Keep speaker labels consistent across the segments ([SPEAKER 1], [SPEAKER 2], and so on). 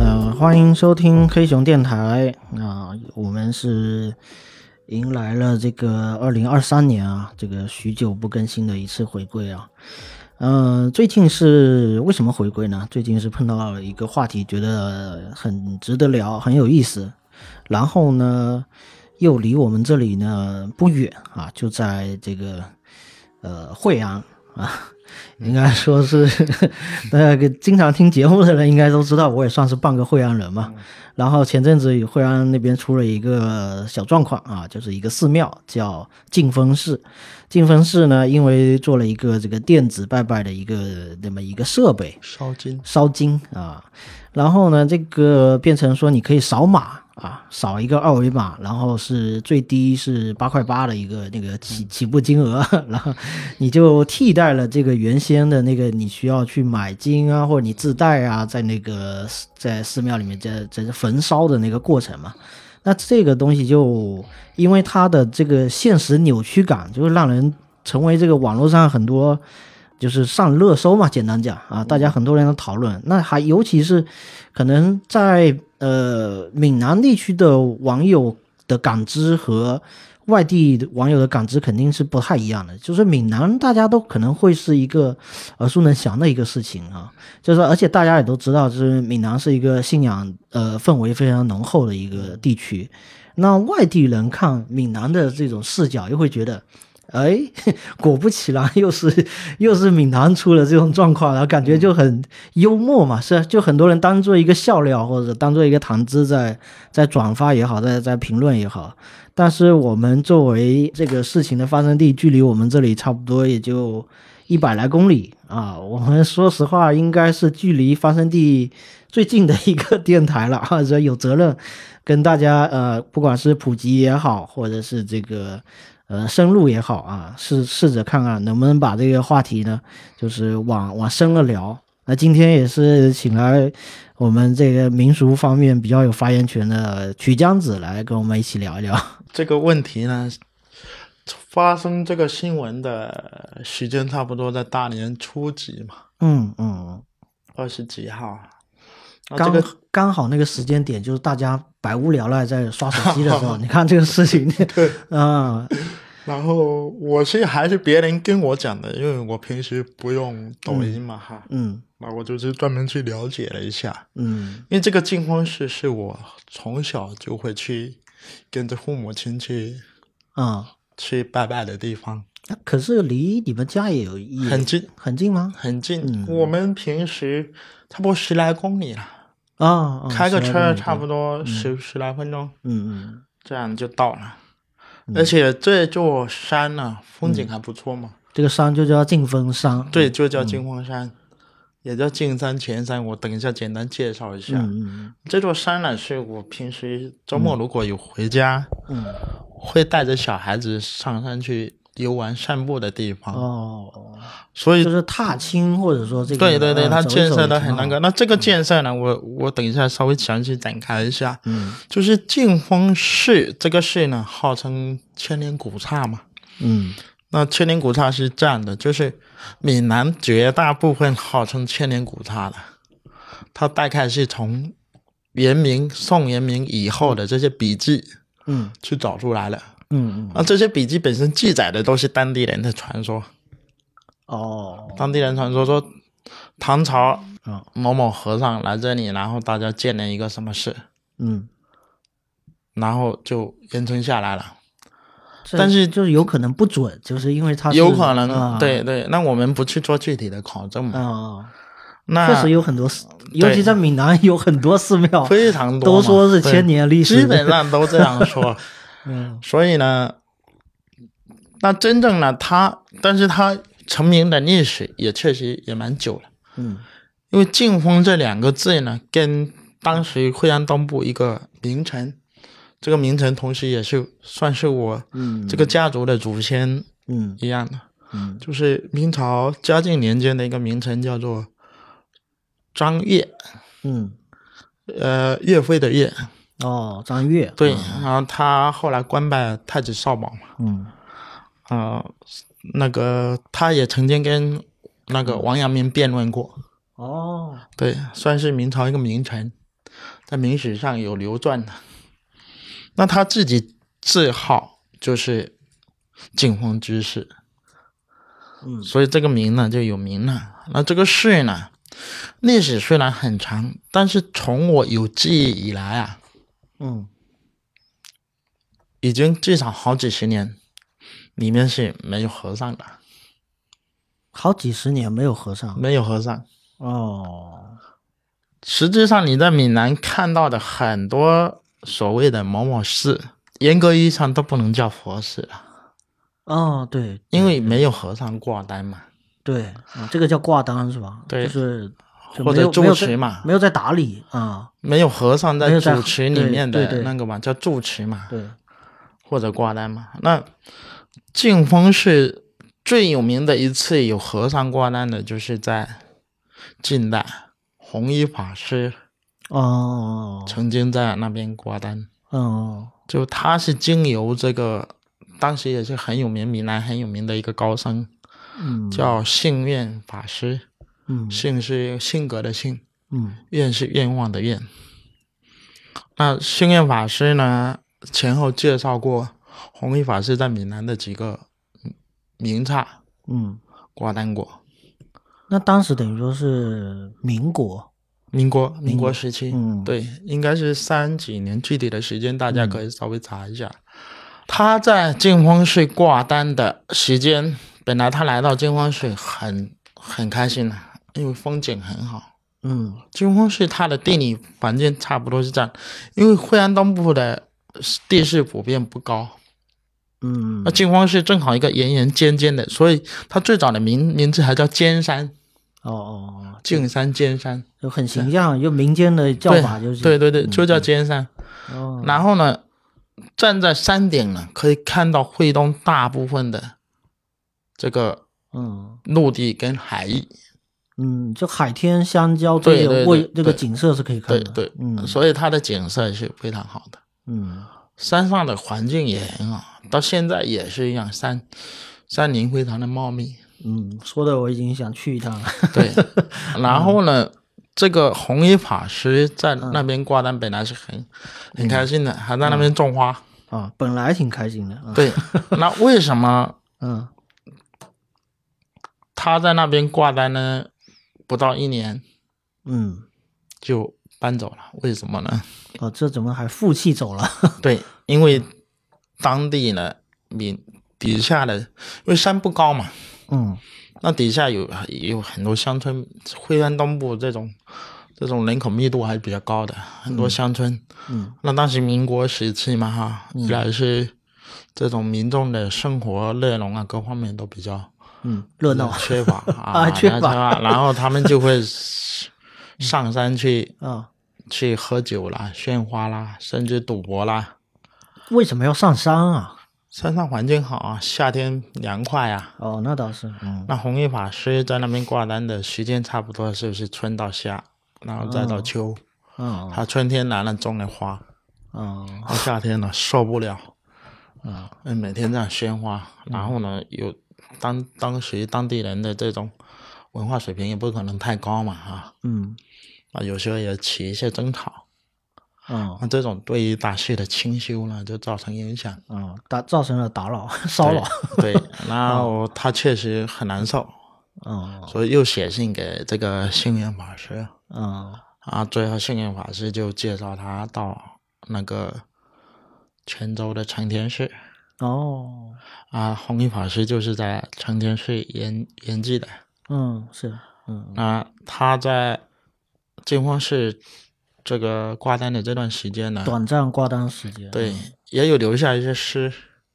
[SPEAKER 1] 呃欢迎收听黑熊电台。啊、我们是迎来了这个二零二三年啊，这个许久不更新的一次回归啊。嗯，最近是为什么回归呢？最近是碰到了一个话题，觉得很值得聊，很有意思。然后呢，又离我们这里呢不远啊，就在这个呃惠安啊，应该说是 那个经常听节目的人应该都知道，我也算是半个惠安人嘛。然后前阵子与惠安那边出了一个小状况啊，就是一个寺庙叫净峰寺。净峰寺呢，因为做了一个这个电子拜拜的一个那么一个设备，
[SPEAKER 2] 烧金，
[SPEAKER 1] 烧金啊，然后呢，这个变成说你可以扫码啊，扫一个二维码，然后是最低是八块八的一个那个起起步金额， 然后你就替代了这个原先的那个你需要去买金啊，或者你自带啊，在那个在寺庙里面在在焚烧的那个过程嘛。那这个东西就因为它的这个现实扭曲感，就让人成为这个网络上很多就是上热搜嘛，简单讲啊，大家很多人都讨论。那还尤其是可能在呃闽南地区的网友的感知和外地网友的感知肯定是不太一样的。就是闽南大家都可能会是一个耳熟能详的一个事情啊，就是而且大家也都知道，就是闽南是一个信仰呃氛围非常浓厚的一个地区。那外地人看闽南的这种视角，又会觉得，哎，果不其然，又是 又是闽南出了这种状况，然后感觉就很幽默嘛，是啊就很多人当做一个笑料或者当做一个谈资在在转发也好，在在评论也好。但是我们作为这个事情的发生地，距离我们这里差不多也就一百来公里啊。我们说实话，应该是距离发生地最近的一个电台了啊，所以有责任跟大家呃，不管是普及也好，或者是这个呃深入也好啊，试试着看看能不能把这个话题呢，就是往往深了聊。那今天也是请来我们这个民俗方面比较有发言权的曲江子来跟我们一起聊一聊。
[SPEAKER 2] 这个问题呢，发生这个新闻的时间差不多在大年初几嘛，
[SPEAKER 1] 嗯嗯，
[SPEAKER 2] 二十几号。那啊这
[SPEAKER 1] 刚、
[SPEAKER 2] 个
[SPEAKER 1] 刚好那个时间点就是大家百无聊赖在刷手机的时候， 你看这个事情，
[SPEAKER 2] 对，
[SPEAKER 1] 啊、
[SPEAKER 2] 然后我是还是别人跟我讲的，因为我平时不用抖音嘛哈，
[SPEAKER 1] 嗯
[SPEAKER 2] 那我就是专门去了解了一下，
[SPEAKER 1] 嗯
[SPEAKER 2] 因为这个进婚式是我从小就会去跟着父母亲去
[SPEAKER 1] 啊、
[SPEAKER 2] 去拜拜的地方，
[SPEAKER 1] 可是离你们家也有也
[SPEAKER 2] 很近
[SPEAKER 1] 很近吗？
[SPEAKER 2] 很近，
[SPEAKER 1] 嗯
[SPEAKER 2] 我们平时差不多十来公里了。
[SPEAKER 1] 啊、啊
[SPEAKER 2] 开个
[SPEAKER 1] 十来
[SPEAKER 2] 车
[SPEAKER 1] 公里
[SPEAKER 2] 差不多十、十来分钟，
[SPEAKER 1] 嗯嗯，
[SPEAKER 2] 这样就到了。而且这座山呢，
[SPEAKER 1] 嗯
[SPEAKER 2] 风景还不错嘛。
[SPEAKER 1] 这个山就叫净峰山，
[SPEAKER 2] 对，就叫金黄山，也叫径山前山。我等一下简单介绍一下。
[SPEAKER 1] 嗯，
[SPEAKER 2] 这座山呢，是我平时周末如果有回家，
[SPEAKER 1] 嗯嗯
[SPEAKER 2] 会带着小孩子上山去游玩、散步的地方。
[SPEAKER 1] 哦，
[SPEAKER 2] 所以，
[SPEAKER 1] 就是踏青或者说这个，
[SPEAKER 2] 对对对，
[SPEAKER 1] 呃
[SPEAKER 2] 它
[SPEAKER 1] 走一
[SPEAKER 2] 建
[SPEAKER 1] 走
[SPEAKER 2] 设
[SPEAKER 1] 也
[SPEAKER 2] 的
[SPEAKER 1] 挺
[SPEAKER 2] 很那
[SPEAKER 1] 好
[SPEAKER 2] 个。那这个建设呢，我我等一下稍微详细展开一下。
[SPEAKER 1] 嗯
[SPEAKER 2] 就是晋峰市这个市呢，号称千年古刹嘛。
[SPEAKER 1] 嗯
[SPEAKER 2] 那千年古刹是这样的，就是闽南绝大部分号称千年古刹的，它大概是从元明、宋元明以后的这些笔记
[SPEAKER 1] 嗯
[SPEAKER 2] 去找出来的。
[SPEAKER 1] 嗯嗯，
[SPEAKER 2] 那这些笔记本身记载的都是当地人的传说，
[SPEAKER 1] 哦，
[SPEAKER 2] 当地人传说说唐朝
[SPEAKER 1] 啊
[SPEAKER 2] 某某和尚来这里，然后大家建了一个什么事，
[SPEAKER 1] 嗯，
[SPEAKER 2] 然后就延承下来了。
[SPEAKER 1] 这
[SPEAKER 2] 但是
[SPEAKER 1] 就是有可能不准，就是因为它是
[SPEAKER 2] 有可能，
[SPEAKER 1] 啊
[SPEAKER 2] 对对，那我们不去做具体的考证嘛。
[SPEAKER 1] 啊，
[SPEAKER 2] 那
[SPEAKER 1] 确实有很
[SPEAKER 2] 啊
[SPEAKER 1] 多寺，尤其在闽南有很多寺庙，
[SPEAKER 2] 非常多
[SPEAKER 1] 都
[SPEAKER 2] 嘛，
[SPEAKER 1] 说是
[SPEAKER 2] 对
[SPEAKER 1] 千年历史，
[SPEAKER 2] 基本上都这样说。
[SPEAKER 1] 嗯
[SPEAKER 2] 所以呢，那真正呢，它，但是它成名的历史也确实也蛮久了。
[SPEAKER 1] 嗯
[SPEAKER 2] 因为“晋峰”这两个字呢，跟当时惠安东部一个名臣，这个名臣同时也是算是我
[SPEAKER 1] 嗯
[SPEAKER 2] 这个家族的祖先
[SPEAKER 1] 嗯
[SPEAKER 2] 一样的，
[SPEAKER 1] 嗯
[SPEAKER 2] 就是明朝嘉靖年间的一个名臣叫做张岳，
[SPEAKER 1] 嗯，
[SPEAKER 2] 呃，岳飞的岳，
[SPEAKER 1] 哦，张悦，
[SPEAKER 2] 对，然后他后来官拜太子少保嘛，
[SPEAKER 1] 嗯
[SPEAKER 2] 啊、那个他也曾经跟那个王阳明辩论过，
[SPEAKER 1] 哦
[SPEAKER 2] 对，算是明朝一个名臣。在明史上有流传的。那他自己自号就是景洪之氏，
[SPEAKER 1] 嗯
[SPEAKER 2] 所以这个名呢就有名了。那这个氏呢，历史虽然很长，但是从我有记忆以来啊，
[SPEAKER 1] 嗯
[SPEAKER 2] 已经至少好几十年，里面是没有和尚的，
[SPEAKER 1] 好几十年没有和尚
[SPEAKER 2] 没有和尚。
[SPEAKER 1] 哦，
[SPEAKER 2] 实质上，你在闽南看到的很多所谓的某某寺，严格意义上都不能叫佛寺了，
[SPEAKER 1] 哦，对
[SPEAKER 2] 因为没有和尚挂单嘛，
[SPEAKER 1] 对啊，这个叫挂单是吧？
[SPEAKER 2] 对
[SPEAKER 1] 就是就
[SPEAKER 2] 或
[SPEAKER 1] 没
[SPEAKER 2] 者
[SPEAKER 1] 有没
[SPEAKER 2] 住
[SPEAKER 1] 有在
[SPEAKER 2] 持嘛，
[SPEAKER 1] 没有在打理啊，
[SPEAKER 2] 没有和尚
[SPEAKER 1] 没
[SPEAKER 2] 在
[SPEAKER 1] 有在
[SPEAKER 2] 主持里面
[SPEAKER 1] 对对对
[SPEAKER 2] 的那个嘛，叫住持嘛，
[SPEAKER 1] 对，
[SPEAKER 2] 或者挂单嘛。那净峰是最有名的一次有和尚挂单的，就是在近代弘一法师
[SPEAKER 1] 哦，
[SPEAKER 2] 曾经在那边挂单。
[SPEAKER 1] 哦，
[SPEAKER 2] 就他是经由这个，当时也是很有名，闽南很有名的一个高僧，
[SPEAKER 1] 嗯，
[SPEAKER 2] 叫信愿法师。
[SPEAKER 1] 嗯
[SPEAKER 2] 信是性格的信，
[SPEAKER 1] 嗯
[SPEAKER 2] 愿是愿望的愿。那信愿法师呢，前后介绍过弘一法师在闽南的几个嗯名刹
[SPEAKER 1] 嗯，
[SPEAKER 2] 挂单果，
[SPEAKER 1] 那当时等于说是民国，
[SPEAKER 2] 民国民国时期，
[SPEAKER 1] 嗯
[SPEAKER 2] 对，应该是三几年，具体的时间大家可以稍微查一下。他在净峰市挂单的时间，本来他来到净峰市很很开心的，因为风景很好。
[SPEAKER 1] 嗯
[SPEAKER 2] 净峰市它的地理环境差不多是这样，因为惠安东部的地势普遍不高，
[SPEAKER 1] 嗯
[SPEAKER 2] 那净峰市正好一个沿沿尖尖的，所以它最早的名名字还叫尖山，
[SPEAKER 1] 哦哦，
[SPEAKER 2] 净山尖山，
[SPEAKER 1] 就很形象，就民间的叫
[SPEAKER 2] 对
[SPEAKER 1] 法就是
[SPEAKER 2] 对对对，
[SPEAKER 1] 嗯
[SPEAKER 2] 就叫尖山。
[SPEAKER 1] 哦，
[SPEAKER 2] 然后呢，站在山顶呢，可以看到惠东大部分的这个
[SPEAKER 1] 嗯
[SPEAKER 2] 陆地跟海域。
[SPEAKER 1] 嗯，就海天相交这
[SPEAKER 2] 对对
[SPEAKER 1] 个
[SPEAKER 2] 对
[SPEAKER 1] 位这个
[SPEAKER 2] 对
[SPEAKER 1] 景色是可以看
[SPEAKER 2] 对
[SPEAKER 1] 的，
[SPEAKER 2] 对，
[SPEAKER 1] 嗯
[SPEAKER 2] 所以它的景色是非常好的，
[SPEAKER 1] 嗯
[SPEAKER 2] 山上的环境也很好，到现在也是一样，山山林非常的茂密。
[SPEAKER 1] 嗯，说的我已经想去一趟了，
[SPEAKER 2] 对，然后呢，这个弘一法师在那边挂单，本来是很很开心的，还在那边种花。
[SPEAKER 1] 啊，本来挺开心的，啊，
[SPEAKER 2] 对，那为什么
[SPEAKER 1] 嗯
[SPEAKER 2] 他在那边挂单呢？不到一年，
[SPEAKER 1] 嗯，
[SPEAKER 2] 就搬走了。为什么呢？
[SPEAKER 1] 哦，这怎么还负气走了？
[SPEAKER 2] 对，因为当地呢，你底下的，因为山不高嘛，
[SPEAKER 1] 嗯
[SPEAKER 2] 那底下有有很多乡村，惠安东部这种这种人口密度还比较高的，很多乡村。
[SPEAKER 1] 嗯
[SPEAKER 2] 那当时民国时期嘛，哈，一来是这种民众的生活内容啊，各方面都比较
[SPEAKER 1] 嗯，热闹
[SPEAKER 2] 缺 乏
[SPEAKER 1] 啊
[SPEAKER 2] 啊，
[SPEAKER 1] 缺乏
[SPEAKER 2] 乏，然后他们就 会上山去
[SPEAKER 1] 啊，
[SPEAKER 2] 去喝酒啦、喧哗啦，甚至赌博啦。
[SPEAKER 1] 为什么要上山啊？
[SPEAKER 2] 山上环境好啊，夏天凉快啊。
[SPEAKER 1] 哦，那倒是，嗯
[SPEAKER 2] 那弘一法师在那边挂单的时间差不多是不是春到夏，然后再到秋？
[SPEAKER 1] 嗯
[SPEAKER 2] 他春天来了种了花，
[SPEAKER 1] 嗯
[SPEAKER 2] 到夏天了受不了，啊、每天这样鲜花，
[SPEAKER 1] 嗯
[SPEAKER 2] 然后呢，有当当时当地人的这种文化水平也不可能太高嘛啊，
[SPEAKER 1] 嗯
[SPEAKER 2] 啊，有时候也起一些争吵，
[SPEAKER 1] 嗯
[SPEAKER 2] 那这种对于大势的清修呢，就造成影响。
[SPEAKER 1] 嗯，打造成了打扰骚扰，
[SPEAKER 2] 对， 然后他确实很难受，
[SPEAKER 1] 嗯
[SPEAKER 2] 所以又写信给这个幸运法师
[SPEAKER 1] 嗯
[SPEAKER 2] 啊，最后幸运法师就介绍他到那个泉州的承天寺
[SPEAKER 1] 哦
[SPEAKER 2] 啊，弘一法师就是在承天寺圆圆寂的。
[SPEAKER 1] 嗯是嗯
[SPEAKER 2] 那他在金峰寺这个挂单的这段时间呢，
[SPEAKER 1] 短暂挂单时间，
[SPEAKER 2] 对，也有留下一些诗，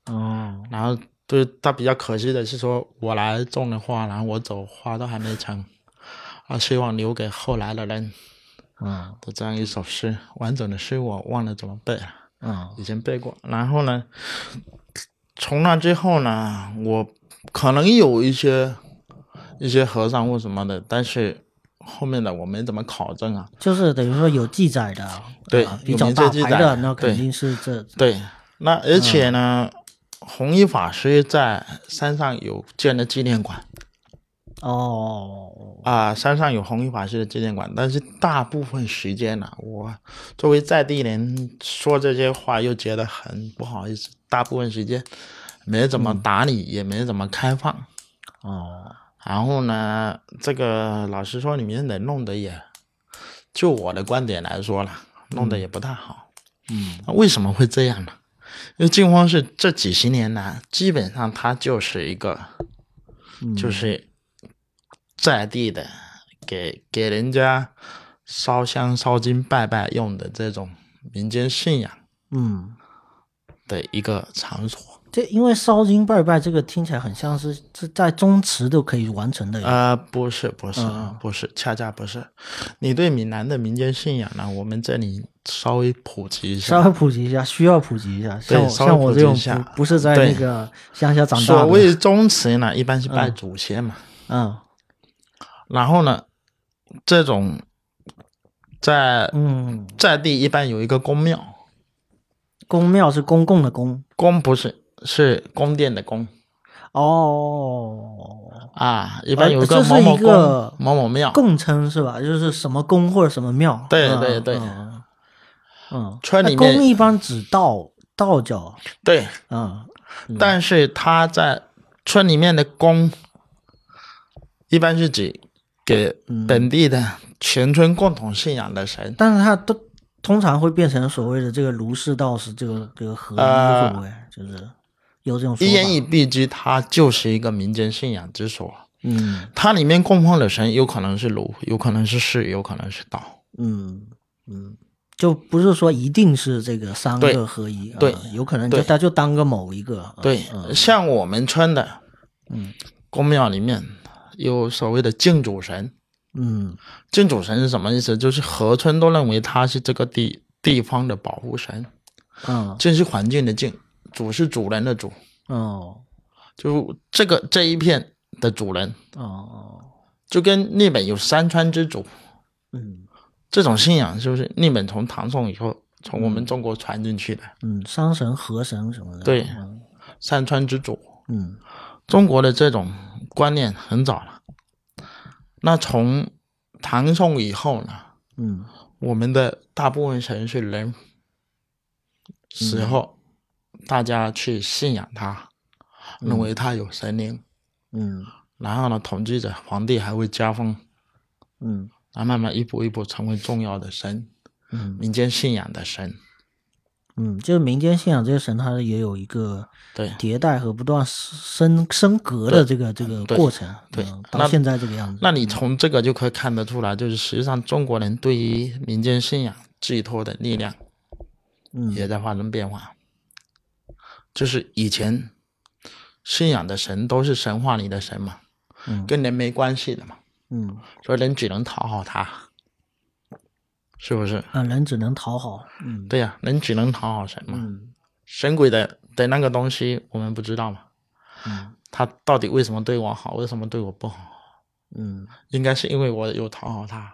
[SPEAKER 1] 哦
[SPEAKER 2] 然后对他比较可惜的是说，我来种的花，然后我走，花都还没成，啊，希望留给后来的人
[SPEAKER 1] 嗯
[SPEAKER 2] 的这样一首诗。完整的诗我忘了怎么背了，
[SPEAKER 1] 嗯
[SPEAKER 2] 以前背过。然后呢，从那之后呢，我可能有一些一些和尚或什么的，但是后面的我没怎么考证啊。
[SPEAKER 1] 就是等于说有记载的啊，
[SPEAKER 2] 对
[SPEAKER 1] 啊
[SPEAKER 2] 有
[SPEAKER 1] 比较
[SPEAKER 2] 明确
[SPEAKER 1] 大
[SPEAKER 2] 记
[SPEAKER 1] 牌
[SPEAKER 2] 载
[SPEAKER 1] 的
[SPEAKER 2] 的
[SPEAKER 1] 那肯
[SPEAKER 2] 对
[SPEAKER 1] 定是这
[SPEAKER 2] 对，那而且呢，弘一法师在山上有建了纪念馆。
[SPEAKER 1] 哦，
[SPEAKER 2] 啊、山上有弘一法师的纪念馆，但是大部分时间呢、我作为在地人说这些话又觉得很不好意思，大部分时间没怎么打理，也没怎么开放。
[SPEAKER 1] 哦，
[SPEAKER 2] 然后呢，这个老实说，里面人弄得也，就我的观点来说了，弄得也不太好。
[SPEAKER 1] 嗯，
[SPEAKER 2] 那为什么会这样呢？因为晋荒是这几十年来，基本上它就是一个，
[SPEAKER 1] 嗯
[SPEAKER 2] 就是在地的给给人家烧香烧金拜拜用的这种民间信仰
[SPEAKER 1] 嗯，
[SPEAKER 2] 的一个场所。
[SPEAKER 1] 这因为烧金拜拜这个听起来很像是是在宗祠都可以完成的呀。
[SPEAKER 2] 呃，不是，不是，
[SPEAKER 1] 嗯
[SPEAKER 2] 不是，恰恰不是。你对闽南的民间信仰呢，我们这里稍微普及一
[SPEAKER 1] 稍
[SPEAKER 2] 下。
[SPEAKER 1] 微普及一下，需要普及一下。
[SPEAKER 2] 对
[SPEAKER 1] 像我
[SPEAKER 2] 稍微
[SPEAKER 1] 像我
[SPEAKER 2] 普及
[SPEAKER 1] 这种
[SPEAKER 2] 一下
[SPEAKER 1] 不不是在
[SPEAKER 2] 对啊
[SPEAKER 1] 那个乡下长大的，
[SPEAKER 2] 所谓宗祠呢，一般是拜祖先嘛。
[SPEAKER 1] 嗯
[SPEAKER 2] 然后呢，这种在
[SPEAKER 1] 嗯，
[SPEAKER 2] 在地一般有一个宫庙，
[SPEAKER 1] 公庙是公共的公
[SPEAKER 2] 宫不是是宫殿的宫
[SPEAKER 1] 哦，
[SPEAKER 2] 啊，一般有
[SPEAKER 1] 呃这是
[SPEAKER 2] 某
[SPEAKER 1] 一
[SPEAKER 2] 某
[SPEAKER 1] 个
[SPEAKER 2] 宫、某某庙。
[SPEAKER 1] 共称是吧？就是什么公或者什么庙。
[SPEAKER 2] 对
[SPEAKER 1] 嗯
[SPEAKER 2] 对对
[SPEAKER 1] 嗯，嗯
[SPEAKER 2] 村里
[SPEAKER 1] 那公
[SPEAKER 2] 面
[SPEAKER 1] 一般指道道教，
[SPEAKER 2] 对，
[SPEAKER 1] 嗯
[SPEAKER 2] 但是他在村里面的宫，一般是指给本地的全村共同信仰的神。
[SPEAKER 1] 但是它都通常会变成所谓的这个儒释道是这个这个合一，
[SPEAKER 2] 呃
[SPEAKER 1] 会不会就是有这种说
[SPEAKER 2] 一言以
[SPEAKER 1] 法？
[SPEAKER 2] 蔽之，它就是一个民间信仰之所。
[SPEAKER 1] 嗯
[SPEAKER 2] 它里面供奉的神有可能是儒，有可能是士，有可能是道。
[SPEAKER 1] 嗯嗯，就不是说一定是这个三
[SPEAKER 2] 对
[SPEAKER 1] 个合一，啊
[SPEAKER 2] 对
[SPEAKER 1] 有可能就
[SPEAKER 2] 对
[SPEAKER 1] 它就当个某一个，啊
[SPEAKER 2] 对，
[SPEAKER 1] 嗯
[SPEAKER 2] 像我们村的，
[SPEAKER 1] 嗯，
[SPEAKER 2] 宫庙里面有所谓的敬主神。
[SPEAKER 1] 嗯
[SPEAKER 2] 敬主神是什么意思？就是河村都认为他是这个地地方的保护神，
[SPEAKER 1] 嗯
[SPEAKER 2] 敬是环境的敬，主是主人的主，
[SPEAKER 1] 哦
[SPEAKER 2] 就这个这一片的主人，
[SPEAKER 1] 哦哦
[SPEAKER 2] 就跟日本有山川之主
[SPEAKER 1] 嗯
[SPEAKER 2] 这种信仰，是不是？日本从唐宋以后，从我们中国传进去的
[SPEAKER 1] 嗯，商神、河神什么的，
[SPEAKER 2] 对
[SPEAKER 1] 嗯
[SPEAKER 2] 山川之主，
[SPEAKER 1] 嗯
[SPEAKER 2] 中国的这种观念很早了。那从唐宋以后呢，
[SPEAKER 1] 嗯
[SPEAKER 2] 我们的大部分神是人时
[SPEAKER 1] 嗯
[SPEAKER 2] 候，大家去信仰他，认为他有神灵。
[SPEAKER 1] 嗯
[SPEAKER 2] 然后呢，统治者皇帝还会加封，
[SPEAKER 1] 嗯
[SPEAKER 2] 然后啊慢慢一步一步成为重要的神，
[SPEAKER 1] 嗯
[SPEAKER 2] 民间信仰的神。
[SPEAKER 1] 嗯，就是民间信仰这个神，它也有一个
[SPEAKER 2] 对
[SPEAKER 1] 迭代和不断升升格的这个这个
[SPEAKER 2] 对
[SPEAKER 1] 过程，
[SPEAKER 2] 对
[SPEAKER 1] 嗯
[SPEAKER 2] 那
[SPEAKER 1] 到现在这个样子。
[SPEAKER 2] 那你从这个就可以看得出来，就是实际上中国人对于民间信仰寄托的力量
[SPEAKER 1] 嗯
[SPEAKER 2] 也在发生变化。就是以前信仰的神都是神话里的神嘛，
[SPEAKER 1] 嗯
[SPEAKER 2] 跟人没关系的嘛，
[SPEAKER 1] 嗯
[SPEAKER 2] 所以人只能讨好他，是不是？
[SPEAKER 1] 啊，人只能讨好，嗯
[SPEAKER 2] 对呀、人只能讨好神嘛。
[SPEAKER 1] 嗯
[SPEAKER 2] 神鬼的的那个东西，我们不知道嘛。
[SPEAKER 1] 嗯
[SPEAKER 2] 他到底为什么对我好，为什么对我不好？
[SPEAKER 1] 嗯
[SPEAKER 2] 应该是因为我有讨好他，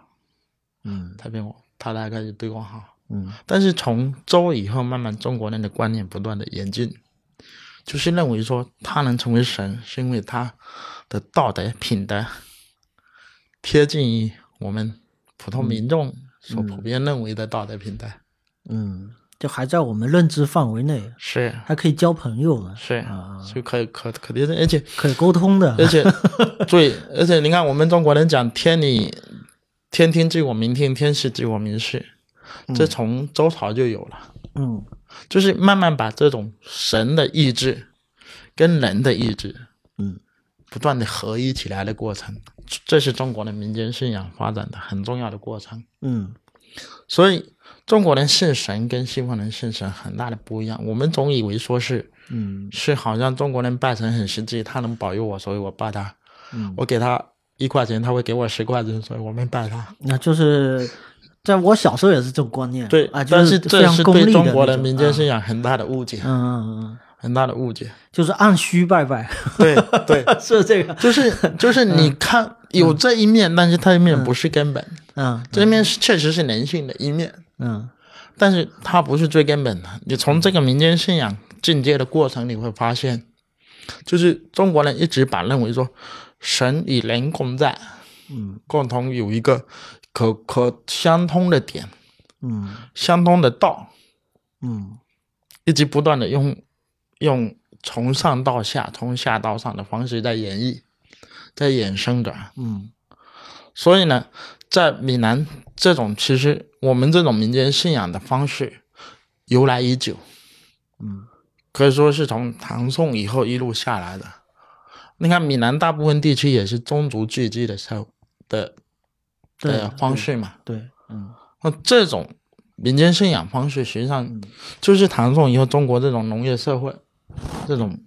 [SPEAKER 1] 嗯
[SPEAKER 2] 他变我，他才开始对我好。
[SPEAKER 1] 嗯
[SPEAKER 2] 但是从周以后，慢慢中国人的观念不断的演进，就是认为说他能成为神，是因为他的道德品德贴近于我们普通民众所普遍认为的道德品德。
[SPEAKER 1] 嗯，就还在我们认知范围内，
[SPEAKER 2] 是
[SPEAKER 1] 还可以交朋友的，
[SPEAKER 2] 是
[SPEAKER 1] 啊，
[SPEAKER 2] 就可以可可定，而且
[SPEAKER 1] 可以沟通的，
[SPEAKER 2] 而且对，而且你看我们中国人讲天理，天听即我明听，天视即我明视，这从周朝就有了。
[SPEAKER 1] 嗯
[SPEAKER 2] 就是慢慢把这种神的意志跟人的意志，
[SPEAKER 1] 嗯，
[SPEAKER 2] 不断的合一起来的过程，这是中国的民间信仰发展的很重要的过程。
[SPEAKER 1] 嗯
[SPEAKER 2] 所以中国人信神跟西方人信神很大的不一样。我们总以为说是
[SPEAKER 1] 嗯
[SPEAKER 2] 是好像中国人拜神很实际，他能保佑我，所以我拜他。
[SPEAKER 1] 嗯，
[SPEAKER 2] 我给他一块钱，他会给我十块钱，所以我们拜他。
[SPEAKER 1] 那就是。在我小时候也是这种观念，
[SPEAKER 2] 对，
[SPEAKER 1] 啊，就
[SPEAKER 2] 但是
[SPEAKER 1] 非
[SPEAKER 2] 这
[SPEAKER 1] 常
[SPEAKER 2] 是
[SPEAKER 1] 功利的
[SPEAKER 2] 对中国
[SPEAKER 1] 那
[SPEAKER 2] 人
[SPEAKER 1] 种
[SPEAKER 2] 民间
[SPEAKER 1] 啊
[SPEAKER 2] 信仰很大的误解，
[SPEAKER 1] 嗯嗯嗯，
[SPEAKER 2] 很大的误 解。
[SPEAKER 1] 就是按需拜拜，
[SPEAKER 2] 对对，
[SPEAKER 1] 是这个，
[SPEAKER 2] 就是就是
[SPEAKER 1] 嗯
[SPEAKER 2] 你看有这一面，但是它一面不是根本，
[SPEAKER 1] 嗯
[SPEAKER 2] 这一面是确实是人性的一面，
[SPEAKER 1] 嗯
[SPEAKER 2] 但是它不是最根本的。你从这个民间信仰进阶的过程，你会发现，就是中国人一直把认为说神与人共在，
[SPEAKER 1] 嗯
[SPEAKER 2] 共同有一个可可相通的点、
[SPEAKER 1] 嗯
[SPEAKER 2] 相通的道，
[SPEAKER 1] 嗯
[SPEAKER 2] 一直不断的用用从上到下、从下到上的方式在演绎、在衍生着。
[SPEAKER 1] 嗯
[SPEAKER 2] 所以呢，在闽南这种其实我们这种民间信仰的方式由来已久，
[SPEAKER 1] 嗯
[SPEAKER 2] 可以说是从唐宋以后一路下来的。你看，闽南大部分地区也是宗族聚居的时候的
[SPEAKER 1] 对
[SPEAKER 2] 的方式嘛。
[SPEAKER 1] 对，嗯
[SPEAKER 2] 那这种民间信仰方式，实际
[SPEAKER 1] 嗯
[SPEAKER 2] 上就是唐宋以后中国这种农业社会、这种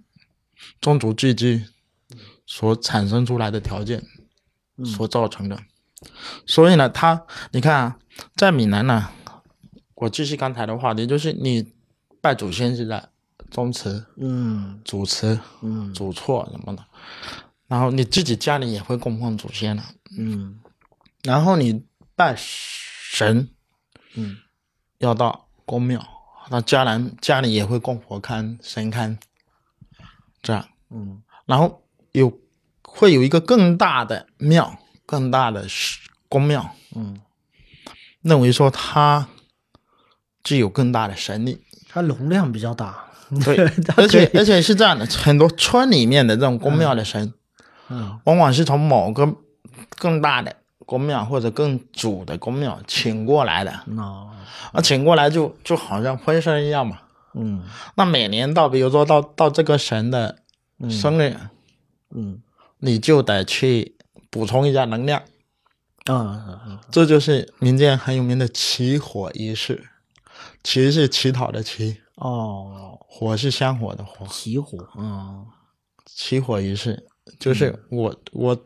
[SPEAKER 2] 宗族聚居所产生出来的条件
[SPEAKER 1] 嗯
[SPEAKER 2] 所造成的。所以呢，它你看啊，在闽南呢，我继续刚才的话题，就是你拜祖先是在宗祠、
[SPEAKER 1] 嗯
[SPEAKER 2] 主祠、
[SPEAKER 1] 嗯
[SPEAKER 2] 主厝什么的，然后你自己家里也会供奉祖先啊的，
[SPEAKER 1] 嗯
[SPEAKER 2] 然后你拜神
[SPEAKER 1] 嗯
[SPEAKER 2] 要到公庙，那家人家里也会供佛龛、神龛，这样，
[SPEAKER 1] 嗯
[SPEAKER 2] 然后有会有一个更大的庙、更大的是公庙，
[SPEAKER 1] 嗯，
[SPEAKER 2] 认为说它具有更大的神力，
[SPEAKER 1] 它容量比较大，
[SPEAKER 2] 对
[SPEAKER 1] 它，
[SPEAKER 2] 而且
[SPEAKER 1] 可以
[SPEAKER 2] 而且是这样的，很多村里面的这种公庙的神，
[SPEAKER 1] 嗯
[SPEAKER 2] 往往是从某个更大的公庙或者更主的公庙请过来的，
[SPEAKER 1] 那
[SPEAKER 2] 啊，请过来就就好像婚生一样嘛。
[SPEAKER 1] 嗯
[SPEAKER 2] 那每年到，比如说到到这个神的生日，
[SPEAKER 1] 嗯
[SPEAKER 2] 你就得去补充一下能量，
[SPEAKER 1] 啊啊
[SPEAKER 2] 这就是民间很有名的起火仪式。旗是乞讨的乞，
[SPEAKER 1] 哦，
[SPEAKER 2] 火是香火的火。
[SPEAKER 1] 起火嗯
[SPEAKER 2] 起火仪式就是我、我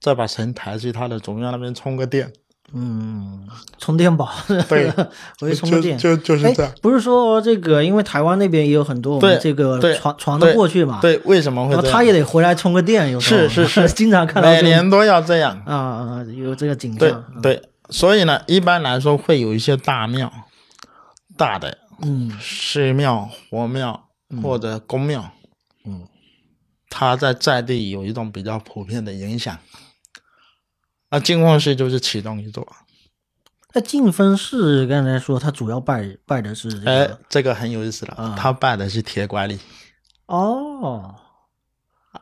[SPEAKER 2] 再把神抬去他的祖庙那边充个电，
[SPEAKER 1] 嗯，充电宝，
[SPEAKER 2] 对
[SPEAKER 1] 回去充个电。
[SPEAKER 2] 就就就是
[SPEAKER 1] 哎
[SPEAKER 2] 这样。，
[SPEAKER 1] 不是说这个，因为台湾那边也有很多我们
[SPEAKER 2] 对
[SPEAKER 1] 这个
[SPEAKER 2] 对
[SPEAKER 1] 传传的
[SPEAKER 2] 对
[SPEAKER 1] 过去嘛，
[SPEAKER 2] 对，为什么
[SPEAKER 1] 啊
[SPEAKER 2] 会
[SPEAKER 1] 然后
[SPEAKER 2] 这样？
[SPEAKER 1] 他也得回来充个电，有时候
[SPEAKER 2] 是是是
[SPEAKER 1] 经常看到
[SPEAKER 2] 每
[SPEAKER 1] 这种嗯
[SPEAKER 2] 年都要这样。
[SPEAKER 1] 啊啊有这个景
[SPEAKER 2] 对
[SPEAKER 1] 象，
[SPEAKER 2] 对，所以呢，一般来说会有一些大庙、大的
[SPEAKER 1] 嗯
[SPEAKER 2] 寺庙、佛庙或者宫庙，
[SPEAKER 1] 嗯
[SPEAKER 2] 它在在地有一种比较普遍的影响。那净空寺就是其中一座，
[SPEAKER 1] 那净分寺刚才说，他主要拜拜的是这
[SPEAKER 2] 哎
[SPEAKER 1] 个，
[SPEAKER 2] 这个很有意思
[SPEAKER 1] 啊
[SPEAKER 2] 了，它拜的是铁拐李，
[SPEAKER 1] 哦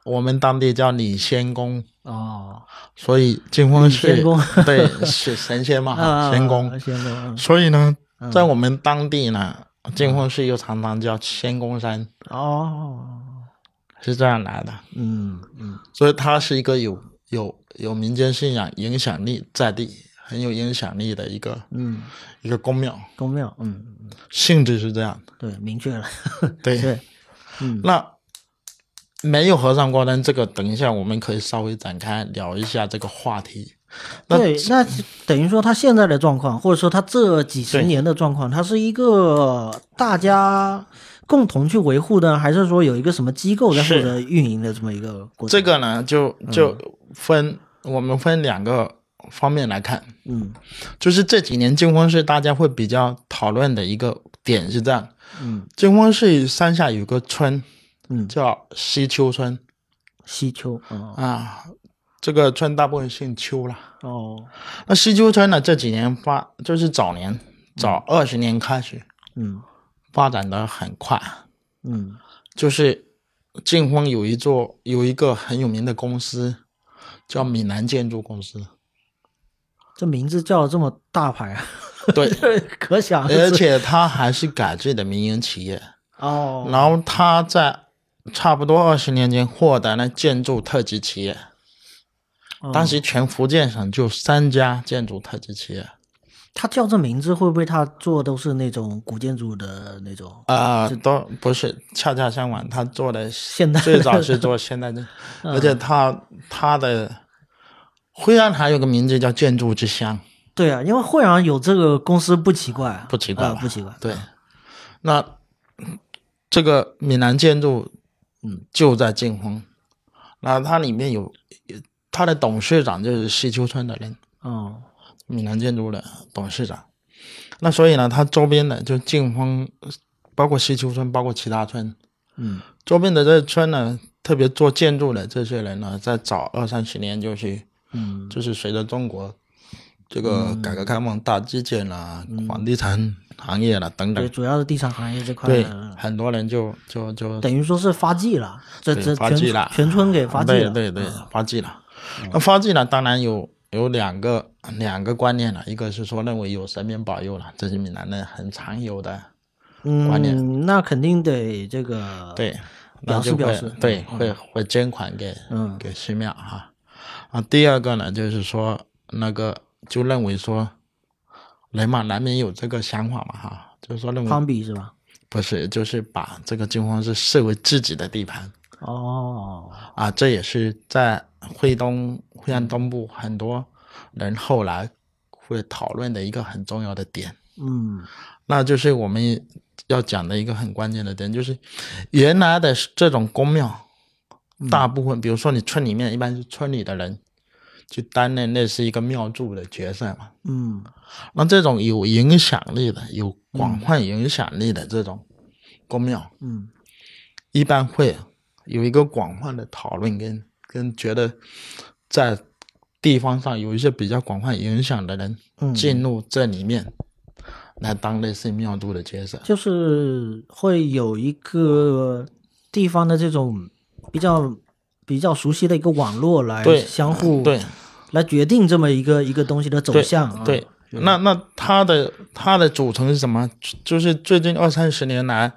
[SPEAKER 2] 我们当地叫李仙公，
[SPEAKER 1] 哦
[SPEAKER 2] 所以净空
[SPEAKER 1] 李
[SPEAKER 2] 寺
[SPEAKER 1] 仙公
[SPEAKER 2] 对是神仙 嘛，
[SPEAKER 1] 啊，
[SPEAKER 2] 仙公，
[SPEAKER 1] 仙公嗯
[SPEAKER 2] 所以呢，
[SPEAKER 1] 嗯
[SPEAKER 2] 在我们当地呢，净空寺又常常叫仙公山，
[SPEAKER 1] 哦
[SPEAKER 2] 是这样来的。
[SPEAKER 1] 嗯嗯
[SPEAKER 2] 所以它是一个有有有民间信仰影响力在地很有影响力的一个
[SPEAKER 1] 嗯，
[SPEAKER 2] 一个宫庙，
[SPEAKER 1] 公庙嗯嗯
[SPEAKER 2] 性质是这样的。
[SPEAKER 1] 对明确 了
[SPEAKER 2] 对，
[SPEAKER 1] 对嗯
[SPEAKER 2] 那没有和尚挂灯这个，等一下我们可以稍微展开聊一下这个话题。那
[SPEAKER 1] 对，那等于说他现在的状况，或者说他这几十
[SPEAKER 2] 对
[SPEAKER 1] 年的状况，它是一个大家共同去维护的，还是说有一个什么机构在负
[SPEAKER 2] 是
[SPEAKER 1] 责运营的这么一个过程？
[SPEAKER 2] 这个呢，就就
[SPEAKER 1] 嗯
[SPEAKER 2] 分、我们分两个方面来看，
[SPEAKER 1] 嗯
[SPEAKER 2] 就是这几年净空寺大家会比较讨论的一个点是这样：
[SPEAKER 1] 嗯
[SPEAKER 2] 净空寺山下有个村
[SPEAKER 1] 嗯，
[SPEAKER 2] 叫西丘村，
[SPEAKER 1] 西丘嗯
[SPEAKER 2] 啊，这个村大部分姓邱了。
[SPEAKER 1] 哦
[SPEAKER 2] 那西丘村呢，这几年发就是早年早二十年开始
[SPEAKER 1] 嗯
[SPEAKER 2] 发展的很快，
[SPEAKER 1] 嗯
[SPEAKER 2] 就是晋峰有一座有一个很有名的公司，叫闽南建筑公司，
[SPEAKER 1] 这名字叫这么大牌啊，
[SPEAKER 2] 对，
[SPEAKER 1] 可想而
[SPEAKER 2] 而
[SPEAKER 1] 知
[SPEAKER 2] 且它还是改制的民营企业，
[SPEAKER 1] 哦，
[SPEAKER 2] 然后它在差不多二十年前获得了建筑特级企业，
[SPEAKER 1] 嗯
[SPEAKER 2] 当时全福建省就三家建筑特级企业。
[SPEAKER 1] 他叫这名字，会不会他做都是那种古建筑的那种？
[SPEAKER 2] 啊、都不是，恰恰相反，他做的
[SPEAKER 1] 现代嗯
[SPEAKER 2] 最早是做现代 的，而且他他的惠安还有个名字叫建筑之乡，
[SPEAKER 1] 对啊，因为惠阳有这个公司不奇怪啊，
[SPEAKER 2] 不奇怪
[SPEAKER 1] 呃
[SPEAKER 2] 吧
[SPEAKER 1] 不奇怪。
[SPEAKER 2] 对，那这个闽南建筑，嗯，就在晋峰，那它里面有它的董事长就是西丘村的人，
[SPEAKER 1] 哦，
[SPEAKER 2] 闽南建筑的董事长，那所以呢，它周边的就晋峰，包括西丘村，包括其他村，
[SPEAKER 1] 嗯
[SPEAKER 2] 周边的这村呢，特别做建筑的这些人呢，在早二三十年就去，
[SPEAKER 1] 嗯
[SPEAKER 2] 就是随着中国这个改革开放大基建啦、
[SPEAKER 1] 嗯
[SPEAKER 2] 房地产行业啦等
[SPEAKER 1] 对，
[SPEAKER 2] 等，
[SPEAKER 1] 主要是地产行业这块，
[SPEAKER 2] 对，很多人就就就
[SPEAKER 1] 等于说是发迹了，这
[SPEAKER 2] 对
[SPEAKER 1] 这
[SPEAKER 2] 发
[SPEAKER 1] 全
[SPEAKER 2] 迹了
[SPEAKER 1] 全村给发迹
[SPEAKER 2] 对
[SPEAKER 1] 了，啊嗯
[SPEAKER 2] 对对，发迹了。那发迹了，当然有有两个两个观念了，一个是说认为有神明保佑了，这是闽南人很常有的，观念
[SPEAKER 1] 嗯，那肯定得这个，
[SPEAKER 2] 对，
[SPEAKER 1] 表
[SPEAKER 2] 那
[SPEAKER 1] 示
[SPEAKER 2] 就
[SPEAKER 1] 表
[SPEAKER 2] 会
[SPEAKER 1] 示
[SPEAKER 2] 对，会会捐款给
[SPEAKER 1] 嗯
[SPEAKER 2] 给寺庙哈。啊，第二个呢，就是说那个就认为说人嘛，难免有这个想法嘛哈，就是说认为
[SPEAKER 1] 攀比是吧？
[SPEAKER 2] 不是，就是把这个金黄寺视为自己的地盘。
[SPEAKER 1] 哦，
[SPEAKER 2] 啊，这也是在惠东惠安东部很多人后来会讨论的一个很重要的点，
[SPEAKER 1] 嗯
[SPEAKER 2] 那就是我们要讲的一个很关键的点，就是原来的这种宫庙，大部分比如说你村里面一般是村里的人去担任类似一个庙祝的角色嘛，
[SPEAKER 1] 嗯
[SPEAKER 2] 那这种有影响力的、有广泛影响力的这种宫庙，
[SPEAKER 1] 嗯
[SPEAKER 2] 一般会有一个广泛的讨论跟跟觉得在地方上有一些比较广泛影响的人
[SPEAKER 1] 嗯，
[SPEAKER 2] 进入这里面来当类似庙祝的角色。
[SPEAKER 1] 就是会有一个地方的这种比较比较熟悉的一个网络来
[SPEAKER 2] 对
[SPEAKER 1] 相互
[SPEAKER 2] 对
[SPEAKER 1] 来决定这么一个一个东西的走
[SPEAKER 2] 对
[SPEAKER 1] 向、啊，
[SPEAKER 2] 对，那那它的它的组成是什么？就是最近二三十年来，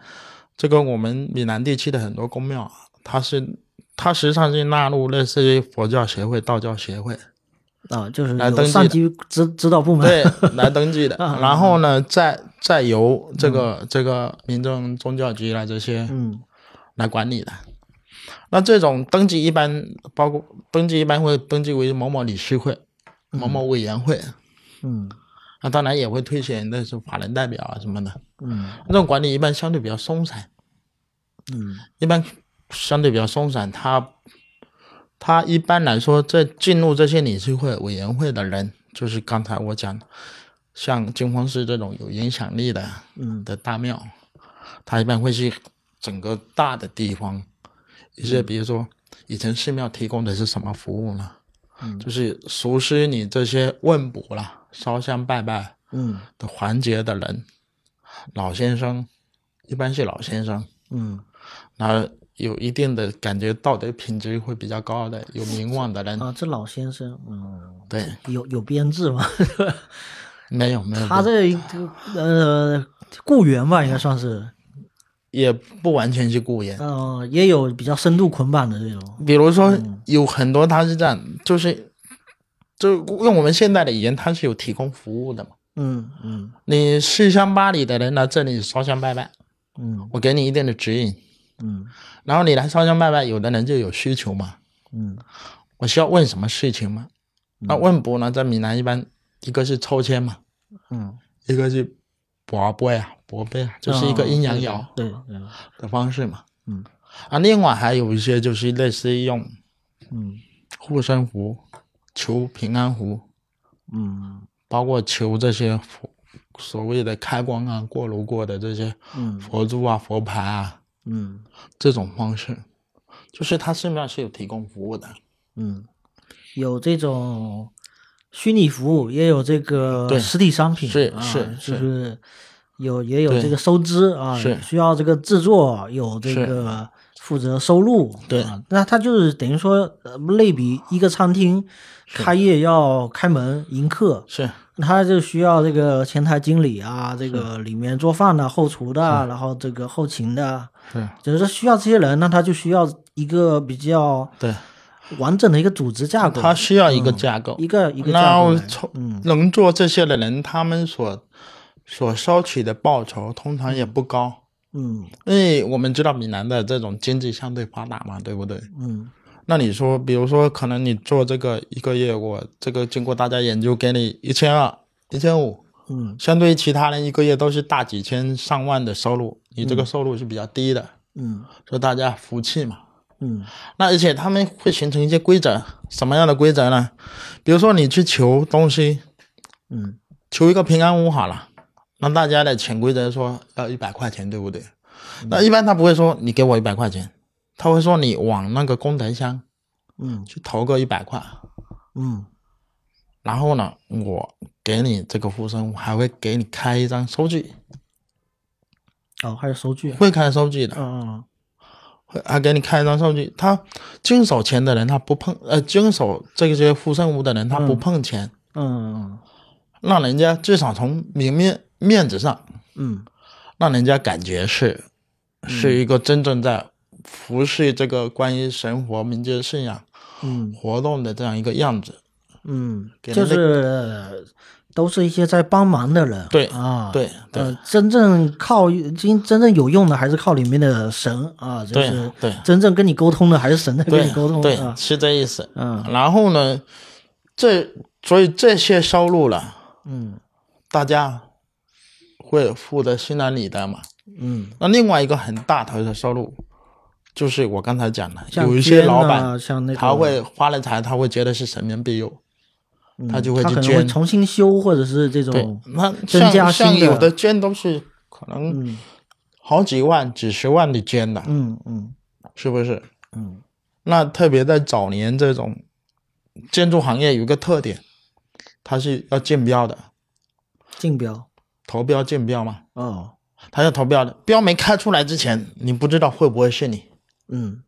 [SPEAKER 2] 这个我们闽南地区的很多宫庙啊，它是它实际上是纳入类似于佛教协会、道教 协会。
[SPEAKER 1] 啊，就是
[SPEAKER 2] 来
[SPEAKER 1] 有
[SPEAKER 2] 登记
[SPEAKER 1] 上
[SPEAKER 2] 的
[SPEAKER 1] 级指指导部门，
[SPEAKER 2] 对， 来登记的。
[SPEAKER 1] 啊
[SPEAKER 2] 然后呢，再再由这个、这个民政宗教局啦这些
[SPEAKER 1] 嗯
[SPEAKER 2] 来管理的。那这种登记一般包括登记一般会登记为某某理事会、某某委员会，
[SPEAKER 1] 嗯
[SPEAKER 2] 那当然也会推选那是法人代表啊什么的。
[SPEAKER 1] 嗯
[SPEAKER 2] 那种管理一般相对比较松散，
[SPEAKER 1] 嗯
[SPEAKER 2] 一般相对比较松散，它它一般来说在进入这些理事会委员会的人，就是刚才我讲的，像金黄寺这种有影响力的，
[SPEAKER 1] 嗯
[SPEAKER 2] 的大庙，它一般会去整个大的地
[SPEAKER 1] 嗯
[SPEAKER 2] 方，一些比如说以前寺庙提供的是什么服务呢？
[SPEAKER 1] 嗯
[SPEAKER 2] 就是熟悉你这些问卜啦、烧香拜拜
[SPEAKER 1] 嗯
[SPEAKER 2] 的环节的人，老先生，一般是老先生，
[SPEAKER 1] 嗯，
[SPEAKER 2] 那有一定的感觉道德品质会比较高的、有名望的人，
[SPEAKER 1] 啊，这老先生，嗯，
[SPEAKER 2] 对，
[SPEAKER 1] 有有编制吗？
[SPEAKER 2] 没有没有，
[SPEAKER 1] 他这一个呃雇员吧，应该算是，
[SPEAKER 2] 也不完全是雇员，
[SPEAKER 1] 呃，也有比较深度捆绑的这种，
[SPEAKER 2] 比如说
[SPEAKER 1] 嗯
[SPEAKER 2] 有很多他是这样，就是就用我们现代的语言，他是有提供服务的嘛。
[SPEAKER 1] 嗯嗯
[SPEAKER 2] 你四乡八里的人来这里烧香拜拜，
[SPEAKER 1] 嗯
[SPEAKER 2] 我给你一定的指引，
[SPEAKER 1] 嗯
[SPEAKER 2] 然后你来烧香拜拜，有的人就有需求嘛，
[SPEAKER 1] 嗯
[SPEAKER 2] 我需要问什么事情嘛？那问卜呢，在闽南一般一个是抽签嘛，
[SPEAKER 1] 嗯，
[SPEAKER 2] 一个是啊卜卜呀、卜卜呀，就是一个阴阳爻
[SPEAKER 1] 哦，对，对对
[SPEAKER 2] 的方式嘛。
[SPEAKER 1] 嗯
[SPEAKER 2] 哦啊，另外还有一些就是类似于用
[SPEAKER 1] 嗯
[SPEAKER 2] 护身符、求平安符。
[SPEAKER 1] 嗯
[SPEAKER 2] 包括求这些佛所谓的开光啊、过炉过的这些
[SPEAKER 1] 嗯
[SPEAKER 2] 佛珠啊、佛牌啊
[SPEAKER 1] 嗯
[SPEAKER 2] 这种方式，就是它寺庙是有提供服务的。
[SPEAKER 1] 嗯，有这种虚拟服务，也有这个
[SPEAKER 2] 对
[SPEAKER 1] 实体商品，
[SPEAKER 2] 是
[SPEAKER 1] 啊
[SPEAKER 2] 是
[SPEAKER 1] 就是有也有
[SPEAKER 2] 对
[SPEAKER 1] 这个收支啊，
[SPEAKER 2] 是
[SPEAKER 1] 需要这个制作，有这
[SPEAKER 2] 是
[SPEAKER 1] 个负责收入，
[SPEAKER 2] 对
[SPEAKER 1] 啊，那它就是等于说呃类比一个餐厅开业要开门迎客，
[SPEAKER 2] 是
[SPEAKER 1] 他就需要这个前台经理啊，这个里面做饭的、后厨的，啊然后这个后勤的，啊
[SPEAKER 2] 是，
[SPEAKER 1] 就是说需要这些人，那他就需要一个比较
[SPEAKER 2] 对，
[SPEAKER 1] 完整的一个组织架构，
[SPEAKER 2] 它需要一个架构，
[SPEAKER 1] 一个一个
[SPEAKER 2] 然
[SPEAKER 1] 架构
[SPEAKER 2] 后
[SPEAKER 1] 来。
[SPEAKER 2] 从
[SPEAKER 1] 嗯
[SPEAKER 2] 能做这些的人，他们所所收取的报酬通常也不高。
[SPEAKER 1] 嗯
[SPEAKER 2] 因为我们知道闽南的这种经济相对发达嘛，对不对？
[SPEAKER 1] 嗯
[SPEAKER 2] 那你说，比如说，可能你做这个一个月，我这个经过大家研究，给你一千二、一千五，
[SPEAKER 1] 嗯
[SPEAKER 2] 相对于其他人一个月都是大几千上万的收入，你这个收入是比较低的，
[SPEAKER 1] 嗯
[SPEAKER 2] 所以大家服气嘛。
[SPEAKER 1] 嗯
[SPEAKER 2] 那而且他们会形成一些规则，什么样的规则呢？比如说你去求东西，
[SPEAKER 1] 嗯
[SPEAKER 2] 求一个平安屋好了，那大家的潜规则说要一百块钱，对不对？那一般他不会说你给我一百块钱，他会说你往那个功德箱
[SPEAKER 1] 嗯
[SPEAKER 2] 去投个一百块，
[SPEAKER 1] 嗯
[SPEAKER 2] 然后呢，我给你这个护身符，还会给你开一张收据，
[SPEAKER 1] 哦，还有收据啊，
[SPEAKER 2] 会开收据的，
[SPEAKER 1] 嗯嗯
[SPEAKER 2] 会还给你开一张收据。他经手钱的人他不碰，呃，经手这些护身符的人他不
[SPEAKER 1] 嗯
[SPEAKER 2] 碰钱，
[SPEAKER 1] 嗯
[SPEAKER 2] 让人家至少从明面面子上，
[SPEAKER 1] 嗯
[SPEAKER 2] 让人家感觉是是一个真正在服侍这个关于神佛民间信仰
[SPEAKER 1] 嗯
[SPEAKER 2] 活动的这样一个样子。
[SPEAKER 1] 嗯，
[SPEAKER 2] 给
[SPEAKER 1] 就
[SPEAKER 2] 人类
[SPEAKER 1] 是都是一些在帮忙的人，
[SPEAKER 2] 对
[SPEAKER 1] 啊，
[SPEAKER 2] 对对
[SPEAKER 1] 呃，真正靠真真正有用的还是靠里面的神啊，就
[SPEAKER 2] 对
[SPEAKER 1] 是
[SPEAKER 2] 对
[SPEAKER 1] 真正跟你沟通的还是神在跟
[SPEAKER 2] 对
[SPEAKER 1] 你沟通
[SPEAKER 2] 对，
[SPEAKER 1] 啊，
[SPEAKER 2] 是这意思。
[SPEAKER 1] 嗯
[SPEAKER 2] 然后呢，这所以这些收入了，
[SPEAKER 1] 嗯
[SPEAKER 2] 大家会付得心安理得嘛。
[SPEAKER 1] 嗯，
[SPEAKER 2] 那另外一个很大头的收入，就是我刚才讲的，
[SPEAKER 1] 像
[SPEAKER 2] 有一些
[SPEAKER 1] 捐
[SPEAKER 2] 老
[SPEAKER 1] 啊
[SPEAKER 2] 板
[SPEAKER 1] 像那个
[SPEAKER 2] 他会发了财，他会觉得是神明庇佑，
[SPEAKER 1] 嗯
[SPEAKER 2] 他就会
[SPEAKER 1] 他
[SPEAKER 2] 去
[SPEAKER 1] 可能会
[SPEAKER 2] 捐
[SPEAKER 1] 重新修或者是这
[SPEAKER 2] 对
[SPEAKER 1] 种，，
[SPEAKER 2] 那
[SPEAKER 1] 嗯增加
[SPEAKER 2] 像
[SPEAKER 1] 新的
[SPEAKER 2] 像有的捐都是可能
[SPEAKER 1] 嗯
[SPEAKER 2] 好几万、几十万的捐的，
[SPEAKER 1] 嗯嗯
[SPEAKER 2] 是不是？
[SPEAKER 1] 嗯
[SPEAKER 2] 那特别在早年这种建筑行业有一个特点，它是要竞标的，
[SPEAKER 1] 竞标
[SPEAKER 2] 投标竞标嘛，
[SPEAKER 1] 哦，
[SPEAKER 2] 它要投标的，标没开出来之前，你不知道会不会是你
[SPEAKER 1] 嗯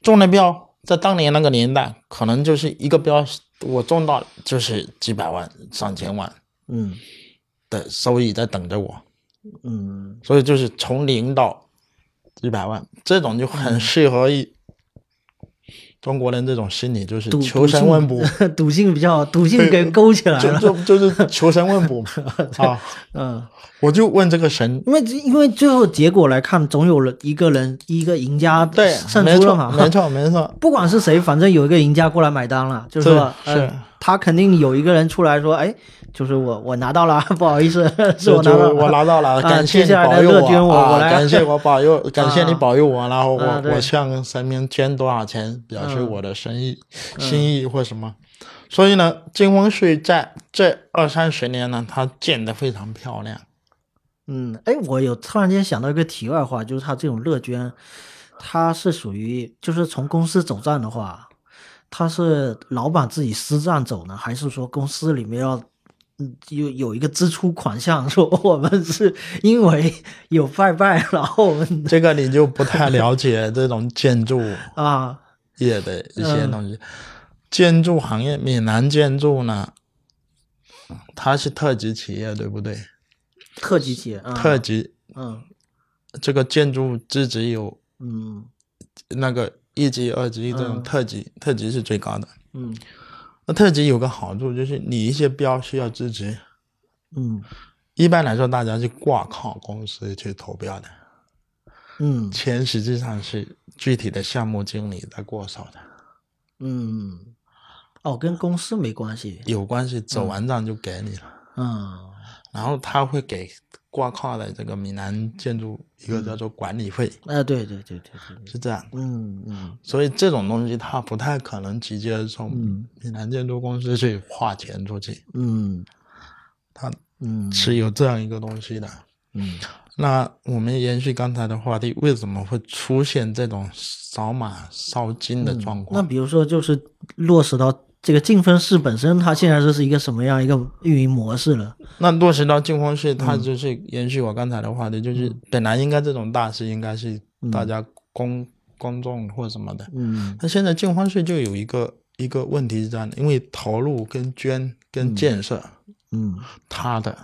[SPEAKER 2] 中了标。在当年那个年代，可能就是一个标，我中到就是几百万、上千万
[SPEAKER 1] 嗯
[SPEAKER 2] 的收益在等着我。
[SPEAKER 1] 嗯
[SPEAKER 2] 所以就是从零到一百万，这种就
[SPEAKER 1] 嗯
[SPEAKER 2] 很适合一、中国人这种心理，就是
[SPEAKER 1] 赌
[SPEAKER 2] 求神 问卜，
[SPEAKER 1] 嗯，赌性比较赌性
[SPEAKER 2] 对
[SPEAKER 1] 给勾起来
[SPEAKER 2] 就
[SPEAKER 1] 了，
[SPEAKER 2] 就就是求神问 卜啊！
[SPEAKER 1] 嗯。
[SPEAKER 2] 我就问这个神，
[SPEAKER 1] 因为因为最后结果来看，总有人一个人一个赢家
[SPEAKER 2] 对，
[SPEAKER 1] 胜
[SPEAKER 2] 没
[SPEAKER 1] 出了
[SPEAKER 2] 错，
[SPEAKER 1] 嘛，
[SPEAKER 2] 没错，没错，
[SPEAKER 1] 不管是谁，反正有一个赢家过来买单了，就是说，
[SPEAKER 2] 是是
[SPEAKER 1] 呃，他肯定有一个人出来说，哎，就是我我拿到了， 不好意思，是我
[SPEAKER 2] 就
[SPEAKER 1] 拿到
[SPEAKER 2] 就
[SPEAKER 1] 了，
[SPEAKER 2] 我拿到了，
[SPEAKER 1] 啊
[SPEAKER 2] 感谢
[SPEAKER 1] 接
[SPEAKER 2] 你
[SPEAKER 1] 下来
[SPEAKER 2] 保
[SPEAKER 1] 的
[SPEAKER 2] 佑
[SPEAKER 1] 乐捐我我
[SPEAKER 2] 啊！
[SPEAKER 1] 来
[SPEAKER 2] 感谢我 保佑，感谢你保佑我，然后
[SPEAKER 1] 啊
[SPEAKER 2] 我
[SPEAKER 1] 对
[SPEAKER 2] 我向神明捐多少钱，表示
[SPEAKER 1] 嗯
[SPEAKER 2] 我的心意心意或什么。所以呢，金翁税在这二三十年呢，它建得非常漂亮。
[SPEAKER 1] 嗯，哎，我有突然间想到一个题外话，就是他这种乐捐，他是属于就是从公司走账的话，他是老板自己私账走呢，还是说公司里面要嗯有有一个支出款项，说我们是因为 有拜拜，然后我 们
[SPEAKER 2] 这个你就不太了解这种建筑
[SPEAKER 1] 啊
[SPEAKER 2] 业的一些东西。嗯建筑行业，闽南建筑呢，它是特级企业，对不对？
[SPEAKER 1] 特级企业啊，
[SPEAKER 2] 特级
[SPEAKER 1] 嗯
[SPEAKER 2] 这个建筑资质有
[SPEAKER 1] 嗯
[SPEAKER 2] 那个一级、二级这
[SPEAKER 1] 嗯
[SPEAKER 2] 种特级，特级是最高的。
[SPEAKER 1] 嗯
[SPEAKER 2] 那特级有个好处就是，你一些标需要资质，
[SPEAKER 1] 嗯
[SPEAKER 2] 一般来说大家是挂靠公司去投标的，
[SPEAKER 1] 嗯
[SPEAKER 2] 钱实际上是具体的项目经理在过手的，
[SPEAKER 1] 嗯，哦，跟公司没关系，
[SPEAKER 2] 有关系走完账就给你了。
[SPEAKER 1] 嗯
[SPEAKER 2] 然后他会给挂靠的这个闽南建筑
[SPEAKER 1] 嗯
[SPEAKER 2] 一个叫做管理费，
[SPEAKER 1] 哎，对对对对对，对
[SPEAKER 2] 是这样。
[SPEAKER 1] 嗯嗯。
[SPEAKER 2] 所以这种东西它不太可能直接从
[SPEAKER 1] 嗯
[SPEAKER 2] 闽南建筑公司去划钱出去，
[SPEAKER 1] 嗯
[SPEAKER 2] 它
[SPEAKER 1] 嗯
[SPEAKER 2] 是有这样一个东西的。
[SPEAKER 1] 嗯
[SPEAKER 2] 那我们延续刚才的话题，为什么会出现这种扫码烧金的状
[SPEAKER 1] 嗯那
[SPEAKER 2] 况？
[SPEAKER 1] 比如说，就是落实到这个竞分式本身，它现在这是一个什么样一个运营模式了？
[SPEAKER 2] 那落实到净峰市，它就是延续我刚才的话题，
[SPEAKER 1] 嗯
[SPEAKER 2] 就是本来应该这种大事应该是大家公、公众或什么的，
[SPEAKER 1] 嗯
[SPEAKER 2] 那现在净荒税就有一个一个问题是这样的，因为投入跟捐跟建设，
[SPEAKER 1] 嗯
[SPEAKER 2] 它的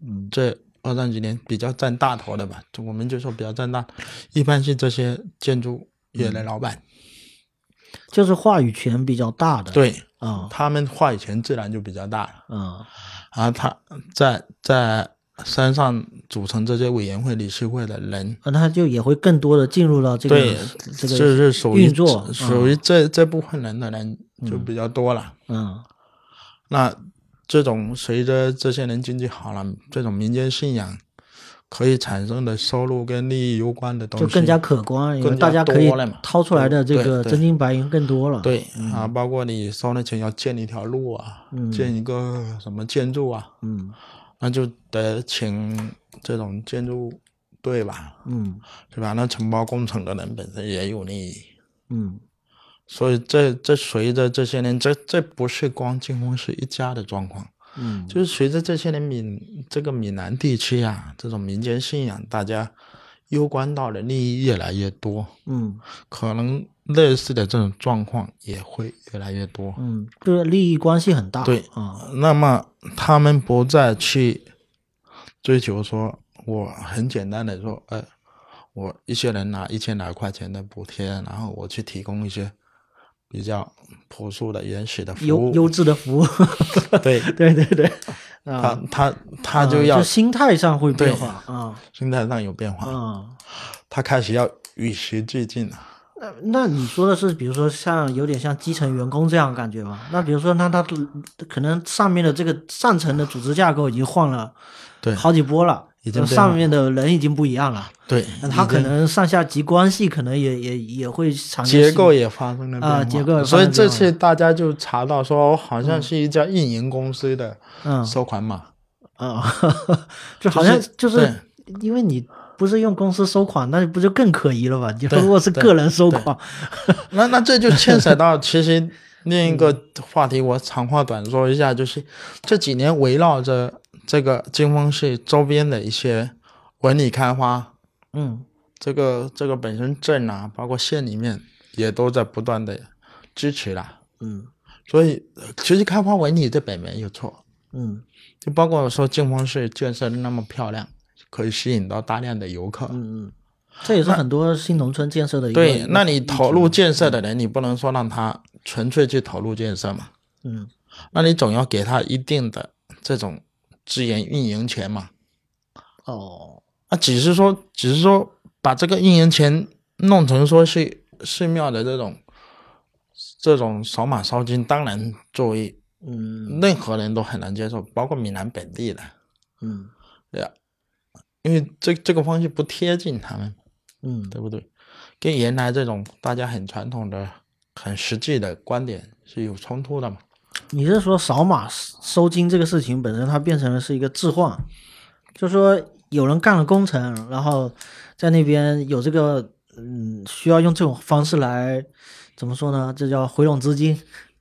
[SPEAKER 1] 嗯
[SPEAKER 2] 这二三十年比较占大头的吧，就我们就说比较占大，一般是这些建筑业
[SPEAKER 1] 嗯
[SPEAKER 2] 的老板，
[SPEAKER 1] 就是话语权比较大的。
[SPEAKER 2] 对
[SPEAKER 1] 啊
[SPEAKER 2] 他们话语权自然就比较大了。
[SPEAKER 1] 啊
[SPEAKER 2] 然后他在在山上组成这些委员会、理事会的人，
[SPEAKER 1] 那他就也会更多的进入到这个
[SPEAKER 2] 对，
[SPEAKER 1] 这
[SPEAKER 2] 就
[SPEAKER 1] 个
[SPEAKER 2] 是属于
[SPEAKER 1] 运作
[SPEAKER 2] 属于这这部分人的人就比较多了。
[SPEAKER 1] 嗯
[SPEAKER 2] 那这种随着这些人经济好了，这种民间信仰可以产生的收入跟利益有关的东西，
[SPEAKER 1] 就更加可观，因为
[SPEAKER 2] 更
[SPEAKER 1] 大
[SPEAKER 2] 加
[SPEAKER 1] 家可以
[SPEAKER 2] 多了嘛
[SPEAKER 1] 掏出来的这
[SPEAKER 2] 对
[SPEAKER 1] 个
[SPEAKER 2] 对
[SPEAKER 1] 真金白银更多了。
[SPEAKER 2] 对、啊，包括你收了钱要建一条路啊，
[SPEAKER 1] 嗯
[SPEAKER 2] 建一个什么建筑啊，
[SPEAKER 1] 嗯
[SPEAKER 2] 那就得请这种建筑对吧？
[SPEAKER 1] 嗯
[SPEAKER 2] 是吧？那承包工程的人本身也有利益，
[SPEAKER 1] 嗯
[SPEAKER 2] 所以这这随着这些年，这这不是光金鸿市一家的状况，
[SPEAKER 1] 嗯
[SPEAKER 2] 就是随着这些年闽这个闽南地区啊，这种民间信仰，大家攸关到的利益越来越多，
[SPEAKER 1] 嗯
[SPEAKER 2] 可能类似的这种状况也会越来越多。
[SPEAKER 1] 嗯，就是利益关系很大。
[SPEAKER 2] 对
[SPEAKER 1] 啊，
[SPEAKER 2] 那么他们不再去追求说，我很简单的说，呃，我一些人拿一千来块钱的补贴，然后我去提供一些比较朴素的原始的服
[SPEAKER 1] 优
[SPEAKER 2] 务，
[SPEAKER 1] 优质的服务。
[SPEAKER 2] 对
[SPEAKER 1] 对对对，
[SPEAKER 2] 他
[SPEAKER 1] 啊，
[SPEAKER 2] 他他
[SPEAKER 1] 啊
[SPEAKER 2] 就要
[SPEAKER 1] 就心态上会变
[SPEAKER 2] 对
[SPEAKER 1] 化啊
[SPEAKER 2] 心态上有变化，
[SPEAKER 1] 啊。
[SPEAKER 2] 他开始要与时俱进了。
[SPEAKER 1] 那那你说的是，比如说像有点像基层员工这样的感觉吗？那比如说，那他可能上面的这个上层的组织架构已经换了
[SPEAKER 2] 对
[SPEAKER 1] 好几波了，
[SPEAKER 2] 已经
[SPEAKER 1] 就
[SPEAKER 2] 变
[SPEAKER 1] 上
[SPEAKER 2] 了
[SPEAKER 1] 面的人已经不一样了，
[SPEAKER 2] 对，
[SPEAKER 1] 那他
[SPEAKER 2] 已
[SPEAKER 1] 可
[SPEAKER 2] 经
[SPEAKER 1] 能上下级关系可能也也也会产生
[SPEAKER 2] 结
[SPEAKER 1] 新
[SPEAKER 2] 构也发生了变化，
[SPEAKER 1] 啊结构也发生
[SPEAKER 2] 所以
[SPEAKER 1] 变
[SPEAKER 2] 这
[SPEAKER 1] 化
[SPEAKER 2] 次大家就查到说，好像是一家运营公司的
[SPEAKER 1] 嗯
[SPEAKER 2] 收款码。
[SPEAKER 1] 啊， 就好像就
[SPEAKER 2] 就是
[SPEAKER 1] 是因为你不是用公司收款，那不就更可疑了吧？你
[SPEAKER 2] 对
[SPEAKER 1] 如果是
[SPEAKER 2] 对
[SPEAKER 1] 个人收款，
[SPEAKER 2] 那
[SPEAKER 1] 嗯
[SPEAKER 2] 那这就牵扯到其实另一个话题，我长话短说一下，就是这几年围绕着这个金峰市周边的一些文旅开发，
[SPEAKER 1] 嗯
[SPEAKER 2] 这个这个本身镇啊，包括县里面也都在不断的支持啦。
[SPEAKER 1] 嗯
[SPEAKER 2] 所以呃其实开发文旅这本没有错，
[SPEAKER 1] 嗯
[SPEAKER 2] 就包括说金峰市建设得那么漂亮，可以吸引到大量的游客。
[SPEAKER 1] 嗯嗯，这也是很多新农村建设的一个
[SPEAKER 2] 对，那你投入建设的人，你不能说让他纯粹去投入建设嘛？
[SPEAKER 1] 嗯
[SPEAKER 2] 那你总要给他一定的这种资源运营权嘛？
[SPEAKER 1] 哦
[SPEAKER 2] 啊，只是说，只是说把这个运营权弄成说是寺庙的这种这种扫码烧金，当然作为
[SPEAKER 1] 嗯
[SPEAKER 2] 任何人都很难接受，包括闽南本地的，
[SPEAKER 1] 嗯
[SPEAKER 2] 对啊，因为这这个方式不贴近他们，
[SPEAKER 1] 嗯
[SPEAKER 2] 对不对？跟原来这种大家很传统的、很实际的观点是有冲突的嘛？
[SPEAKER 1] 你是说扫码收金这个事情本身，它变成了是一个置换，就说有人干了工程，然后在那边有这个嗯，需要用这种方式来怎么说呢？这叫回笼资金，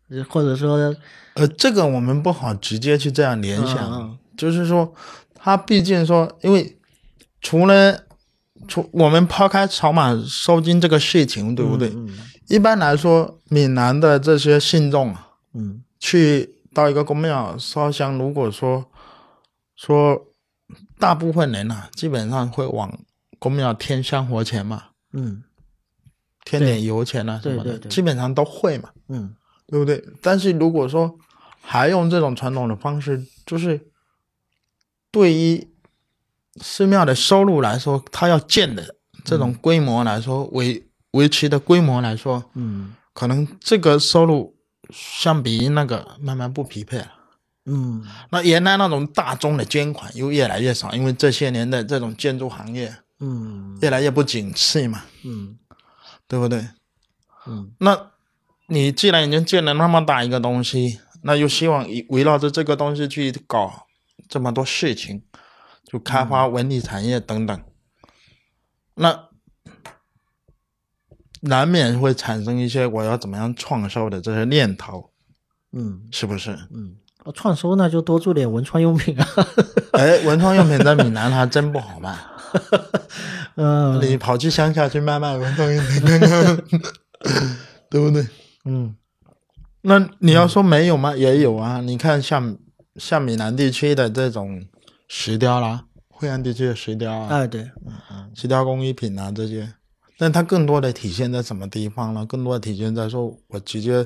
[SPEAKER 1] 呃或者说
[SPEAKER 2] 呃，这个我们不好直接去这样联想，
[SPEAKER 1] 嗯
[SPEAKER 2] 就是说，它毕竟说，因为除了除我们抛开草马收金这个事情，对不对？
[SPEAKER 1] 嗯
[SPEAKER 2] 一般来说，闽南的这些信众啊，
[SPEAKER 1] 嗯
[SPEAKER 2] 去到一个公庙烧香，如果说说大部分人啊，基本上会往公庙添香火钱嘛，
[SPEAKER 1] 嗯
[SPEAKER 2] 添点油钱啊什
[SPEAKER 1] 对
[SPEAKER 2] 么的，
[SPEAKER 1] 对对
[SPEAKER 2] 基本上都会嘛。
[SPEAKER 1] 嗯
[SPEAKER 2] 对不对？但是如果说还用这种传统的方式，就是对于寺庙的收入来说，它要建的这
[SPEAKER 1] 嗯
[SPEAKER 2] 种规模来说，维维持的规模来说，
[SPEAKER 1] 嗯
[SPEAKER 2] 可能这个收入相比于那个慢慢不匹配了。
[SPEAKER 1] 嗯
[SPEAKER 2] 那原来那种大宗的捐款又越来越少，因为这些年的这种建筑行业
[SPEAKER 1] 嗯
[SPEAKER 2] 越来越不景气嘛，
[SPEAKER 1] 嗯
[SPEAKER 2] 对不对？
[SPEAKER 1] 嗯
[SPEAKER 2] 那你既然已经建了那么大一个东西，那又希望以围绕着这个东西去搞这么多事情，就开发文旅产业等等，那难免会产生一些我要怎么样创收的这些念头，
[SPEAKER 1] 嗯
[SPEAKER 2] 是不是？
[SPEAKER 1] 嗯，哦创收那就多做点文创用品啊，
[SPEAKER 2] 哎，文创用品在闽南还真不好卖，
[SPEAKER 1] 嗯
[SPEAKER 2] 你跑去乡下去卖卖文创用品， 对不对？
[SPEAKER 1] 嗯
[SPEAKER 2] 那你要说没有吗？也有啊。你看像像闽南地区的这种石雕啦，惠安地区的石雕啊，
[SPEAKER 1] 哎对
[SPEAKER 2] 石雕工艺品啊这些，但它更多的体现在什么地方呢？更多的体现在说我直接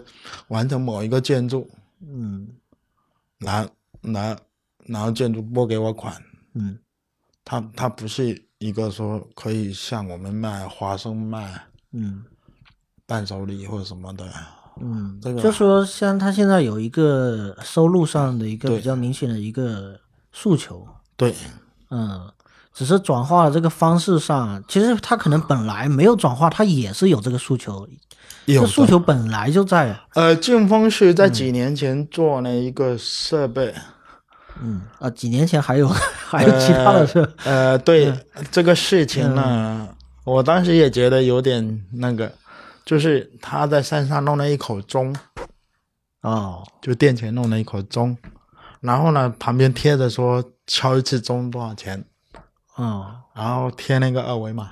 [SPEAKER 2] 完成某一个建筑，
[SPEAKER 1] 嗯
[SPEAKER 2] 拿拿然后建筑拨给我款，
[SPEAKER 1] 嗯
[SPEAKER 2] 它它不是一个说可以像我们卖花生卖
[SPEAKER 1] 嗯。
[SPEAKER 2] 伴手礼或者什么的，
[SPEAKER 1] 嗯，
[SPEAKER 2] 这个
[SPEAKER 1] 就说像他现在有一个收入上的一个
[SPEAKER 2] 对
[SPEAKER 1] 比较明显的一个诉求，
[SPEAKER 2] 对
[SPEAKER 1] 嗯，只是转化的这个方式上，其实他可能本来没有转化，他也是有这个诉求，这
[SPEAKER 2] 有的
[SPEAKER 1] 诉求本来就在，
[SPEAKER 2] 呃，劲风是在几年前做了一个设备，
[SPEAKER 1] 嗯啊，几年前还有还有其他的是吧，嗯
[SPEAKER 2] 呃，对这个事情呢，我当时也觉得有点那个，就是他在山上弄了一口钟，呃
[SPEAKER 1] 哦，
[SPEAKER 2] 就店前弄了一口钟，然后呢，旁边贴着说敲一次钟多少钱，
[SPEAKER 1] 哦
[SPEAKER 2] 然后贴那个二维码。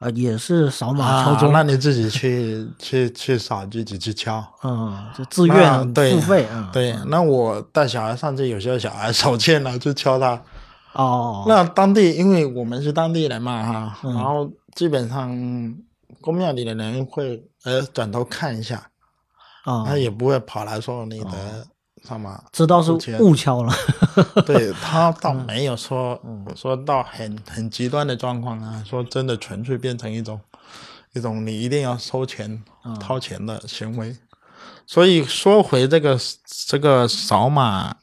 [SPEAKER 1] 啊，也是扫码
[SPEAKER 2] 啊，
[SPEAKER 1] 敲钟，
[SPEAKER 2] 那你自己去 去去扫，自己去敲。
[SPEAKER 1] 嗯，就自
[SPEAKER 2] 那
[SPEAKER 1] 愿
[SPEAKER 2] 对
[SPEAKER 1] 付费啊，
[SPEAKER 2] 对，那我带小孩上去，有时候小孩手欠了就敲他。
[SPEAKER 1] 哦，
[SPEAKER 2] 那当地，因为我们是当地人嘛哈，然后基本上公庙里的人会呃转头看一下，
[SPEAKER 1] 哦
[SPEAKER 2] 他，也不会跑来说你的什么。
[SPEAKER 1] 知道是
[SPEAKER 2] 付钱
[SPEAKER 1] 误敲了，
[SPEAKER 2] 对他倒没有说
[SPEAKER 1] 嗯
[SPEAKER 2] 说到很很极端的状况啊，说真的纯粹变成一种一种你一定要收钱
[SPEAKER 1] 嗯
[SPEAKER 2] 掏钱的行为。所以说回这个这个扫码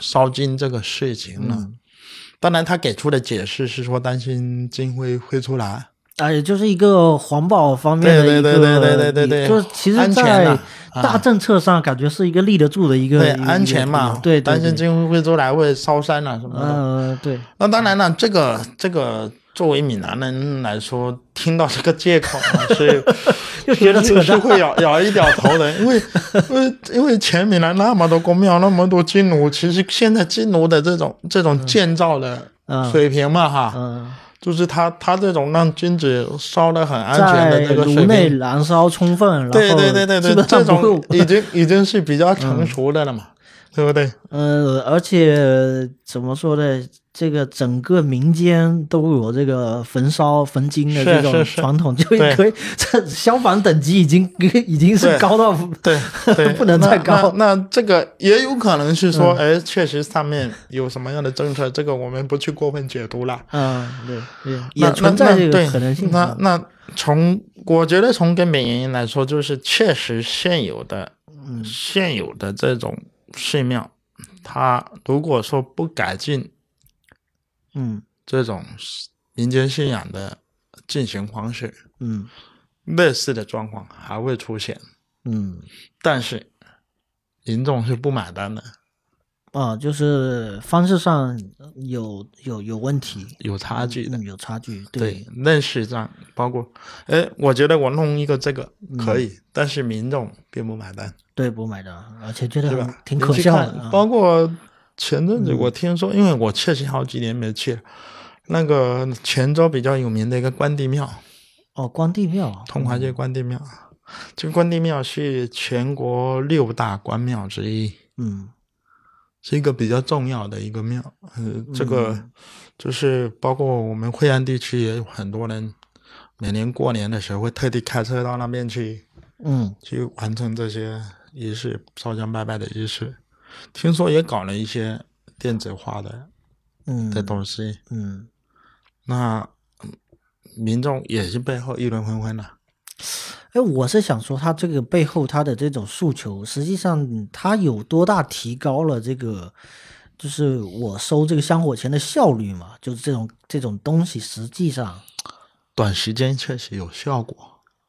[SPEAKER 2] 烧金这个事情呢，
[SPEAKER 1] 嗯
[SPEAKER 2] 当然他给出的解释是说担心金会会出来。
[SPEAKER 1] 啊，也就是一个环保方面的
[SPEAKER 2] 对
[SPEAKER 1] 一个
[SPEAKER 2] 对
[SPEAKER 1] 理，
[SPEAKER 2] 对对对对对
[SPEAKER 1] 就是其
[SPEAKER 2] 安
[SPEAKER 1] 实，
[SPEAKER 2] 全
[SPEAKER 1] 在
[SPEAKER 2] 呐啊
[SPEAKER 1] 大政策上感觉是一个立得住的一个
[SPEAKER 2] 对
[SPEAKER 1] 一个
[SPEAKER 2] 安全
[SPEAKER 1] 一
[SPEAKER 2] 嘛
[SPEAKER 1] 个，对，对
[SPEAKER 2] 担心
[SPEAKER 1] 对
[SPEAKER 2] 金会出来会烧山啊什么的。
[SPEAKER 1] 呃，对，
[SPEAKER 2] 那当然了，这个这个作为闽南人来说，听到这个借口 呢，是
[SPEAKER 1] 又觉得
[SPEAKER 2] 是
[SPEAKER 1] 扯
[SPEAKER 2] 是
[SPEAKER 1] 淡
[SPEAKER 2] 会摇摇一摇头的，因为因为因为前闽南那么多公庙，那么多金炉，其实现在金炉的这种这种建造的
[SPEAKER 1] 嗯
[SPEAKER 2] 水平嘛哈，
[SPEAKER 1] 嗯，
[SPEAKER 2] 就是他他这种让金子烧的很安全
[SPEAKER 1] 在
[SPEAKER 2] 的这个
[SPEAKER 1] 炉
[SPEAKER 2] 水
[SPEAKER 1] 内
[SPEAKER 2] 平，
[SPEAKER 1] 燃烧充分，然后
[SPEAKER 2] 对对对对
[SPEAKER 1] 基
[SPEAKER 2] 对，
[SPEAKER 1] 本
[SPEAKER 2] 这
[SPEAKER 1] 上不嗯
[SPEAKER 2] 种
[SPEAKER 1] 会
[SPEAKER 2] 已经已经是比较成熟的了嘛，对不对？
[SPEAKER 1] 呃，而且怎么说呢？这个整个民间都有这个焚烧焚金的
[SPEAKER 2] 是
[SPEAKER 1] 这种
[SPEAKER 2] 是是
[SPEAKER 1] 传统，就
[SPEAKER 2] 对
[SPEAKER 1] 可以这消防等级已经已经是
[SPEAKER 2] 对
[SPEAKER 1] 高到
[SPEAKER 2] 对对，
[SPEAKER 1] 不能
[SPEAKER 2] 那
[SPEAKER 1] 再高嗯
[SPEAKER 2] 那。那这个也有可能是说，哎、确实上面有什么样的政策，这个我们不去过分解读了。
[SPEAKER 1] 嗯，对对，
[SPEAKER 2] 那
[SPEAKER 1] 也存在这个可能性。啊
[SPEAKER 2] 那那对那那从我觉得从根本原因来说，就是确实现有的、
[SPEAKER 1] 嗯
[SPEAKER 2] 现有的这种寺庙，它如果说不改进
[SPEAKER 1] 嗯
[SPEAKER 2] 这种民间信仰的进行方式，
[SPEAKER 1] 嗯
[SPEAKER 2] 类似的状况还会出现。
[SPEAKER 1] 嗯
[SPEAKER 2] 但是民众是不买单的，
[SPEAKER 1] 啊，就是方式上有有有问题，
[SPEAKER 2] 有差距的。
[SPEAKER 1] 嗯，有差距。
[SPEAKER 2] 对，认识上包括，哎，我觉得我弄一个这个
[SPEAKER 1] 嗯
[SPEAKER 2] 可以，但是民众并不买单，
[SPEAKER 1] 对，不买的，而且觉得
[SPEAKER 2] 对
[SPEAKER 1] 很
[SPEAKER 2] 吧？
[SPEAKER 1] 嗯挺
[SPEAKER 2] 你
[SPEAKER 1] 可
[SPEAKER 2] 去
[SPEAKER 1] 笑
[SPEAKER 2] 看
[SPEAKER 1] 的嗯啊。
[SPEAKER 2] 包括前阵子我听说，因为我确实好几年没去了，那个泉州比较有名的一个关帝庙，
[SPEAKER 1] 哦，关帝庙啊，
[SPEAKER 2] 通化街关帝庙，这个关帝庙是全国六大关庙之一，
[SPEAKER 1] 嗯
[SPEAKER 2] 是一个比较重要的一个庙。呃，这个就是包括我们惠安地区也有很多人。每年过年的时候会特地开车到那边去
[SPEAKER 1] 嗯
[SPEAKER 2] 去完成这些仪式，烧香拜拜的仪式。听说也搞了一些电子化的
[SPEAKER 1] 嗯
[SPEAKER 2] 的东西，
[SPEAKER 1] 嗯，
[SPEAKER 2] 那嗯民众也是背后议论纷纷了。
[SPEAKER 1] 哎，我是想说，他这个背后他的这种诉求，实际上他有多大提高了这个，就是我收这个香火钱的效率嘛？就是这种这种东西，实际上，
[SPEAKER 2] 短时间确实有效果，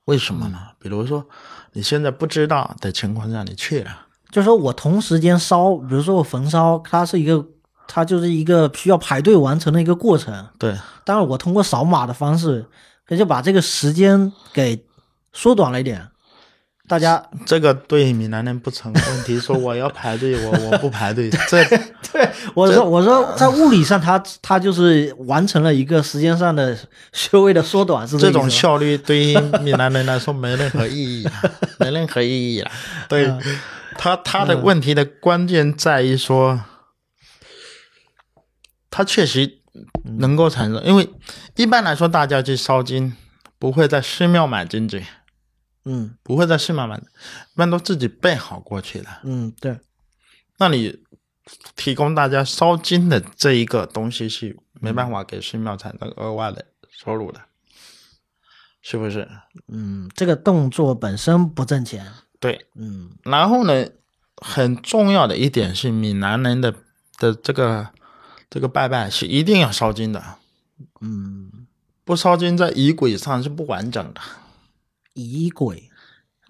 [SPEAKER 2] 为什么呢？比如说你现在不知道的情况下，你去了，
[SPEAKER 1] 就是说我同时间烧，比如说我焚烧，它是一个，它就是一个需要排队完成的一个过程。
[SPEAKER 2] 对
[SPEAKER 1] 当然，我通过扫码的方式，可以就把这个时间给缩短了一点。大 家
[SPEAKER 2] 这个对闽南人不成问题。说我要排队，我我不排队， 这
[SPEAKER 1] 对，我说我 说在物理上它，它就是完成了一个时间上的稍微的缩短，是
[SPEAKER 2] 这
[SPEAKER 1] 个意
[SPEAKER 2] 种
[SPEAKER 1] 思吗
[SPEAKER 2] 效率对于闽南人来说没任何意义，没任何意义了。嗯对，他他的问题的关键在于说，他确实能够产生，因为一般来说大家去烧金不会在寺庙买金子，
[SPEAKER 1] 嗯
[SPEAKER 2] 不会在寺庙买，一般都自己备好过去的。
[SPEAKER 1] 嗯，对，
[SPEAKER 2] 那你提供大家烧金的这一个东西是没办法给寺庙产生额外的收入的，是不是？
[SPEAKER 1] 嗯，这个动作本身不挣钱，
[SPEAKER 2] 对，
[SPEAKER 1] 嗯
[SPEAKER 2] 然后呢，很重要的一点是，闽南人的的这个这个拜拜是一定要烧金的，
[SPEAKER 1] 嗯，
[SPEAKER 2] 不烧金在仪轨上是不完整的。
[SPEAKER 1] 仪轨，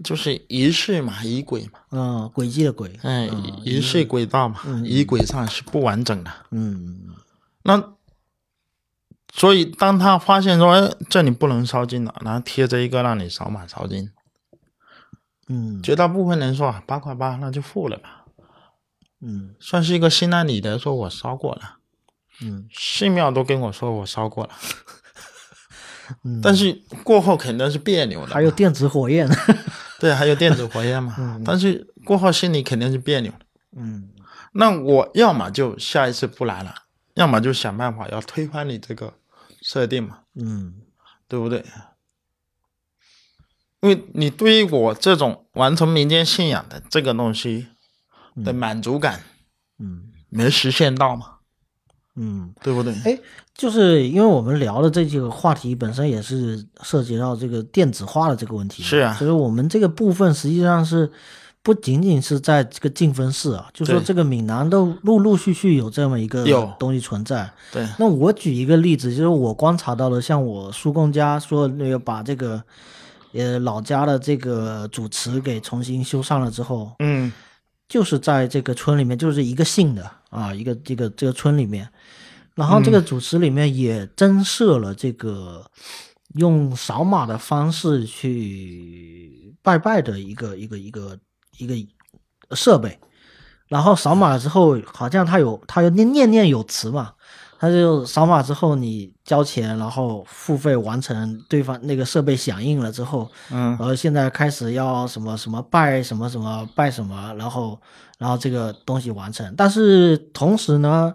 [SPEAKER 2] 就是仪式嘛，仪轨嘛，
[SPEAKER 1] 嗯，轨迹的轨，
[SPEAKER 2] 哎，
[SPEAKER 1] 嗯
[SPEAKER 2] 仪式嗯轨道嘛，仪轨上是不完整的。
[SPEAKER 1] 嗯
[SPEAKER 2] 那所以当他发现说，哎，这里不能烧金了，然后贴着一个让你扫码烧金，
[SPEAKER 1] 嗯
[SPEAKER 2] 绝大部分人说啊，八块八，那就付了吧，
[SPEAKER 1] 嗯
[SPEAKER 2] 算是一个心安理得，说我烧过了，
[SPEAKER 1] 嗯
[SPEAKER 2] 寺庙都跟我说我烧过了，
[SPEAKER 1] 嗯，
[SPEAKER 2] 但是过后肯定是别扭的嘛，
[SPEAKER 1] 还有嗯电子火焰，
[SPEAKER 2] 对，还有电子火焰嘛，但是过后心里肯定是别扭的。
[SPEAKER 1] 嗯
[SPEAKER 2] 那我要么就下一次不来了，要么就想办法要推翻你这个设定嘛，
[SPEAKER 1] 嗯
[SPEAKER 2] 对不对？因为你对于我这种完成民间信仰的这个东西的满足感
[SPEAKER 1] 嗯
[SPEAKER 2] 没实现到嘛，
[SPEAKER 1] 嗯，
[SPEAKER 2] 对不对？
[SPEAKER 1] 哎，就是因为我们聊的这几个话题本身也是涉及到这个电子化的这个问题嘛，
[SPEAKER 2] 是啊
[SPEAKER 1] 所以我们这个部分实际上是。不仅仅是在这个净分寺啊，就说
[SPEAKER 2] 对
[SPEAKER 1] 这个闽南都陆陆续续有这么一个
[SPEAKER 2] 有
[SPEAKER 1] 东西存在，
[SPEAKER 2] 对，
[SPEAKER 1] 那我举一个例子，就是我观察到的，像我叔公家说那个把这个，呃，老家的这个主祠给重新修缮了之后，
[SPEAKER 2] 嗯，
[SPEAKER 1] 就是在这个村里面，就是一个姓的啊，一个这个这个村里面，然后这个主祠里面也增设了这个用扫码的方式去拜拜的一个一个一个一个设备，然后扫码了之后，好像它有它有念念念有词嘛，它就扫码之后你交钱，然后付费完成，对方那个设备响应了之后，
[SPEAKER 2] 嗯
[SPEAKER 1] 然后现在开始要什么什么拜什么什么拜什么，然后然后这个东西完成。但是同时呢，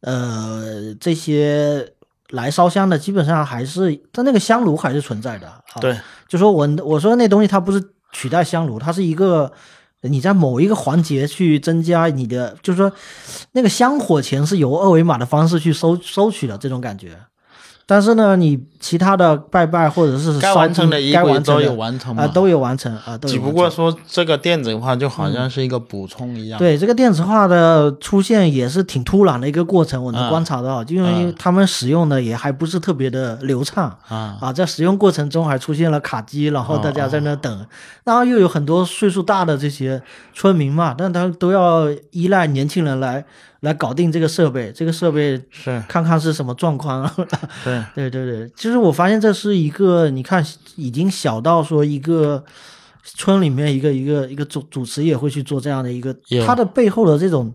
[SPEAKER 1] 呃，这些来烧香的基本上还是它那个香炉还是存在的。啊、，
[SPEAKER 2] 对，
[SPEAKER 1] 就说我我说那东西它不是取代香炉，它是一个。你在某一个环节去增加你的，就是说，那个香火钱是由二维码的方式去收收取的这种感觉，但是呢，你其他的拜拜或者是
[SPEAKER 2] 该
[SPEAKER 1] 烧
[SPEAKER 2] 完成
[SPEAKER 1] 金
[SPEAKER 2] 的仪
[SPEAKER 1] 该
[SPEAKER 2] 轨
[SPEAKER 1] 完成
[SPEAKER 2] 都
[SPEAKER 1] 的
[SPEAKER 2] 有完成嘛，
[SPEAKER 1] 啊，都有完成啊，都有
[SPEAKER 2] 只不
[SPEAKER 1] 完
[SPEAKER 2] 过
[SPEAKER 1] 成嗯
[SPEAKER 2] 说这个电子化就好像是一个补充一样。
[SPEAKER 1] 对这个电子化的出现也是挺突然的一个过程，我能
[SPEAKER 2] 嗯
[SPEAKER 1] 观察到，就因为
[SPEAKER 2] 嗯
[SPEAKER 1] 他们使用的也还不是特别的流畅。
[SPEAKER 2] 啊，
[SPEAKER 1] 啊，在使用过程中还出现了卡机，然后大家在
[SPEAKER 2] 嗯
[SPEAKER 1] 那等，然后又有很多岁数大的这些村民嘛，但他都要依赖年轻人来来搞定这个设备，这个设备
[SPEAKER 2] 是，
[SPEAKER 1] 看看是什么状况，
[SPEAKER 2] 对，
[SPEAKER 1] 对对对，其实我发现这是一个，你看已经小到说一个村里面一个一个一个主主持也会去做这样的一个
[SPEAKER 2] 有，
[SPEAKER 1] 它的背后的这种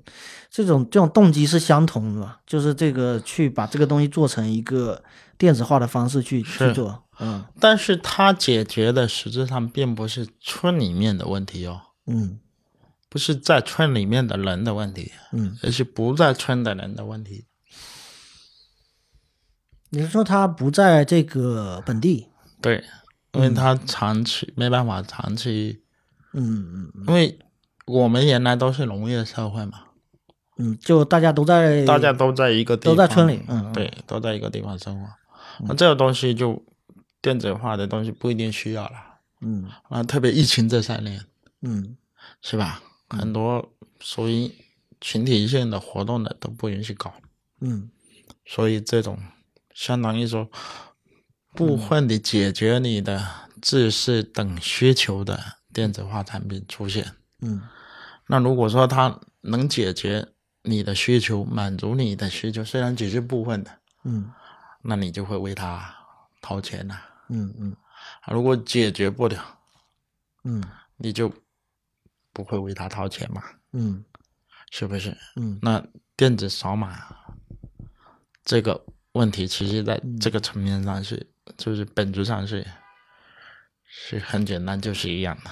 [SPEAKER 1] 这种这种动机是相同的嘛，就是这个去把这个东西做成一个电子化的方式去去
[SPEAKER 2] 是
[SPEAKER 1] 做，嗯
[SPEAKER 2] 但是它解决的实质上并不是村里面的问题哦，
[SPEAKER 1] 嗯
[SPEAKER 2] 不是在村里面的人的问题，
[SPEAKER 1] 嗯，
[SPEAKER 2] 而是不在村的人的问题。
[SPEAKER 1] 你是说他不在这个本地，
[SPEAKER 2] 对，因为他长期、没办法长期，
[SPEAKER 1] 嗯嗯
[SPEAKER 2] 因为我们原来都是农业社会嘛，
[SPEAKER 1] 嗯，就大家都在
[SPEAKER 2] 嗯大家都在一个地
[SPEAKER 1] 都
[SPEAKER 2] 方，嗯
[SPEAKER 1] 在村里，嗯嗯
[SPEAKER 2] 对，都在一个地方生活。那这个东西就电子化的东西不一定需要了。
[SPEAKER 1] 嗯
[SPEAKER 2] 啊，特别疫情这三年，
[SPEAKER 1] 嗯
[SPEAKER 2] 是吧？很多属于群体性的活动的都不允许搞，
[SPEAKER 1] 嗯
[SPEAKER 2] 所以这种相当于说部分的解决你的自适等需求的电子化产品出现。
[SPEAKER 1] 嗯
[SPEAKER 2] 那如果说它能解决你的需求，满足你的需求，虽然只是部分的，
[SPEAKER 1] 嗯
[SPEAKER 2] 那你就会为它掏钱呐、啊
[SPEAKER 1] 嗯嗯
[SPEAKER 2] 如果解决不了，
[SPEAKER 1] 嗯
[SPEAKER 2] 你就不会为它掏钱嘛，
[SPEAKER 1] 嗯
[SPEAKER 2] 是不是？
[SPEAKER 1] 嗯
[SPEAKER 2] 那电子扫码这个问题，其实在这个层面上是，就是本质上是是很简单，就是一样的，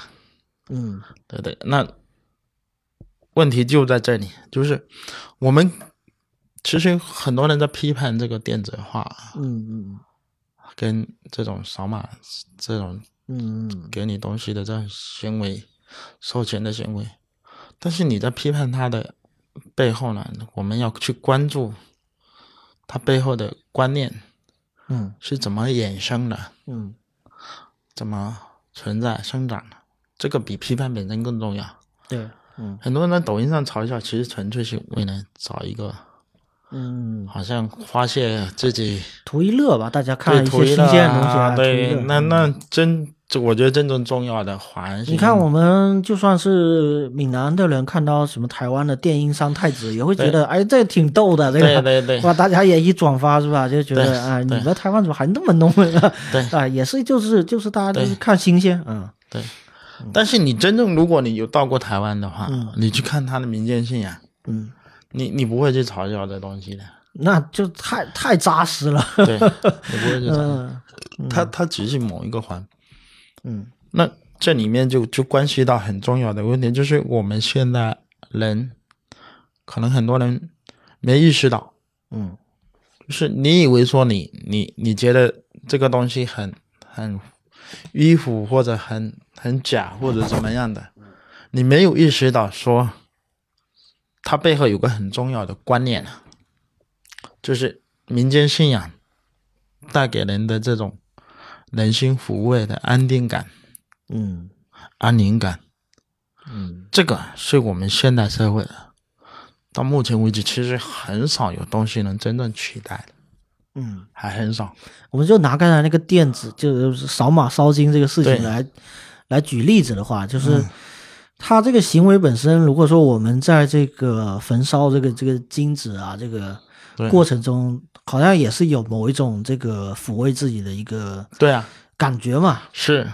[SPEAKER 1] 嗯
[SPEAKER 2] 对不对？那问题就在这里，就是我们其实很多人在批判这个电子化
[SPEAKER 1] 嗯
[SPEAKER 2] 跟这种扫码这种
[SPEAKER 1] 嗯嗯。
[SPEAKER 2] 给你东西的这种行为，收钱的行为。但是你在批判他的背后呢，我们要去关注他背后的观念
[SPEAKER 1] 嗯
[SPEAKER 2] 是怎么衍生的，
[SPEAKER 1] 嗯
[SPEAKER 2] 怎么存在生长的。这个比批判本身更重要。
[SPEAKER 1] 对，嗯
[SPEAKER 2] 很多人在抖音上嘲笑，其实纯粹是为了找一个
[SPEAKER 1] 嗯，
[SPEAKER 2] 好像发泄自己
[SPEAKER 1] 图一乐吧，大家看
[SPEAKER 2] 对
[SPEAKER 1] 一
[SPEAKER 2] 图
[SPEAKER 1] 些
[SPEAKER 2] 一
[SPEAKER 1] 新
[SPEAKER 2] 乐
[SPEAKER 1] 鲜的东西
[SPEAKER 2] 啊，
[SPEAKER 1] 图一
[SPEAKER 2] 对
[SPEAKER 1] 乐，嗯
[SPEAKER 2] 那那真这我觉得真正重要的还是
[SPEAKER 1] 你看，我们就算是闽南的人，看到什么台湾的电音三太子，也会觉得，哎，这挺逗的，这
[SPEAKER 2] 对
[SPEAKER 1] 个，
[SPEAKER 2] 对对
[SPEAKER 1] 啊哇，大家也一转发是吧？就觉
[SPEAKER 2] 对
[SPEAKER 1] 得啊，你
[SPEAKER 2] 对
[SPEAKER 1] 们台湾怎么还那么弄呢？
[SPEAKER 2] 对
[SPEAKER 1] 啊，也是，就是就是大家就是
[SPEAKER 2] 对
[SPEAKER 1] 看新鲜，嗯，
[SPEAKER 2] 对。但是你真正如果你有到过台湾的话，你去看他的民间信仰，
[SPEAKER 1] 嗯，
[SPEAKER 2] 你你不会去嘲笑这 东西的，
[SPEAKER 1] 那就太太扎实了，
[SPEAKER 2] 对，你不会去嘲笑。
[SPEAKER 1] 嗯
[SPEAKER 2] 它它只是某一个环，
[SPEAKER 1] 嗯
[SPEAKER 2] 那这里面就就关系到很重要的问题，就是我们现在人可能很多人没意识到，
[SPEAKER 1] 嗯
[SPEAKER 2] 就是你以为说你你你觉得这个东西很很迂腐或者很很假或者怎么样的，你没有意识到说它背后有个很重要的观念，啊就是民间信仰带给人的这种人心抚慰的安定感、
[SPEAKER 1] 嗯
[SPEAKER 2] 安宁感，
[SPEAKER 1] 嗯
[SPEAKER 2] 这个是我们现代社会的到目前为止其实很少有东西能真正取代的。
[SPEAKER 1] 嗯，
[SPEAKER 2] 还很少，
[SPEAKER 1] 我们就拿刚才那个电子，就是扫码烧金这个事
[SPEAKER 2] 对嗯
[SPEAKER 1] 情来来举例子的话，就是它这个行为本身，如果说我们在这个焚烧这个这个金子啊，这个
[SPEAKER 2] 对
[SPEAKER 1] 过程中，好像也是有某一种这个抚慰自己的一个
[SPEAKER 2] 对啊，
[SPEAKER 1] 感觉嘛，
[SPEAKER 2] 是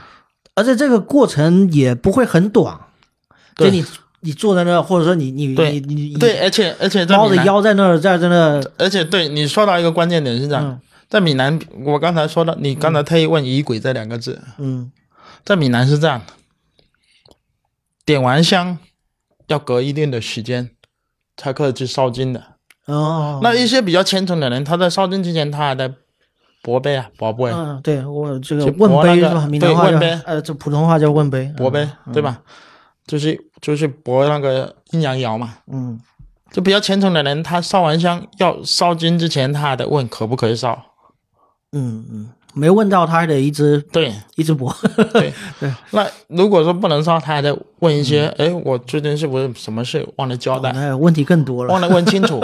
[SPEAKER 1] 而且这个过程也不会很短，就
[SPEAKER 2] 对
[SPEAKER 1] 你你坐在那儿，或者说你你你
[SPEAKER 2] 对
[SPEAKER 1] 你
[SPEAKER 2] 对，而且而且在
[SPEAKER 1] 猫
[SPEAKER 2] 闽
[SPEAKER 1] 着
[SPEAKER 2] 南，
[SPEAKER 1] 腰在那儿，在在那儿，
[SPEAKER 2] 而且对你说到一个关键点是这样，
[SPEAKER 1] 嗯
[SPEAKER 2] 在闽南，我刚才说了，你刚才特意问“仪轨”这两个字，
[SPEAKER 1] 嗯
[SPEAKER 2] 在闽南是这样的，点完香要隔一定的时间才可以去烧金的。
[SPEAKER 1] 哦，
[SPEAKER 2] 那一些比较虔诚的人，他在烧金之前，他还在薄杯啊，薄杯，
[SPEAKER 1] 嗯，对我这个
[SPEAKER 2] 就
[SPEAKER 1] 问
[SPEAKER 2] 磨
[SPEAKER 1] 杯
[SPEAKER 2] 那个
[SPEAKER 1] 是吧？闽
[SPEAKER 2] 对
[SPEAKER 1] 南话
[SPEAKER 2] 问
[SPEAKER 1] 叫
[SPEAKER 2] 杯
[SPEAKER 1] 呃，这普通话叫问杯，
[SPEAKER 2] 薄杯，对吧？
[SPEAKER 1] 嗯
[SPEAKER 2] 就是就是薄那个阴阳爻嘛。
[SPEAKER 1] 嗯？
[SPEAKER 2] 就比较虔诚的人，他烧完香要烧金之前，他还得问可不可以烧。
[SPEAKER 1] 嗯嗯嗯，没问到他的一只
[SPEAKER 2] 对，
[SPEAKER 1] 一只博，
[SPEAKER 2] 对那如果说不能烧，他还得问一些，哎、我最近是不是什么事忘了交 代，
[SPEAKER 1] 那哎问题更多了
[SPEAKER 2] 忘。了问清楚，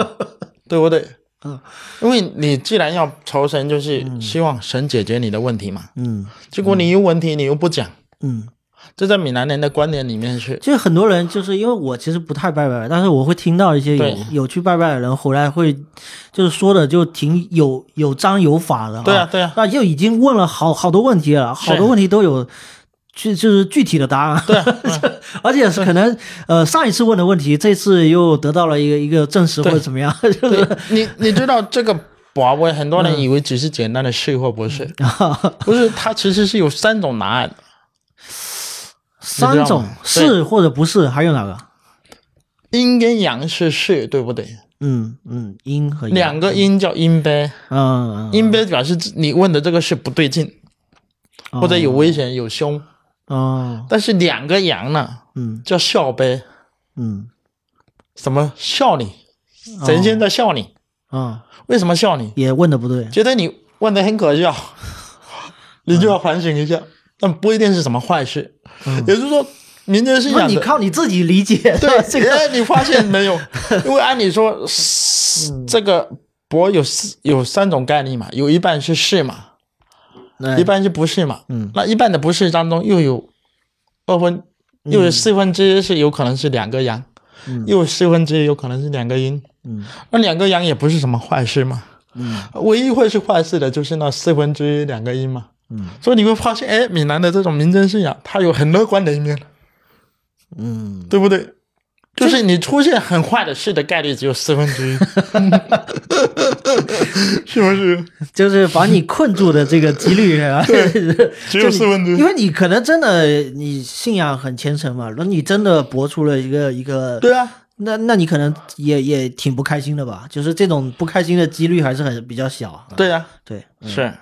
[SPEAKER 2] 对不对？
[SPEAKER 1] 嗯，
[SPEAKER 2] 因为你既然要求神，就是希望神解决你的问题嘛。
[SPEAKER 1] 嗯
[SPEAKER 2] 结果你有问题，你又不讲，
[SPEAKER 1] 嗯，
[SPEAKER 2] 这在闽南人的观点里面是，
[SPEAKER 1] 就是很多人就是因为我其实不太拜拜，但是我会听到一些有
[SPEAKER 2] 对
[SPEAKER 1] 有去拜拜的人回来会，就是说的就挺有有章有法的、啊。
[SPEAKER 2] 对啊，对啊，
[SPEAKER 1] 那就已经问了好好多问题了，好多问题都有。具就是具体的答案，
[SPEAKER 2] 啊
[SPEAKER 1] 对、而且是可能呃上一次问的问题，这次又得到了一个一个证实或者怎么样，就是
[SPEAKER 2] 你你知道这个宝贝，很多人以为只是简单的是或不是，不是，它其实是有三种答案的。
[SPEAKER 1] 三种
[SPEAKER 2] 对
[SPEAKER 1] 是或者不是，还有哪个？
[SPEAKER 2] 阴跟阳是是，对不对？
[SPEAKER 1] 嗯嗯，阴和阳
[SPEAKER 2] 两个阴叫阴呗，
[SPEAKER 1] 嗯嗯
[SPEAKER 2] 阴呗表示你问的这个是不对劲，
[SPEAKER 1] 嗯
[SPEAKER 2] 或者有危险、有凶。
[SPEAKER 1] 哦
[SPEAKER 2] 但是两个阳呢，
[SPEAKER 1] 嗯
[SPEAKER 2] 叫笑呗，
[SPEAKER 1] 嗯
[SPEAKER 2] 什么笑你？
[SPEAKER 1] 哦
[SPEAKER 2] 神仙在笑你，
[SPEAKER 1] 啊、
[SPEAKER 2] 为什么笑你？
[SPEAKER 1] 也问的不对，
[SPEAKER 2] 觉得你问的很可笑， 你就要反省一下。但不一定是什么坏事，也就是说，民间信
[SPEAKER 1] 那
[SPEAKER 2] 仰
[SPEAKER 1] 嗯你
[SPEAKER 2] 的。
[SPEAKER 1] 靠你自己理解
[SPEAKER 2] 对，
[SPEAKER 1] 这个
[SPEAKER 2] 哎，你发现 没有？因为按理说，
[SPEAKER 1] 嗯
[SPEAKER 2] 这个博有四有三种概念嘛，有一半是是嘛，
[SPEAKER 1] 哎
[SPEAKER 2] 一半是不是嘛？
[SPEAKER 1] 嗯，
[SPEAKER 2] 那一半的不是当中又有二分，又有四分之一是有可能是两个阳，
[SPEAKER 1] 嗯
[SPEAKER 2] 又有四分之一有可能是两个阴。
[SPEAKER 1] 嗯
[SPEAKER 2] 那两个阳也不是什么坏事嘛。
[SPEAKER 1] 嗯
[SPEAKER 2] 唯一会是坏事的就是那四分之一两个阴嘛。
[SPEAKER 1] 嗯，
[SPEAKER 2] 所以你会发现，哎，闽南的这种民间信仰，它有很乐观的一面，
[SPEAKER 1] 嗯，
[SPEAKER 2] 对不对？就是你出现很坏的事的概率只有四分 之一，是不 是？
[SPEAKER 1] 就是把你困住的这个几率 啊，
[SPEAKER 2] 只有四分之一
[SPEAKER 1] 因为你可能真的你信仰很虔诚嘛，那你真的博出了一个一个，
[SPEAKER 2] 对啊，
[SPEAKER 1] 那那你可能也也挺不开心的吧？就是这种不开心的几率还是很比较小啊。
[SPEAKER 2] 对啊，
[SPEAKER 1] 对，
[SPEAKER 2] 是，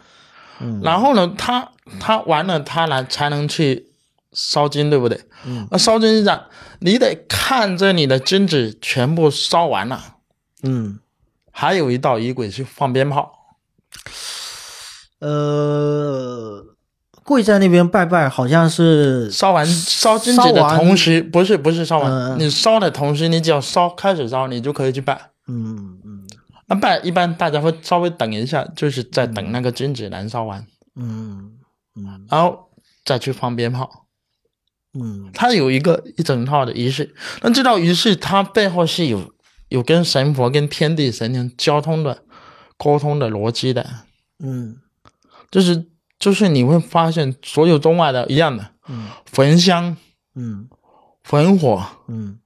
[SPEAKER 2] 然后呢，他他完了，他来才能去烧金，对不对？嗯，那烧金是这样，你得看着你的金子全部烧完了，
[SPEAKER 1] 嗯，
[SPEAKER 2] 还有一道仪轨是放鞭炮，
[SPEAKER 1] 呃，跪在那边拜拜，好像是
[SPEAKER 2] 烧完烧金子
[SPEAKER 1] 烧
[SPEAKER 2] 的
[SPEAKER 1] 完
[SPEAKER 2] 同时，不是不是烧完，
[SPEAKER 1] 嗯嗯
[SPEAKER 2] 你烧的同时，你只要烧开始烧，你就可以去拜。
[SPEAKER 1] 嗯嗯
[SPEAKER 2] 那不然一般大家会稍微等一下，就是在等那个金子燃烧完，
[SPEAKER 1] 嗯嗯
[SPEAKER 2] 然后再去放鞭炮。
[SPEAKER 1] 嗯
[SPEAKER 2] 它有一个一整套的仪式，那这套仪式它背后是有有跟神佛、跟天地神灵交通的、沟通的逻辑的，
[SPEAKER 1] 嗯
[SPEAKER 2] 就是就是你会发现所有中外的一样的
[SPEAKER 1] 嗯
[SPEAKER 2] 焚香、
[SPEAKER 1] 嗯
[SPEAKER 2] 焚火，
[SPEAKER 1] 嗯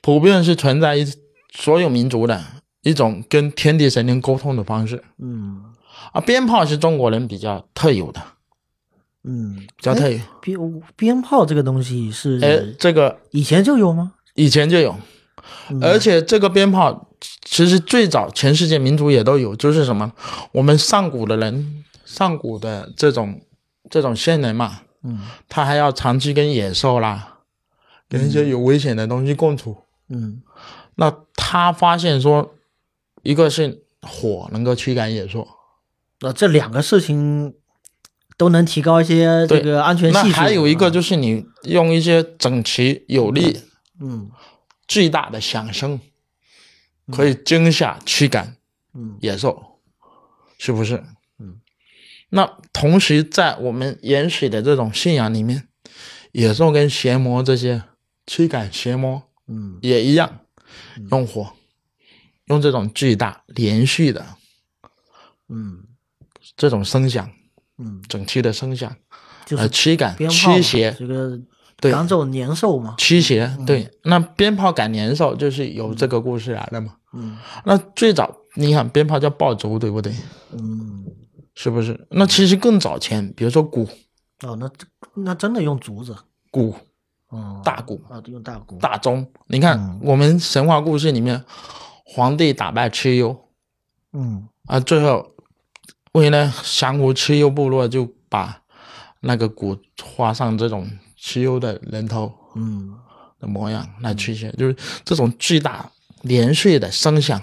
[SPEAKER 2] 普遍是存在一所有民族的一种跟天地神灵沟通的方式
[SPEAKER 1] 嗯
[SPEAKER 2] 啊。鞭炮是中国人比较特有的，
[SPEAKER 1] 嗯，
[SPEAKER 2] 比较特有。
[SPEAKER 1] 鞭鞭炮这个东西
[SPEAKER 2] 哎
[SPEAKER 1] 是，
[SPEAKER 2] 这个
[SPEAKER 1] 以前就有吗？
[SPEAKER 2] 以前就有，而且这个鞭炮其实最早全世界民族也都有，就是什么，我们上古的人，上古的这种这种先人嘛，
[SPEAKER 1] 嗯
[SPEAKER 2] 他还要长期跟野兽啦，跟一些有危险的东西共处。
[SPEAKER 1] 嗯
[SPEAKER 2] 那他发现说，一个是火能够驱赶野兽，
[SPEAKER 1] 那这两个事情都能提高一些这
[SPEAKER 2] 对
[SPEAKER 1] 个安全系
[SPEAKER 2] 那
[SPEAKER 1] 数。
[SPEAKER 2] 还有一个
[SPEAKER 1] 啊
[SPEAKER 2] 就是你用一些整齐有力、
[SPEAKER 1] 嗯
[SPEAKER 2] 巨大的响声，可以惊吓驱赶
[SPEAKER 1] 嗯
[SPEAKER 2] 野兽，是不是？
[SPEAKER 1] 嗯。
[SPEAKER 2] 那同时，在我们原始的这种信仰里面，野兽跟邪魔这些驱赶邪魔
[SPEAKER 1] 嗯
[SPEAKER 2] 也一样，用火，用这种巨大连续的
[SPEAKER 1] 嗯
[SPEAKER 2] 这种声响，
[SPEAKER 1] 嗯，
[SPEAKER 2] 整齐的声响
[SPEAKER 1] 就是
[SPEAKER 2] 来驱赶
[SPEAKER 1] 鞭炮嘛
[SPEAKER 2] 驱邪，
[SPEAKER 1] 这个
[SPEAKER 2] 对
[SPEAKER 1] 赶走年兽嘛。
[SPEAKER 2] 驱邪。
[SPEAKER 1] 嗯
[SPEAKER 2] 对，那鞭炮赶年兽就是由这个故事来的嘛。
[SPEAKER 1] 嗯
[SPEAKER 2] 那最早你看鞭炮叫爆竹，对不对？
[SPEAKER 1] 嗯，
[SPEAKER 2] 是不是？那其实更早前，比如说鼓
[SPEAKER 1] 哦，那这那真的用竹子，
[SPEAKER 2] 鼓、
[SPEAKER 1] 哦，
[SPEAKER 2] 大鼓、
[SPEAKER 1] 啊，用大鼓，
[SPEAKER 2] 大钟，你看、
[SPEAKER 1] 嗯
[SPEAKER 2] 我们神话故事里面，皇帝打败蚩尤
[SPEAKER 1] 嗯
[SPEAKER 2] 啊，最后为了降服蚩尤部落，就把那个鼓画上这种蚩尤的人头
[SPEAKER 1] 嗯
[SPEAKER 2] 的模样来驱邪，就是这种巨大连续的声响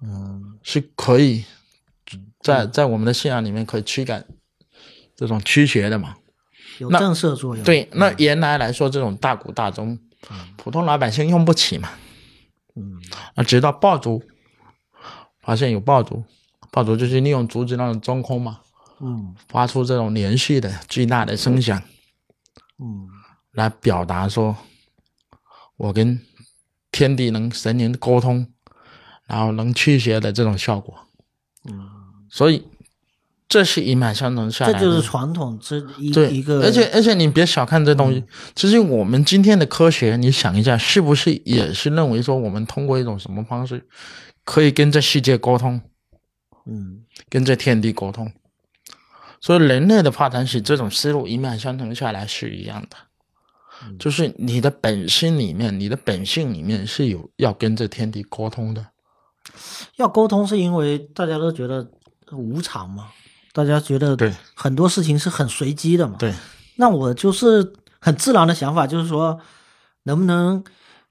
[SPEAKER 1] 嗯
[SPEAKER 2] 是可以在在我们的信仰里面可以驱赶这种驱邪的嘛。
[SPEAKER 1] 有
[SPEAKER 2] 那
[SPEAKER 1] 震慑作用。
[SPEAKER 2] 嗯对，那原来来说，这种大鼓大钟，普通老百姓用不起嘛。
[SPEAKER 1] 嗯
[SPEAKER 2] 啊，直到爆竹，发现有爆竹，爆竹就是利用竹子那种中空嘛，
[SPEAKER 1] 嗯
[SPEAKER 2] 发出这种连续的巨大的声响，
[SPEAKER 1] 嗯
[SPEAKER 2] 来表达说，我跟天地能神灵沟通，然后能驱邪的这种效果。
[SPEAKER 1] 嗯，
[SPEAKER 2] 所以，这是一脉相承下
[SPEAKER 1] 这
[SPEAKER 2] 来的。
[SPEAKER 1] 就是传统这一
[SPEAKER 2] 对
[SPEAKER 1] 一个，嗯
[SPEAKER 2] 而且而且你别小看这东西，其实我们今天的科学，你想一下，是不是也是认为说我们通过一种什么方式，可以跟这世界沟通，
[SPEAKER 1] 嗯
[SPEAKER 2] 跟这天地沟通？所以人类的发展史这种思路一脉相承下来是一样的，
[SPEAKER 1] 嗯
[SPEAKER 2] 就是你的本心里面，你的本性里面是有要跟这天地沟通的。
[SPEAKER 1] 要沟通，是因为大家都觉得无常嘛，大家觉得
[SPEAKER 2] 对
[SPEAKER 1] 很多事情是很随机的嘛。
[SPEAKER 2] 对，
[SPEAKER 1] 那我就是很自然的想法，就是说，能不能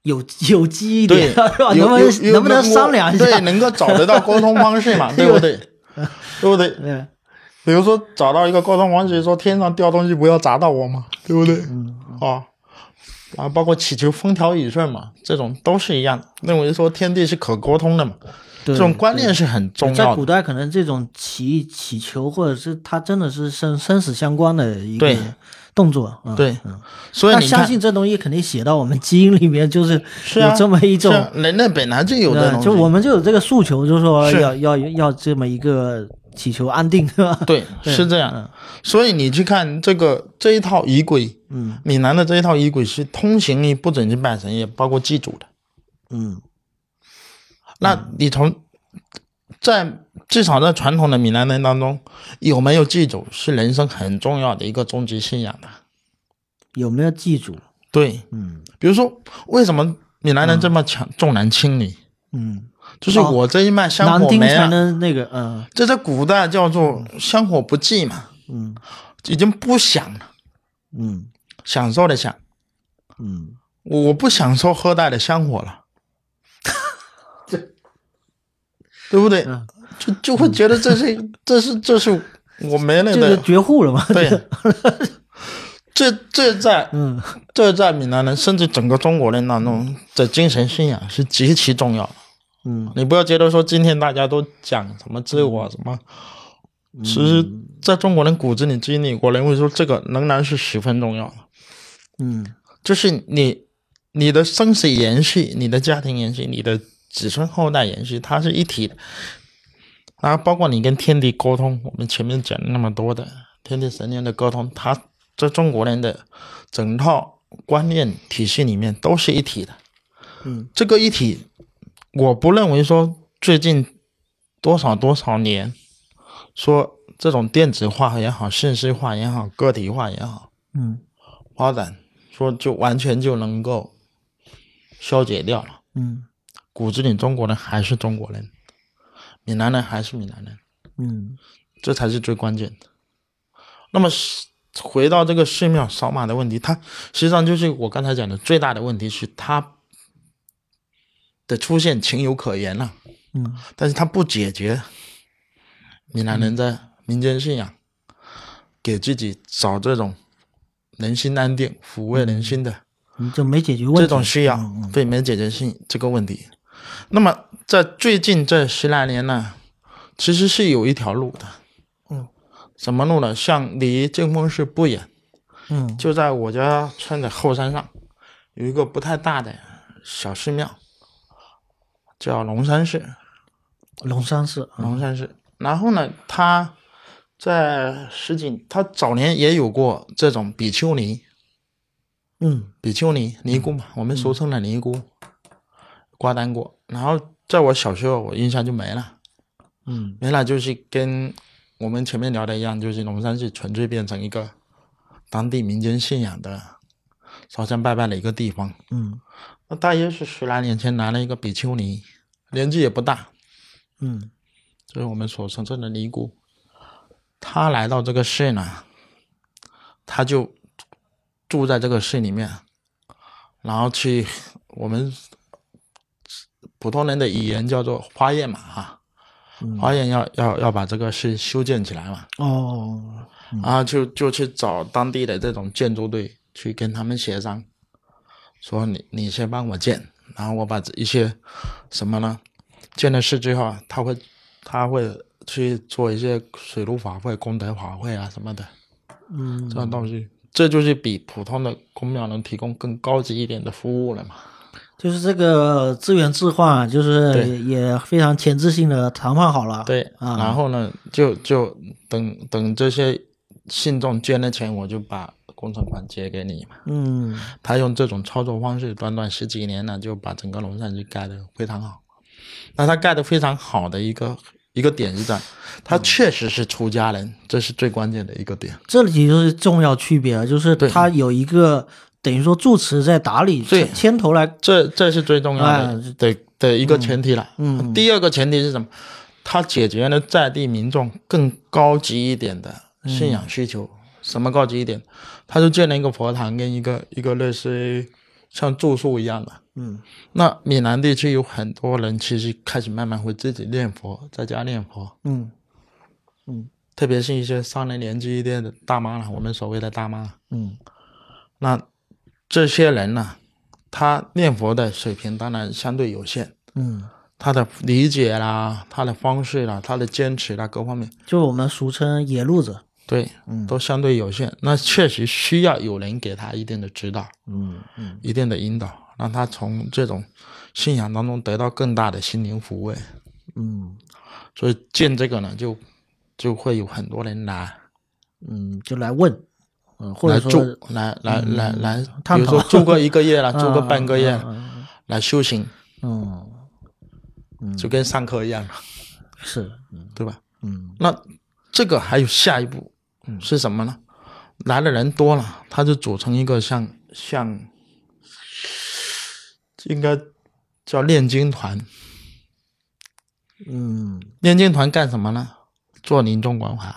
[SPEAKER 1] 有有机一点，
[SPEAKER 2] 对
[SPEAKER 1] 是吧？，能
[SPEAKER 2] 有
[SPEAKER 1] 不
[SPEAKER 2] 有
[SPEAKER 1] 能能不能
[SPEAKER 2] 够
[SPEAKER 1] 商量一下？
[SPEAKER 2] 对，能够找得到沟通方 式嘛，对不对？对不对？
[SPEAKER 1] 对，
[SPEAKER 2] 比如说找到一个沟通方式，说天上掉东西不要砸到我嘛，对不对？
[SPEAKER 1] 嗯
[SPEAKER 2] 啊，然后包括祈求风调雨顺嘛，这种都是一样的，认为说天地是可沟通的嘛，
[SPEAKER 1] 对
[SPEAKER 2] 这种观念是很重
[SPEAKER 1] 在
[SPEAKER 2] 要
[SPEAKER 1] 古
[SPEAKER 2] 的。
[SPEAKER 1] 代可能这种祈祈求，或者是它真的是生生死相关的一个
[SPEAKER 2] 对
[SPEAKER 1] 动作。嗯、
[SPEAKER 2] 对
[SPEAKER 1] 嗯，
[SPEAKER 2] 所以
[SPEAKER 1] 那
[SPEAKER 2] 你看，
[SPEAKER 1] 相信这东西肯定写到我们基因里面，就是
[SPEAKER 2] 是啊
[SPEAKER 1] 有这么一种
[SPEAKER 2] 是。啊人类本来就有这
[SPEAKER 1] 呃
[SPEAKER 2] 种，
[SPEAKER 1] 就我们就有这个诉求，就是说
[SPEAKER 2] 是
[SPEAKER 1] 要要要这么一个祈求安定，是吧？
[SPEAKER 2] 对是这样。所以你去看这个这一套仪轨，
[SPEAKER 1] 嗯
[SPEAKER 2] 闽南的这一套仪轨是通行于不准去拜神，也包括祭祖的。
[SPEAKER 1] 嗯
[SPEAKER 2] 那你从在至少在传统的闽南人当中，有没有祭祖是人生很重要的一个终极信仰的。
[SPEAKER 1] 有没有记住？
[SPEAKER 2] 对，
[SPEAKER 1] 嗯
[SPEAKER 2] 比如说为什么闽南人这么强重男轻女？
[SPEAKER 1] 嗯，
[SPEAKER 2] 就是我这一脉香
[SPEAKER 1] 男
[SPEAKER 2] 火
[SPEAKER 1] 丁
[SPEAKER 2] 没
[SPEAKER 1] 才
[SPEAKER 2] 了，
[SPEAKER 1] 能那个，嗯
[SPEAKER 2] 这在古代叫做香火不祭嘛，
[SPEAKER 1] 嗯
[SPEAKER 2] 已经不享了，
[SPEAKER 1] 嗯
[SPEAKER 2] 享受的享，
[SPEAKER 1] 嗯，
[SPEAKER 2] 我我不享受喝带的香 火了，对不对？
[SPEAKER 1] 嗯
[SPEAKER 2] 就就会觉得这是这是这是我没了
[SPEAKER 1] 这
[SPEAKER 2] 的
[SPEAKER 1] 个绝户了嘛？
[SPEAKER 2] 对，这这在
[SPEAKER 1] 嗯
[SPEAKER 2] 这在闽南人甚至整个中国人当中的精神信仰是极其重要的。
[SPEAKER 1] 嗯，
[SPEAKER 2] 你不要觉得说今天大家都讲什么自我什么，其实在中国人骨子里、基因里，我认为说这个仍然是十分重要的。
[SPEAKER 1] 嗯
[SPEAKER 2] 就是你你的生死延续、你的家庭延续、你的子孙后代延续，它是一体的。然后包括你跟天地沟通，我们前面讲那么多的天地神灵的沟通，它在中国人的整套观念体系里面都是一体的。
[SPEAKER 1] 嗯，
[SPEAKER 2] 这个一体，我不认为说最近多少多少年，说这种电子化也好、信息化也好、个体化也好，
[SPEAKER 1] 嗯
[SPEAKER 2] 发展，说就完全就能够消解掉了。
[SPEAKER 1] 嗯
[SPEAKER 2] 骨子里中国人还是中国人，闽南人还是闽南人，
[SPEAKER 1] 嗯
[SPEAKER 2] 这才是最关键的。那么回到这个寺庙扫码的问题，它实际上就是我刚才讲的最大的问题是它的出现情有可原了、
[SPEAKER 1] 嗯
[SPEAKER 2] 但是它不解决闽南人的民间信仰，给自己找这种人心安定、抚慰人心的。
[SPEAKER 1] 嗯，就没解决问题。
[SPEAKER 2] 这种需要
[SPEAKER 1] 嗯
[SPEAKER 2] 对没解决性这个问题。那么在最近这十来年呢，其实是有一条路的，
[SPEAKER 1] 嗯，
[SPEAKER 2] 什么路呢？像离靖丰寺不远，
[SPEAKER 1] 嗯
[SPEAKER 2] 就在我家村的后山上，有一个不太大的小寺庙，叫龙山寺。
[SPEAKER 1] 嗯，龙山寺，嗯
[SPEAKER 2] 龙山寺。然后呢，他在十几，他早年也有过这种比丘尼，
[SPEAKER 1] 嗯
[SPEAKER 2] 比丘尼尼姑嘛，我们俗称的尼姑，瓜丹果。然后在我小时候，我印象就没了，
[SPEAKER 1] 嗯
[SPEAKER 2] 没了就是跟我们前面聊的一样，就是龙山寺纯粹变成一个当地民间信仰的烧香拜拜的一个地方。
[SPEAKER 1] 嗯
[SPEAKER 2] 那大约是十来年前来了一个比丘尼，年纪也不大，
[SPEAKER 1] 嗯
[SPEAKER 2] 就是我们所称称的尼姑。她来到这个市呢，她就住在这个市里面，然后去我们普通人的语言叫做花宴嘛，哈、
[SPEAKER 1] 嗯
[SPEAKER 2] 花宴要要要把这个市修建起来嘛，
[SPEAKER 1] 哦，
[SPEAKER 2] 然后啊就就去找当地的这种建筑队去跟他们协商，说你你先帮我建，然后我把这一些什么呢，建了市之后啊，他会他会去做一些水陆法会、功德法会啊什么的
[SPEAKER 1] 嗯
[SPEAKER 2] 这种东西，这就是比普通的公庙能提供更高级一点的服务了嘛。
[SPEAKER 1] 啊就是这个资源置换啊，就是
[SPEAKER 2] 对
[SPEAKER 1] 也非常前置性的谈判好了。
[SPEAKER 2] 对，
[SPEAKER 1] 啊
[SPEAKER 2] 然后呢，就就等等这些信众捐了钱，我就把工程款结给你嘛。
[SPEAKER 1] 嗯
[SPEAKER 2] 他用这种操作方式，短短十几年呢，就把整个龙山寺盖得非常好。那他盖得非常好的一个一个点是在，他确实是出家人，这是最关键的一个点。
[SPEAKER 1] 这里就是重要区别了，啊就是
[SPEAKER 2] 对
[SPEAKER 1] 它有一个等于说住持在打理
[SPEAKER 2] 对
[SPEAKER 1] 牵牵头来，
[SPEAKER 2] 这这是最重要的、
[SPEAKER 1] 哎
[SPEAKER 2] 的的一个前提了。
[SPEAKER 1] 嗯
[SPEAKER 2] 第二个前提是什么？它解决了在地民众更高级一点的
[SPEAKER 1] 嗯
[SPEAKER 2] 信仰需求。什么高级一点？它就建了一个佛堂跟一个一个类似于像住宿一样的。
[SPEAKER 1] 嗯
[SPEAKER 2] 那闽南地区有很多人其实开始慢慢会自己念佛，在家念佛，
[SPEAKER 1] 嗯
[SPEAKER 2] 特别是一些上了年纪一点的大妈了，我们所谓的大妈。
[SPEAKER 1] 嗯
[SPEAKER 2] 那这些人呢，他念佛的水平当然相对有限，
[SPEAKER 1] 嗯，
[SPEAKER 2] 他的理解啦，他的方式啦，他的坚持啦，各方面，
[SPEAKER 1] 就是我们俗称野路子。
[SPEAKER 2] 对，
[SPEAKER 1] 嗯
[SPEAKER 2] 都相对有限。那确实需要有人给他一定的指导，
[SPEAKER 1] 嗯嗯
[SPEAKER 2] 一定的引导，让他从这种信仰当中得到更大的心灵抚慰。
[SPEAKER 1] 嗯
[SPEAKER 2] 所以建这个呢，就就会有很多人来
[SPEAKER 1] 嗯，就来问，嗯，或
[SPEAKER 2] 来
[SPEAKER 1] 者说嗯
[SPEAKER 2] 住，来来来来，比
[SPEAKER 1] 探
[SPEAKER 2] 如
[SPEAKER 1] 讨
[SPEAKER 2] 说住个一个 月了，
[SPEAKER 1] 啊
[SPEAKER 2] 住个半个月
[SPEAKER 1] 啊啊
[SPEAKER 2] 来修行，
[SPEAKER 1] 嗯
[SPEAKER 2] 就跟上课一样了，
[SPEAKER 1] 是
[SPEAKER 2] 对吧？
[SPEAKER 1] 嗯
[SPEAKER 2] 那这个还有下一步是什么呢？来的人多了，它就组成一个像像应该叫炼金团。
[SPEAKER 1] 嗯
[SPEAKER 2] 炼金团干什么呢？做临终关怀。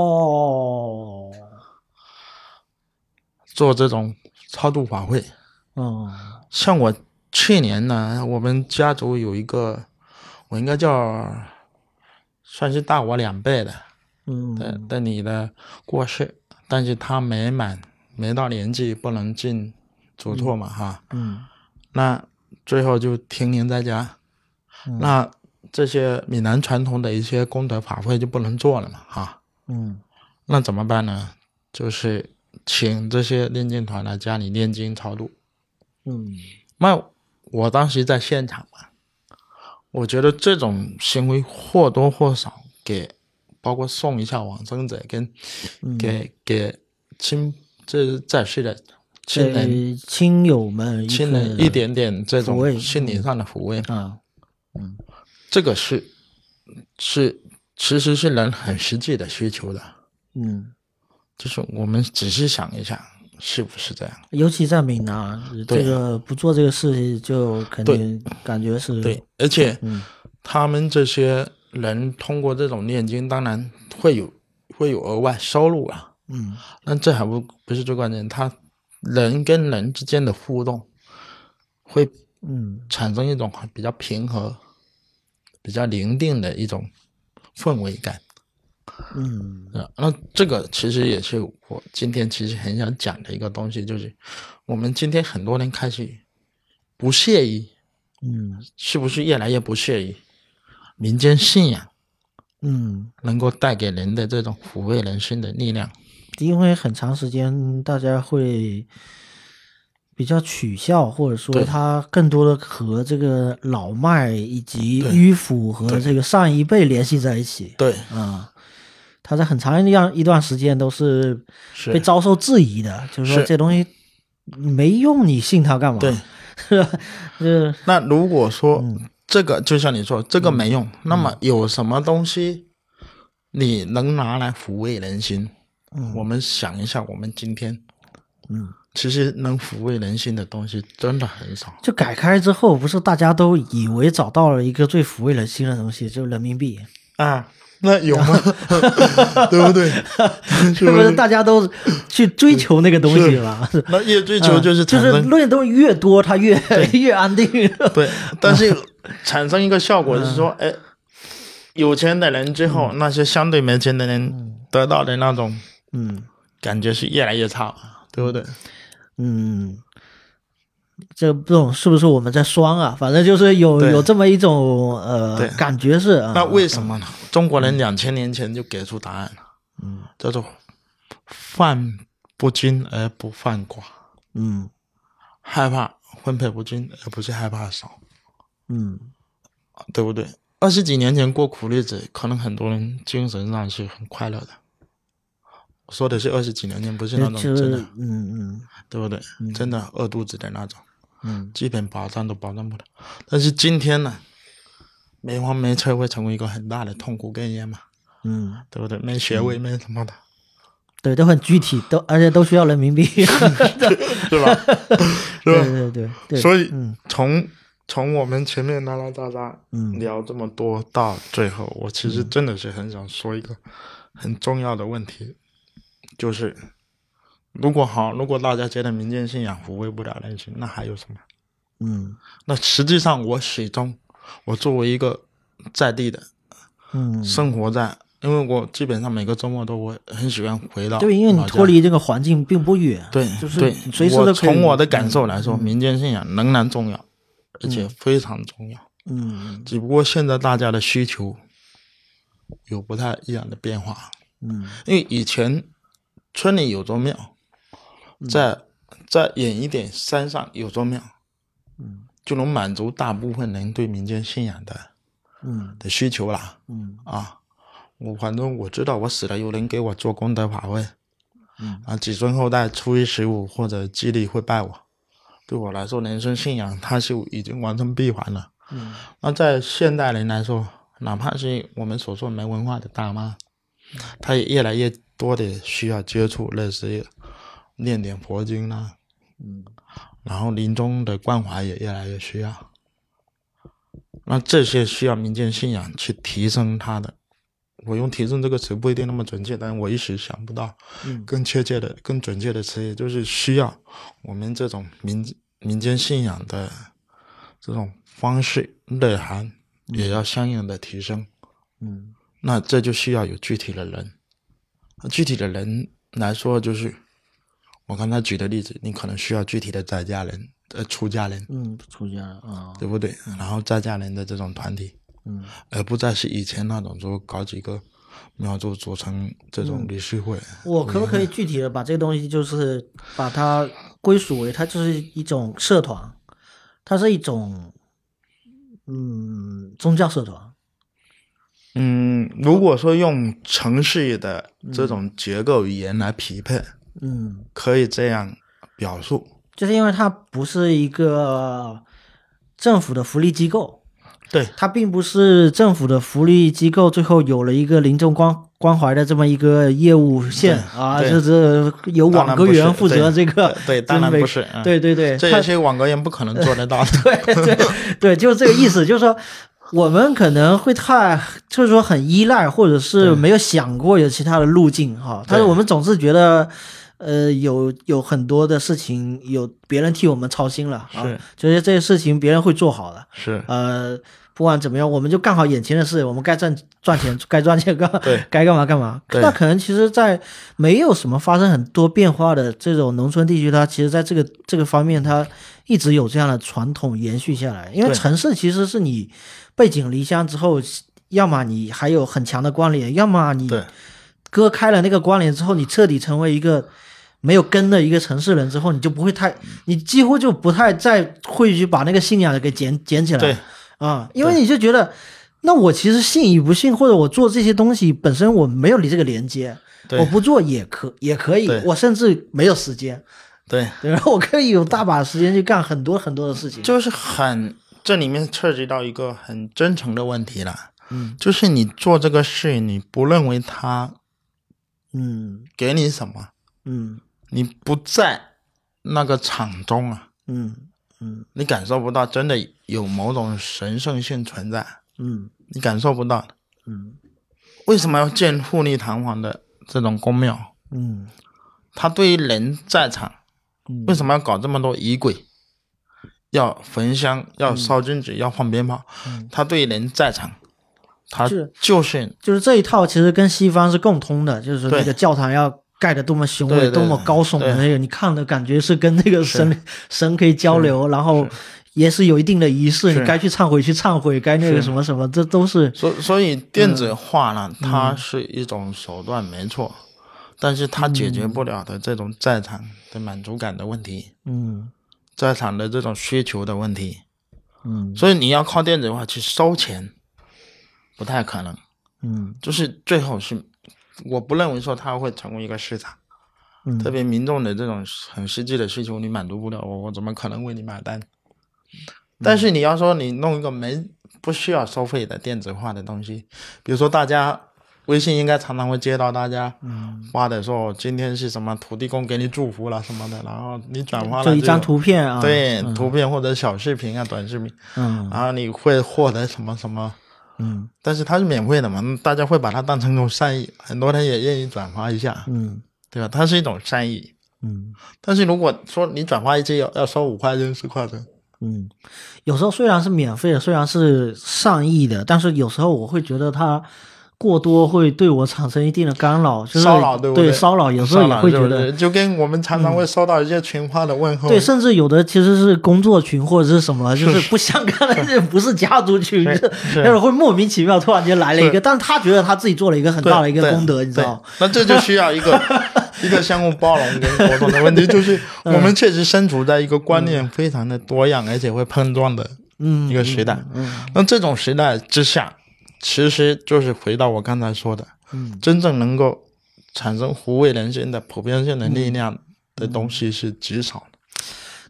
[SPEAKER 1] 哦
[SPEAKER 2] 做这种超度法会。
[SPEAKER 1] 哦
[SPEAKER 2] 像我去年呢，我们家族有一个，我应该叫算是大我两辈的的
[SPEAKER 1] 嗯
[SPEAKER 2] 的你的过世，但是他没满没到年纪，不能进嘱托嘛哈。
[SPEAKER 1] 嗯
[SPEAKER 2] 那最后就停灵在家。那这些闽南传统的一些功德法会就不能做了嘛，哈、
[SPEAKER 1] 嗯
[SPEAKER 2] 那怎么办呢？就是请这些练经团来家里念经超度。
[SPEAKER 1] 嗯
[SPEAKER 2] 那我当时在现场嘛，我觉得这种行为或多或少给，包括送一下往生者跟
[SPEAKER 1] 嗯
[SPEAKER 2] 给给亲这在世的亲人
[SPEAKER 1] 对亲友们一个
[SPEAKER 2] 亲人一点点这
[SPEAKER 1] 抚慰嗯
[SPEAKER 2] 种心理上的抚慰，
[SPEAKER 1] 啊，
[SPEAKER 2] 这个是是其实是人很实际的需求的，
[SPEAKER 1] 嗯，
[SPEAKER 2] 就是我们仔细想一下，是不是这样？
[SPEAKER 1] 尤其在闽南，这
[SPEAKER 2] 对
[SPEAKER 1] 个不做这个事就肯定感觉是
[SPEAKER 2] 对，而且他们这些人通过这种念经，当然会有会有额外收入啊。
[SPEAKER 1] 嗯
[SPEAKER 2] 但这还不不是最关键，他人跟人之间的互动会
[SPEAKER 1] 嗯
[SPEAKER 2] 产生一种比较平和、比较宁静的一种氛围感。
[SPEAKER 1] 嗯
[SPEAKER 2] 啊，那这个其实也是我今天其实很想讲的一个东西，就是我们今天很多人开始不屑于，
[SPEAKER 1] 嗯
[SPEAKER 2] 是不是越来越不屑于民间信仰？
[SPEAKER 1] 嗯，
[SPEAKER 2] 能够带给人的这种抚慰人心的力量。
[SPEAKER 1] 因为很长时间大家会。比较取笑，或者说
[SPEAKER 2] 对
[SPEAKER 1] 它更多的和这个老迈以及
[SPEAKER 2] 对
[SPEAKER 1] 迂腐和这个上一辈联系在一起。
[SPEAKER 2] 对，
[SPEAKER 1] 啊、他在很长一段一段时间都是
[SPEAKER 2] 是
[SPEAKER 1] 被遭受质疑的，就是说
[SPEAKER 2] 是
[SPEAKER 1] 这东西没用，你信他干嘛？
[SPEAKER 2] 对，
[SPEAKER 1] 是吧？就是
[SPEAKER 2] 那如果说、这个，就像你说这个没用，那么有什么东西你能拿来抚慰人心？
[SPEAKER 1] 嗯
[SPEAKER 2] 我们想一下，我们今天
[SPEAKER 1] 嗯，
[SPEAKER 2] 其实能抚慰人心的东西真的很少。
[SPEAKER 1] 就改开之后，不是大家都以为找到了一个最抚慰人心的东西，就是人民币，
[SPEAKER 2] 啊，那有 吗？对 不对？
[SPEAKER 1] 是不是？大家都去追求那个东西了？ 是
[SPEAKER 2] 那越追求嗯啊就是
[SPEAKER 1] 就
[SPEAKER 2] 产
[SPEAKER 1] 是
[SPEAKER 2] 生、
[SPEAKER 1] 论的东西越多，它越 越安定。
[SPEAKER 2] 对，但是产生一个效果是说，哎，有钱的人之后，那些相对没钱的人得到的那种
[SPEAKER 1] 嗯
[SPEAKER 2] 感觉是越来越差，对不对？
[SPEAKER 1] 嗯。这不懂是不是我们在双啊？反正就是有
[SPEAKER 2] 对
[SPEAKER 1] 有这么一种呃
[SPEAKER 2] 对
[SPEAKER 1] 感觉是啊，
[SPEAKER 2] 那为什么呢？中国人两千年前就给出答案了，嗯，叫做“饭不均而不犯寡
[SPEAKER 1] 嗯”，
[SPEAKER 2] 害怕分配不均，而不是害怕少，
[SPEAKER 1] 嗯
[SPEAKER 2] 对不对？二十几年前过苦日子，可能很多人精神上是很快乐的。我说的是二十几年前，呃不是那
[SPEAKER 1] 就
[SPEAKER 2] 种
[SPEAKER 1] 就是
[SPEAKER 2] 真的。
[SPEAKER 1] 嗯嗯
[SPEAKER 2] 对不对？真的饿肚子的那种，
[SPEAKER 1] 嗯，
[SPEAKER 2] 基本保障都保障不了。但是今天呢，没房没车会成为一个很大的痛苦根源嘛，
[SPEAKER 1] 嗯，
[SPEAKER 2] 对不对？没学位，没什么的，
[SPEAKER 1] 对，都很具体，都而且都需要人民币，
[SPEAKER 2] 嗯是 吧？
[SPEAKER 1] 对
[SPEAKER 2] 是吧？
[SPEAKER 1] 对对对，
[SPEAKER 2] 所以
[SPEAKER 1] 嗯
[SPEAKER 2] 从从我们前面拉拉杂杂
[SPEAKER 1] 嗯
[SPEAKER 2] 聊这么多，到最后，我其实真的是很想说一个很重要的问题，就是如果好，如果大家觉得民间信仰抚慰不了人心，那还有什么？
[SPEAKER 1] 嗯
[SPEAKER 2] 那实际上，我始终，我作为一个在地的
[SPEAKER 1] 嗯，
[SPEAKER 2] 生活在，因为我基本上每个周末都会很喜欢回啊到老家，
[SPEAKER 1] 对，因为你脱离这个环境并不远，
[SPEAKER 2] 对，
[SPEAKER 1] 就是
[SPEAKER 2] 对
[SPEAKER 1] 你随时
[SPEAKER 2] 我
[SPEAKER 1] 都可以嗯
[SPEAKER 2] 从我的感受来说，民间信仰仍然重要，而且非常重要。
[SPEAKER 1] 嗯
[SPEAKER 2] 只不过现在大家的需求有不太一样的变化，
[SPEAKER 1] 嗯
[SPEAKER 2] 因为以前村里有座庙，在在远一点山上有座庙，
[SPEAKER 1] 嗯，
[SPEAKER 2] 就能满足大部分人对民间信仰的
[SPEAKER 1] 嗯
[SPEAKER 2] 的需求啦。
[SPEAKER 1] 嗯
[SPEAKER 2] 啊，我反正我知道我死了有人给我做功德法会，
[SPEAKER 1] 嗯
[SPEAKER 2] 啊，子孙后代初一十五或者祭礼会拜我，对我来说人生信仰它是已经完成闭环了。
[SPEAKER 1] 嗯
[SPEAKER 2] 那在现代人来说，哪怕是我们所说没文化的大妈，她也越来越多的需要接触类似念点佛经啦、
[SPEAKER 1] 嗯
[SPEAKER 2] 然后临终的关怀也越来越需要。那这些需要民间信仰去提升它的，我用“提升”这个词不一定那么准确，但我一时想不到
[SPEAKER 1] 嗯
[SPEAKER 2] 更确切的、更准确的词，也就是需要我们这种民民间信仰的这种方式内涵也要相应的提升。
[SPEAKER 1] 嗯
[SPEAKER 2] 那这就需要有具体的人。那具体的人来说，就是我刚才举的例子，你可能需要具体的在家人，呃出家人，
[SPEAKER 1] 嗯，出家人啊，
[SPEAKER 2] 对不对？然后在家人的这种团体，
[SPEAKER 1] 嗯，
[SPEAKER 2] 而不再是以前那种说搞几个庙就组成这种理事会。
[SPEAKER 1] 我可不可以具体的把这个东西，就是把它归属为它就是一种社团，它是一种嗯宗教社团，
[SPEAKER 2] 嗯，如果说用城市的这种结构语言来匹配，
[SPEAKER 1] 嗯，
[SPEAKER 2] 可以这样表述。
[SPEAKER 1] 就是因为它不是一个政府的福利机构，
[SPEAKER 2] 对，
[SPEAKER 1] 它并不是政府的福利机构，最后有了一个临终关关怀的这么一个业务线啊，
[SPEAKER 2] 对
[SPEAKER 1] 就是由
[SPEAKER 2] 当
[SPEAKER 1] 网
[SPEAKER 2] 然
[SPEAKER 1] 格
[SPEAKER 2] 不是
[SPEAKER 1] 员负责这
[SPEAKER 2] 对
[SPEAKER 1] 个，
[SPEAKER 2] 对对当然
[SPEAKER 1] 这每
[SPEAKER 2] 不是嗯
[SPEAKER 1] 对对对，
[SPEAKER 2] 这
[SPEAKER 1] 它
[SPEAKER 2] 也是网格员不可能做得到的。
[SPEAKER 1] 对对对，就是这个意思，就是说我们可能会太，就是说很依赖，或者是没有想过有其他的路径哈。但是我们总是觉得，呃，有有很多的事情有别人替我们操心了啊
[SPEAKER 2] 是，
[SPEAKER 1] 就是这些事情别人会做好的，
[SPEAKER 2] 是，
[SPEAKER 1] 呃。不管怎么样，我们就干好眼前的事，我们该赚赚钱， 该赚钱干，
[SPEAKER 2] 对
[SPEAKER 1] 该干嘛干嘛。
[SPEAKER 2] 对
[SPEAKER 1] 那可能其实，在没有什么发生很多变化的这种农村地区，它其实在这个这个方面，它一直有这样的传统延续下来。因为
[SPEAKER 2] 对
[SPEAKER 1] 城市其实是你背井离乡之后，要么你还有很强的关联，要么你
[SPEAKER 2] 对
[SPEAKER 1] 割开了那个关联之后，你彻底成为一个没有根的一个城市人之后，你就不会太，你几乎就不太再会去把那个信仰给捡捡起来。
[SPEAKER 2] 对
[SPEAKER 1] 啊，因为你就觉得，那我其实信与不信，或者我做这些东西本身我没有你这个连接，
[SPEAKER 2] 对
[SPEAKER 1] 我不做也可也可以
[SPEAKER 2] 对，
[SPEAKER 1] 我甚至没有时间，
[SPEAKER 2] 对，
[SPEAKER 1] 对吧？我可以有大把时间去干很多很多的事情。
[SPEAKER 2] 就是很这里面涉及到一个很真诚的问题了，
[SPEAKER 1] 嗯
[SPEAKER 2] 就是你做这个事，你不认为它
[SPEAKER 1] 嗯
[SPEAKER 2] 给你什么，
[SPEAKER 1] 嗯
[SPEAKER 2] 你不在那个场中啊，
[SPEAKER 1] 嗯嗯
[SPEAKER 2] 你感受不到真的有某种神圣性存在，
[SPEAKER 1] 嗯
[SPEAKER 2] 你感受不到的。
[SPEAKER 1] 嗯
[SPEAKER 2] 为什么要建富丽堂皇的这种宫庙？
[SPEAKER 1] 嗯
[SPEAKER 2] 它对于人在场，
[SPEAKER 1] 嗯
[SPEAKER 2] 为什么要搞这么多仪轨？要焚香，要烧金纸，要放鞭炮，
[SPEAKER 1] 嗯
[SPEAKER 2] 他对人在场，他
[SPEAKER 1] 是
[SPEAKER 2] 就是
[SPEAKER 1] 就是这一套其实跟西方是共通的，就是说
[SPEAKER 2] 对
[SPEAKER 1] 那个教堂要盖得多么雄伟、
[SPEAKER 2] 对对
[SPEAKER 1] 多么高耸的
[SPEAKER 2] 对
[SPEAKER 1] 那个，你看的感觉是跟那个神神可以交流，然后也是有一定的仪式，
[SPEAKER 2] 是
[SPEAKER 1] 你该去忏悔去忏悔，该那个
[SPEAKER 2] 是
[SPEAKER 1] 什么什么，这都是
[SPEAKER 2] 所所以电子化呢，
[SPEAKER 1] 嗯
[SPEAKER 2] 它是一种手段，没错，但是它解决不了的这种在场的满足感的问题，
[SPEAKER 1] 嗯
[SPEAKER 2] 在场的这种需求的问题，
[SPEAKER 1] 嗯
[SPEAKER 2] 所以你要靠电子化去收钱，不太可能，
[SPEAKER 1] 嗯
[SPEAKER 2] 就是最后是，我不认为说它会成为一个市场。
[SPEAKER 1] 嗯，
[SPEAKER 2] 特别民众的这种很实际的需求，你满足不了我，我怎么可能为你买单？但是你要说你弄一个没不需要收费的电子化的东西，比如说大家微信应该常常会接到大家
[SPEAKER 1] 嗯
[SPEAKER 2] 发的说今天是什么土地公给你祝福了什么的，然后你转发了
[SPEAKER 1] 就一
[SPEAKER 2] 这
[SPEAKER 1] 张
[SPEAKER 2] 种
[SPEAKER 1] 图片啊，
[SPEAKER 2] 对图片或者小视频啊、短视频，
[SPEAKER 1] 嗯
[SPEAKER 2] 然后你会获得什么什么。
[SPEAKER 1] 嗯
[SPEAKER 2] 但是它是免费的嘛，大家会把它当成一种善意，很多人也愿意转发一下，
[SPEAKER 1] 嗯
[SPEAKER 2] 对吧？它是一种善意。
[SPEAKER 1] 嗯
[SPEAKER 2] 但是如果说你转发一次要要收五块钱、十块钱，
[SPEAKER 1] 嗯，有时候虽然是免费的，虽然是上亿的，但是有时候我会觉得它。过多会对我产生一定的干扰，就是
[SPEAKER 2] 骚扰对不对
[SPEAKER 1] 骚哦扰，有时候也
[SPEAKER 2] 骚扰
[SPEAKER 1] 会觉
[SPEAKER 2] 是嗯
[SPEAKER 1] 得嗯
[SPEAKER 2] 不是就跟我们常常会收到一些群发的问候，
[SPEAKER 1] 对，甚至有的其实是工作群或者是什么，就是是不相干 的，不是家族群，
[SPEAKER 2] 是
[SPEAKER 1] 就是那种会莫名其妙突然间来了一个，
[SPEAKER 2] 是
[SPEAKER 1] 但是他觉得他自己做了一个很
[SPEAKER 2] 对
[SPEAKER 1] 大的一个
[SPEAKER 2] 对
[SPEAKER 1] 功德，你知
[SPEAKER 2] 对
[SPEAKER 1] 道？
[SPEAKER 2] 那这就需要 一个一个相互包容跟沟通的问题，就是我
[SPEAKER 1] 嗯
[SPEAKER 2] 们确实身处在一个观念非常的多样，而且会碰撞的一
[SPEAKER 1] 嗯
[SPEAKER 2] 个时代。那这种时代之下，其实就是回到我刚才说的，
[SPEAKER 1] 嗯
[SPEAKER 2] 真正能够产生抚慰人心的普遍性的力
[SPEAKER 1] 嗯
[SPEAKER 2] 量的东西是极少的。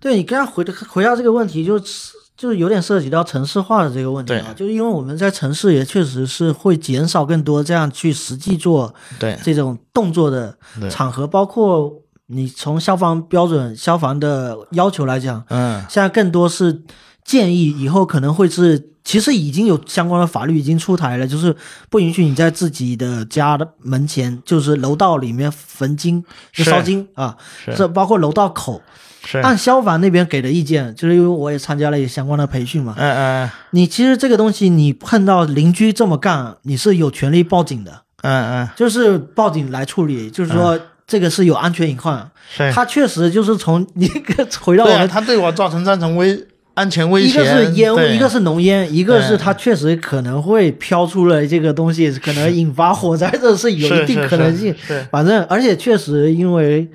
[SPEAKER 1] 对你刚才回回到这个问题，就是就是有点涉及到城市化的这个问题啊，
[SPEAKER 2] 对
[SPEAKER 1] 就是因为我们在城市也确实是会减少更多这样去实际做
[SPEAKER 2] 对
[SPEAKER 1] 这种动作的
[SPEAKER 2] 对
[SPEAKER 1] 场合，包括你从消防标准、消防的要求来讲，
[SPEAKER 2] 嗯，
[SPEAKER 1] 现在更多是建议，以后可能会是，其实已经有相关的法律已经出台了，就是不允许你在自己的家的门前，就是楼道里面焚金、就是烧金啊，
[SPEAKER 2] 是
[SPEAKER 1] 这包括楼道口。
[SPEAKER 2] 是，
[SPEAKER 1] 按消防那边给的意见，就是因为我也参加了也相关的培训嘛。
[SPEAKER 2] 嗯嗯
[SPEAKER 1] 你其实这个东西，你碰到邻居这么干，你是有权利报警的。
[SPEAKER 2] 嗯嗯。嗯
[SPEAKER 1] 就是报警来处理，就是说这个是有安全隐患。
[SPEAKER 2] 是
[SPEAKER 1] 它确实就是从一个回到我
[SPEAKER 2] 对啊，
[SPEAKER 1] 们，
[SPEAKER 2] 它对我造成造成危安全威
[SPEAKER 1] 一
[SPEAKER 2] 胁，
[SPEAKER 1] 个是烟雾，
[SPEAKER 2] 对
[SPEAKER 1] 一个是浓烟，一个是
[SPEAKER 2] 对
[SPEAKER 1] 它确实可能会飘出来这个东西，可能引发火灾，这是有
[SPEAKER 2] 是
[SPEAKER 1] 一定
[SPEAKER 2] 是
[SPEAKER 1] 可能性。
[SPEAKER 2] 是是
[SPEAKER 1] 反正而且确实因为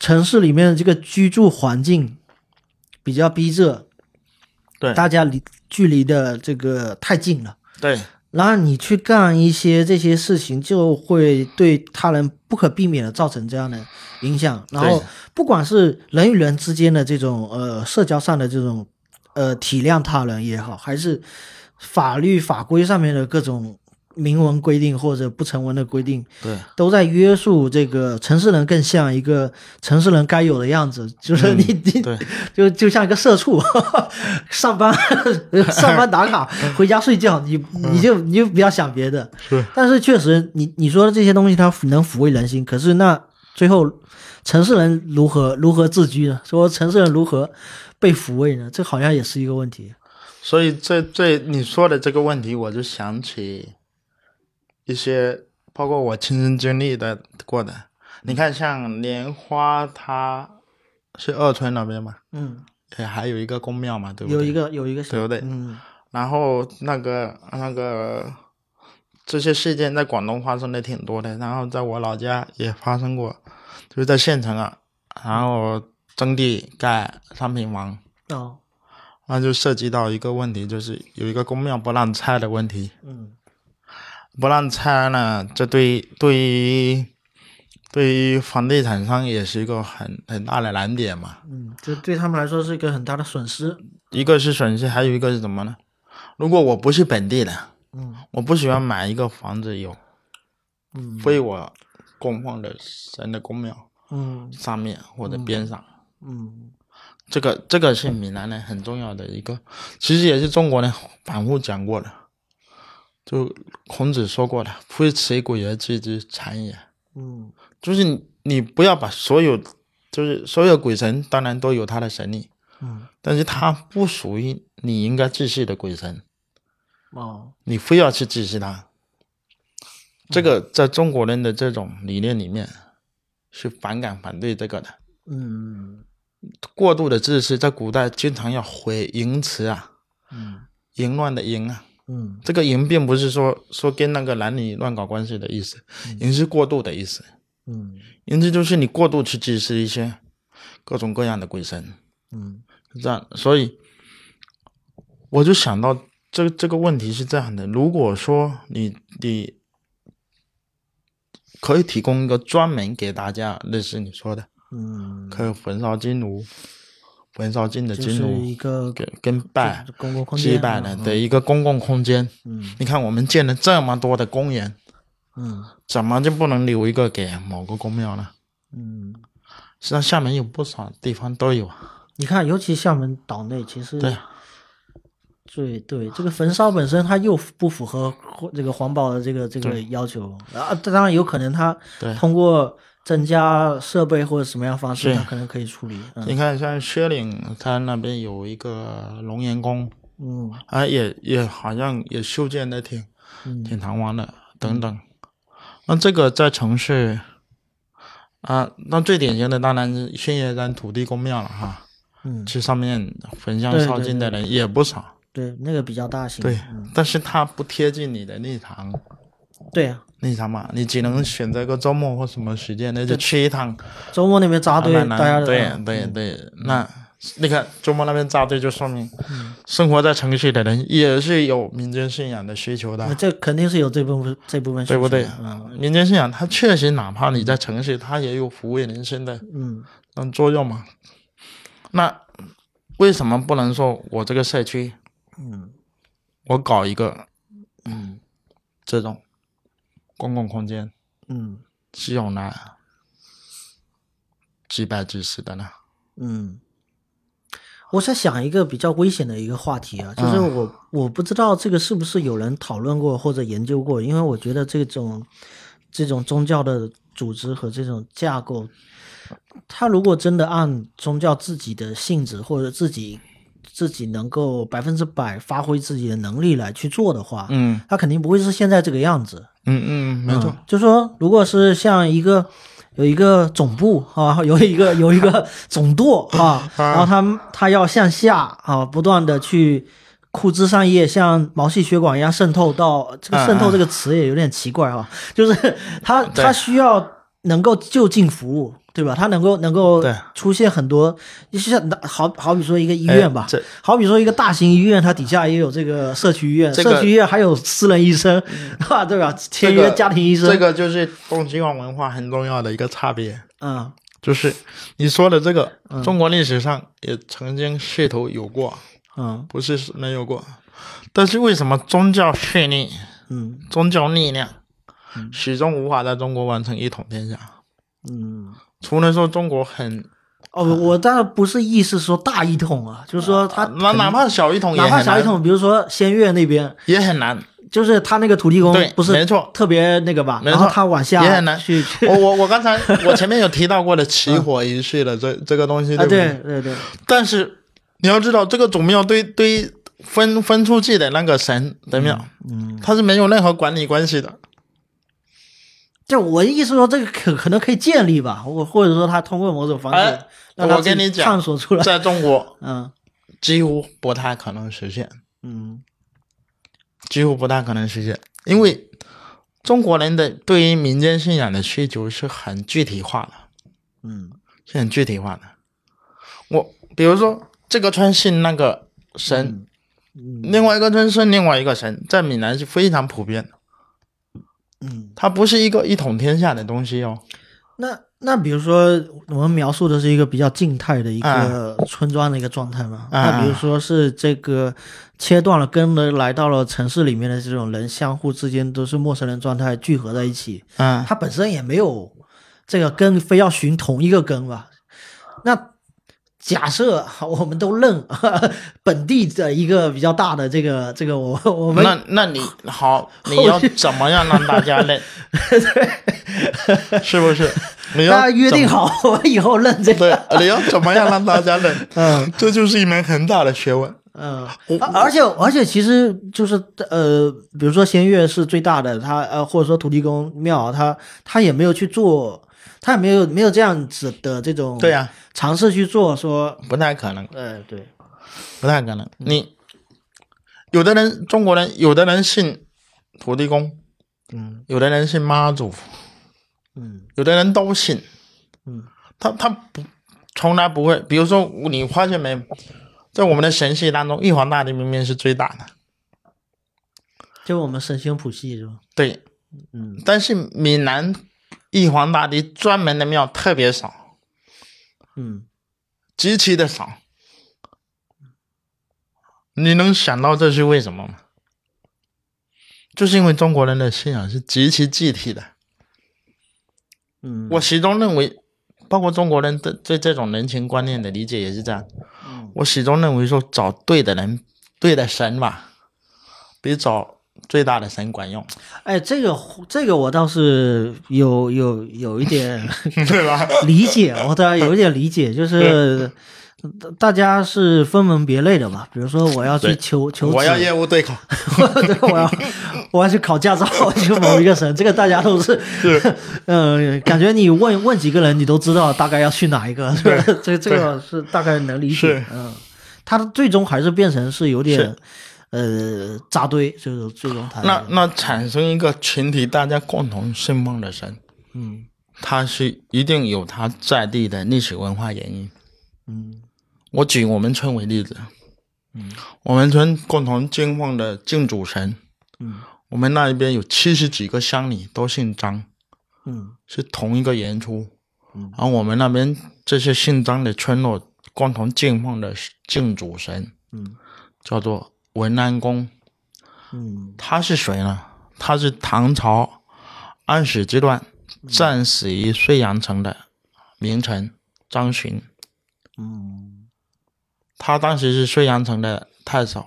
[SPEAKER 1] 城市里面的这个居住环境比较逼仄，
[SPEAKER 2] 对
[SPEAKER 1] 大家离距离的这个太近了。
[SPEAKER 2] 对
[SPEAKER 1] 然后你去干一些这些事情，就会对他人不可避免的造成这样的影响。然后
[SPEAKER 2] 对，
[SPEAKER 1] 不管是人与人之间的这种呃社交上的这种呃体谅他人也好，还是法律法规上面的各种明文规定或者不成文的规定，
[SPEAKER 2] 对
[SPEAKER 1] 都在约束这个城市人更像一个城市人该有的样子，就是你、你
[SPEAKER 2] 嗯对
[SPEAKER 1] 就就像一个社畜，上班上班打卡， 回家睡觉，你你就你就不要想别的。
[SPEAKER 2] 嗯是，
[SPEAKER 1] 但是确实，你你说的这些东西，它能抚慰人心，可是那最后城市人如何如何自居呢？说城市人如何被抚慰呢？这好像也是一个问题。
[SPEAKER 2] 所以这这你说的这个问题，我就想起一些包括我亲身经历的过的。你看，像莲花，它是二村那边嘛，
[SPEAKER 1] 嗯，
[SPEAKER 2] 也还有一个宫庙嘛，对不对？
[SPEAKER 1] 有一个有一个
[SPEAKER 2] 对不对
[SPEAKER 1] 嗯，
[SPEAKER 2] 然后那个那个这些事件在广东发生的挺多的，然后在我老家也发生过，就是在县城啊，然后征地盖商品房，
[SPEAKER 1] 哦，
[SPEAKER 2] 那就涉及到一个问题，就是有一个公庙不让拆的问题，
[SPEAKER 1] 嗯
[SPEAKER 2] 不让拆呢，这对对于对于房地产商也是一个很很大的难点嘛。
[SPEAKER 1] 嗯，这对他们来说是一个很大的损失。
[SPEAKER 2] 一个是损失，还有一个是什么呢？如果我不是本地的，
[SPEAKER 1] 嗯
[SPEAKER 2] 我不喜欢买一个房子有
[SPEAKER 1] 嗯
[SPEAKER 2] 非我供奉的神的宫庙
[SPEAKER 1] 嗯
[SPEAKER 2] 上面或者边上。
[SPEAKER 1] 嗯
[SPEAKER 2] 这个这个是闽南人很重要的一个，其实也是中国人反复讲过的，就孔子说过的“夫以其古而知之常也
[SPEAKER 1] 嗯”，
[SPEAKER 2] 就是你你不要把所有，就是所有鬼神当然都有他的神力，
[SPEAKER 1] 嗯，
[SPEAKER 2] 但是他不属于你应该祭祀的鬼神，
[SPEAKER 1] 哦，
[SPEAKER 2] 你非要去祭祀他，这个在中国人的这种理念里面是反感反对这个的。
[SPEAKER 1] 嗯
[SPEAKER 2] 过度的自私，在古代经常要回淫词啊，
[SPEAKER 1] 嗯
[SPEAKER 2] 淫乱的淫啊。
[SPEAKER 1] 嗯
[SPEAKER 2] 这个淫并不是说说跟那个男女乱搞关系的意思，淫是过度的意思。
[SPEAKER 1] 嗯
[SPEAKER 2] 淫之就是你过度去祭祀一些各种各样的鬼神，
[SPEAKER 1] 嗯
[SPEAKER 2] 是这样的。所以我就想到这这个问题是这样的：如果说你你可以提供一个专门给大家，类似你说的，
[SPEAKER 1] 嗯，
[SPEAKER 2] 可以焚烧金炉，焚烧金的
[SPEAKER 1] 就
[SPEAKER 2] 金
[SPEAKER 1] 是
[SPEAKER 2] 炉，
[SPEAKER 1] 一个
[SPEAKER 2] 跟跟拜
[SPEAKER 1] 公共空
[SPEAKER 2] 祭
[SPEAKER 1] 间
[SPEAKER 2] 拜的
[SPEAKER 1] 嗯
[SPEAKER 2] 的一个公共空间。
[SPEAKER 1] 嗯
[SPEAKER 2] 你看我们建了这么多的公园，
[SPEAKER 1] 嗯
[SPEAKER 2] 怎么就不能留一个给某个公庙呢？
[SPEAKER 1] 嗯，
[SPEAKER 2] 实际上厦门有不少地方都有啊，
[SPEAKER 1] 你看，尤其厦门岛内，其实
[SPEAKER 2] 对啊，
[SPEAKER 1] 对对，这个焚烧本身它又不符合这个环保的这个这个要求啊，当然有可能它
[SPEAKER 2] 对
[SPEAKER 1] 通过增加设备或者什么样方式，
[SPEAKER 2] 是
[SPEAKER 1] 它可能可以处理。
[SPEAKER 2] 你
[SPEAKER 1] 嗯
[SPEAKER 2] 看像薛岭，它那边有一个龙岩宫，
[SPEAKER 1] 嗯
[SPEAKER 2] 啊，也也好像也修建的挺
[SPEAKER 1] 嗯
[SPEAKER 2] 挺堂皇的，等等。那这个在城市，啊，那最典型的当然是兴业山土地公庙了哈，
[SPEAKER 1] 嗯，
[SPEAKER 2] 去上面焚香
[SPEAKER 1] 对
[SPEAKER 2] 烧
[SPEAKER 1] 对
[SPEAKER 2] 金的人也不少，
[SPEAKER 1] 对，那个比较大型。
[SPEAKER 2] 对
[SPEAKER 1] 嗯，
[SPEAKER 2] 但是它不贴近你的立场。
[SPEAKER 1] 对啊，
[SPEAKER 2] 那啥嘛，你只能选择个周末或什么时间，那就去一趟。
[SPEAKER 1] 周末那边扎堆，
[SPEAKER 2] 那
[SPEAKER 1] 大家
[SPEAKER 2] 那对啊
[SPEAKER 1] 嗯嗯
[SPEAKER 2] 对对，那你看周末那边扎堆，就说明生活在城市的人也是有民间信仰的需求
[SPEAKER 1] 那
[SPEAKER 2] 的，
[SPEAKER 1] 这肯定是有这部分这部分需
[SPEAKER 2] 啊对
[SPEAKER 1] 求
[SPEAKER 2] 不
[SPEAKER 1] 的，
[SPEAKER 2] 对？
[SPEAKER 1] 嗯
[SPEAKER 2] 民间信仰它确实，哪怕你在城市，它也有抚慰人心的
[SPEAKER 1] 嗯
[SPEAKER 2] 嗯作用嘛。那为什么不能说我这个社区，
[SPEAKER 1] 嗯
[SPEAKER 2] 我搞一个，嗯，这种公共空间？
[SPEAKER 1] 嗯
[SPEAKER 2] 是用来祭拜祭祀的呢？
[SPEAKER 1] 嗯。我在想一个比较危险的一个话题啊，就是
[SPEAKER 2] 嗯
[SPEAKER 1] 我、我不知道这个是不是有人讨论过或者研究过，因为我觉得这种这种宗教的组织和这种架构，它如果真的按宗教自己的性质或者自己自己能够百分之百发挥自己的能力来去做的话，
[SPEAKER 2] 嗯
[SPEAKER 1] 它肯定不会是现在这个样子。
[SPEAKER 2] 嗯嗯，没错
[SPEAKER 1] 嗯，就说如果是像一个有一个总部啊，有一个有一个总舵 啊，然后他他要向下啊，不断的去库兹上叶像毛细血管一样渗透到这个渗透这个词也有点奇怪啊，就是他
[SPEAKER 2] 嗯对
[SPEAKER 1] 他需要能够就近服务。对吧？他能够能够
[SPEAKER 2] 对
[SPEAKER 1] 出现很多，就像好好比说一个医院吧
[SPEAKER 2] 哎，这
[SPEAKER 1] 好比说一个大型医院，它底下也有这个社区医院，
[SPEAKER 2] 这个嗯
[SPEAKER 1] 社区医院还有私人医生， 啊，对吧？签
[SPEAKER 2] 这
[SPEAKER 1] 约
[SPEAKER 2] 个
[SPEAKER 1] 家庭医生，
[SPEAKER 2] 这个就是东西方文化很重要的一个差别，
[SPEAKER 1] 嗯
[SPEAKER 2] 就是你说的这个，中国历史上也曾经试图有过，
[SPEAKER 1] 嗯
[SPEAKER 2] 不是没有过。但是为什么宗教势力、
[SPEAKER 1] 嗯
[SPEAKER 2] 宗教力量始终无法在中国完成一统天下？
[SPEAKER 1] 嗯。
[SPEAKER 2] 除了说中国很，
[SPEAKER 1] 哦，我当然不是意思说大一统啊，就是说他
[SPEAKER 2] 那哪怕小一统也
[SPEAKER 1] 哪
[SPEAKER 2] 很
[SPEAKER 1] 怕
[SPEAKER 2] 难，
[SPEAKER 1] 小一统，比如说仙岳那边，
[SPEAKER 2] 也很难。
[SPEAKER 1] 就是他那个土地公
[SPEAKER 2] 对
[SPEAKER 1] 不是
[SPEAKER 2] 没错
[SPEAKER 1] 特别那个吧，
[SPEAKER 2] 没
[SPEAKER 1] 然
[SPEAKER 2] 错
[SPEAKER 1] 后他往下
[SPEAKER 2] 也很难
[SPEAKER 1] 去啊去
[SPEAKER 2] 我我我刚才我前面有提到过的起火仪式的这这个东西，
[SPEAKER 1] 啊，
[SPEAKER 2] 不
[SPEAKER 1] 对对对，
[SPEAKER 2] 但是你要知道，这个祖庙对对分分出去的那个神的庙，
[SPEAKER 1] 嗯，
[SPEAKER 2] 它是没有任何管理关系的。
[SPEAKER 1] 就我的意思说这个可可能可以建立吧，我或者说他通过某种方式
[SPEAKER 2] 哎，
[SPEAKER 1] 让他
[SPEAKER 2] 我
[SPEAKER 1] 自己
[SPEAKER 2] 跟你讲
[SPEAKER 1] 探索出来，
[SPEAKER 2] 在中国
[SPEAKER 1] 嗯
[SPEAKER 2] 几乎不太可能实现，
[SPEAKER 1] 嗯
[SPEAKER 2] 几乎不太可能实现，因为中国人的对于民间信仰的需求是很具体化的，
[SPEAKER 1] 嗯
[SPEAKER 2] 是很具体化的。我比如说这个村信那个神，
[SPEAKER 1] 嗯
[SPEAKER 2] 另外一个村信另外一个神，在闽南是非常普遍的。
[SPEAKER 1] 嗯，
[SPEAKER 2] 它不是一个一统天下的东西哦。
[SPEAKER 1] 那那比如说，我们描述的是一个比较静态的一
[SPEAKER 2] 啊
[SPEAKER 1] 个村庄的一个状态嘛？
[SPEAKER 2] 嗯
[SPEAKER 1] 那比如说是这个切断了根的，来到了城市里面的这种人，相互之间都是陌生人状态聚合在一起，
[SPEAKER 2] 嗯，
[SPEAKER 1] 它本身也没有这个根非要寻同一个根吧？那假设我们都认本地的一个比较大的这个这个我我们
[SPEAKER 2] 那那你 好，你要怎么样让大家认？是不是？你
[SPEAKER 1] 大家
[SPEAKER 2] 要
[SPEAKER 1] 约定
[SPEAKER 2] 怎么
[SPEAKER 1] 好，我们以后认这个，
[SPEAKER 2] 对，你要怎么样让大家认？
[SPEAKER 1] 嗯。
[SPEAKER 2] 这就是一门很大的学问。
[SPEAKER 1] 嗯，而而且而且其实就是呃，比如说仙乐是最大的，它呃或者说土地公庙，它它也没有去做，它也没有没有这样子的这种
[SPEAKER 2] 对呀、
[SPEAKER 1] 尝试去做说，
[SPEAKER 2] 不太可能，
[SPEAKER 1] 呃对，
[SPEAKER 2] 不太可能。你有的人，中国人，有的人信土地公，
[SPEAKER 1] 嗯
[SPEAKER 2] 有的人信妈祖，
[SPEAKER 1] 嗯
[SPEAKER 2] 有的人都信。
[SPEAKER 1] 嗯
[SPEAKER 2] 他他不从来不会，比如说你发现没，在我们的神系当中，玉皇大帝明明是最大的，
[SPEAKER 1] 就我们神仙谱系是吧？
[SPEAKER 2] 对，
[SPEAKER 1] 嗯
[SPEAKER 2] 但是闽南玉皇大帝专门的庙特别少，
[SPEAKER 1] 嗯
[SPEAKER 2] 极其的少。你能想到这是为什么吗？就是因为中国人的信仰是极其具体的。
[SPEAKER 1] 嗯，
[SPEAKER 2] 我始终认为，包括中国人对对这种人情观念的理解也是这样。
[SPEAKER 1] 嗯
[SPEAKER 2] 我始终认为说，找对的人、对的神吧，比找最大的神管用，
[SPEAKER 1] 哎这个这个我倒是有有有一 点
[SPEAKER 2] 对吧？
[SPEAKER 1] 理解，我当然有一点理解，就是大家是分门别类的嘛。比如说，我要去
[SPEAKER 2] 对
[SPEAKER 1] 求求
[SPEAKER 2] 我要
[SPEAKER 1] 职
[SPEAKER 2] 业务对口，
[SPEAKER 1] 对， 我要我要去考驾照，去某一个省，这个大家都是， 嗯，感觉你问问几个人，你都知道大概要去哪一个，是吧？ 这这个是大概能理解
[SPEAKER 2] 是，
[SPEAKER 1] 嗯，它最终还是变成是有点
[SPEAKER 2] 是
[SPEAKER 1] 呃扎堆，就是最终它
[SPEAKER 2] 那那产生一个群体，大家共同信奉的神，
[SPEAKER 1] 嗯
[SPEAKER 2] 它是一定有它在地的历史文化原因。
[SPEAKER 1] 嗯
[SPEAKER 2] 我举我们村为例子，我们村共同敬奉的敬主神，
[SPEAKER 1] 嗯
[SPEAKER 2] 我们那一边有七十几个乡里都姓张，
[SPEAKER 1] 嗯
[SPEAKER 2] 是同一个演出，
[SPEAKER 1] 嗯
[SPEAKER 2] 然后我们那边这些姓张的村落共同敬奉的敬主神
[SPEAKER 1] 嗯
[SPEAKER 2] 叫做文安公，
[SPEAKER 1] 嗯
[SPEAKER 2] 他是谁呢？他是唐朝安史之乱战死于睢阳城的名臣张巡，
[SPEAKER 1] 嗯
[SPEAKER 2] 他当时是睢阳城的太守，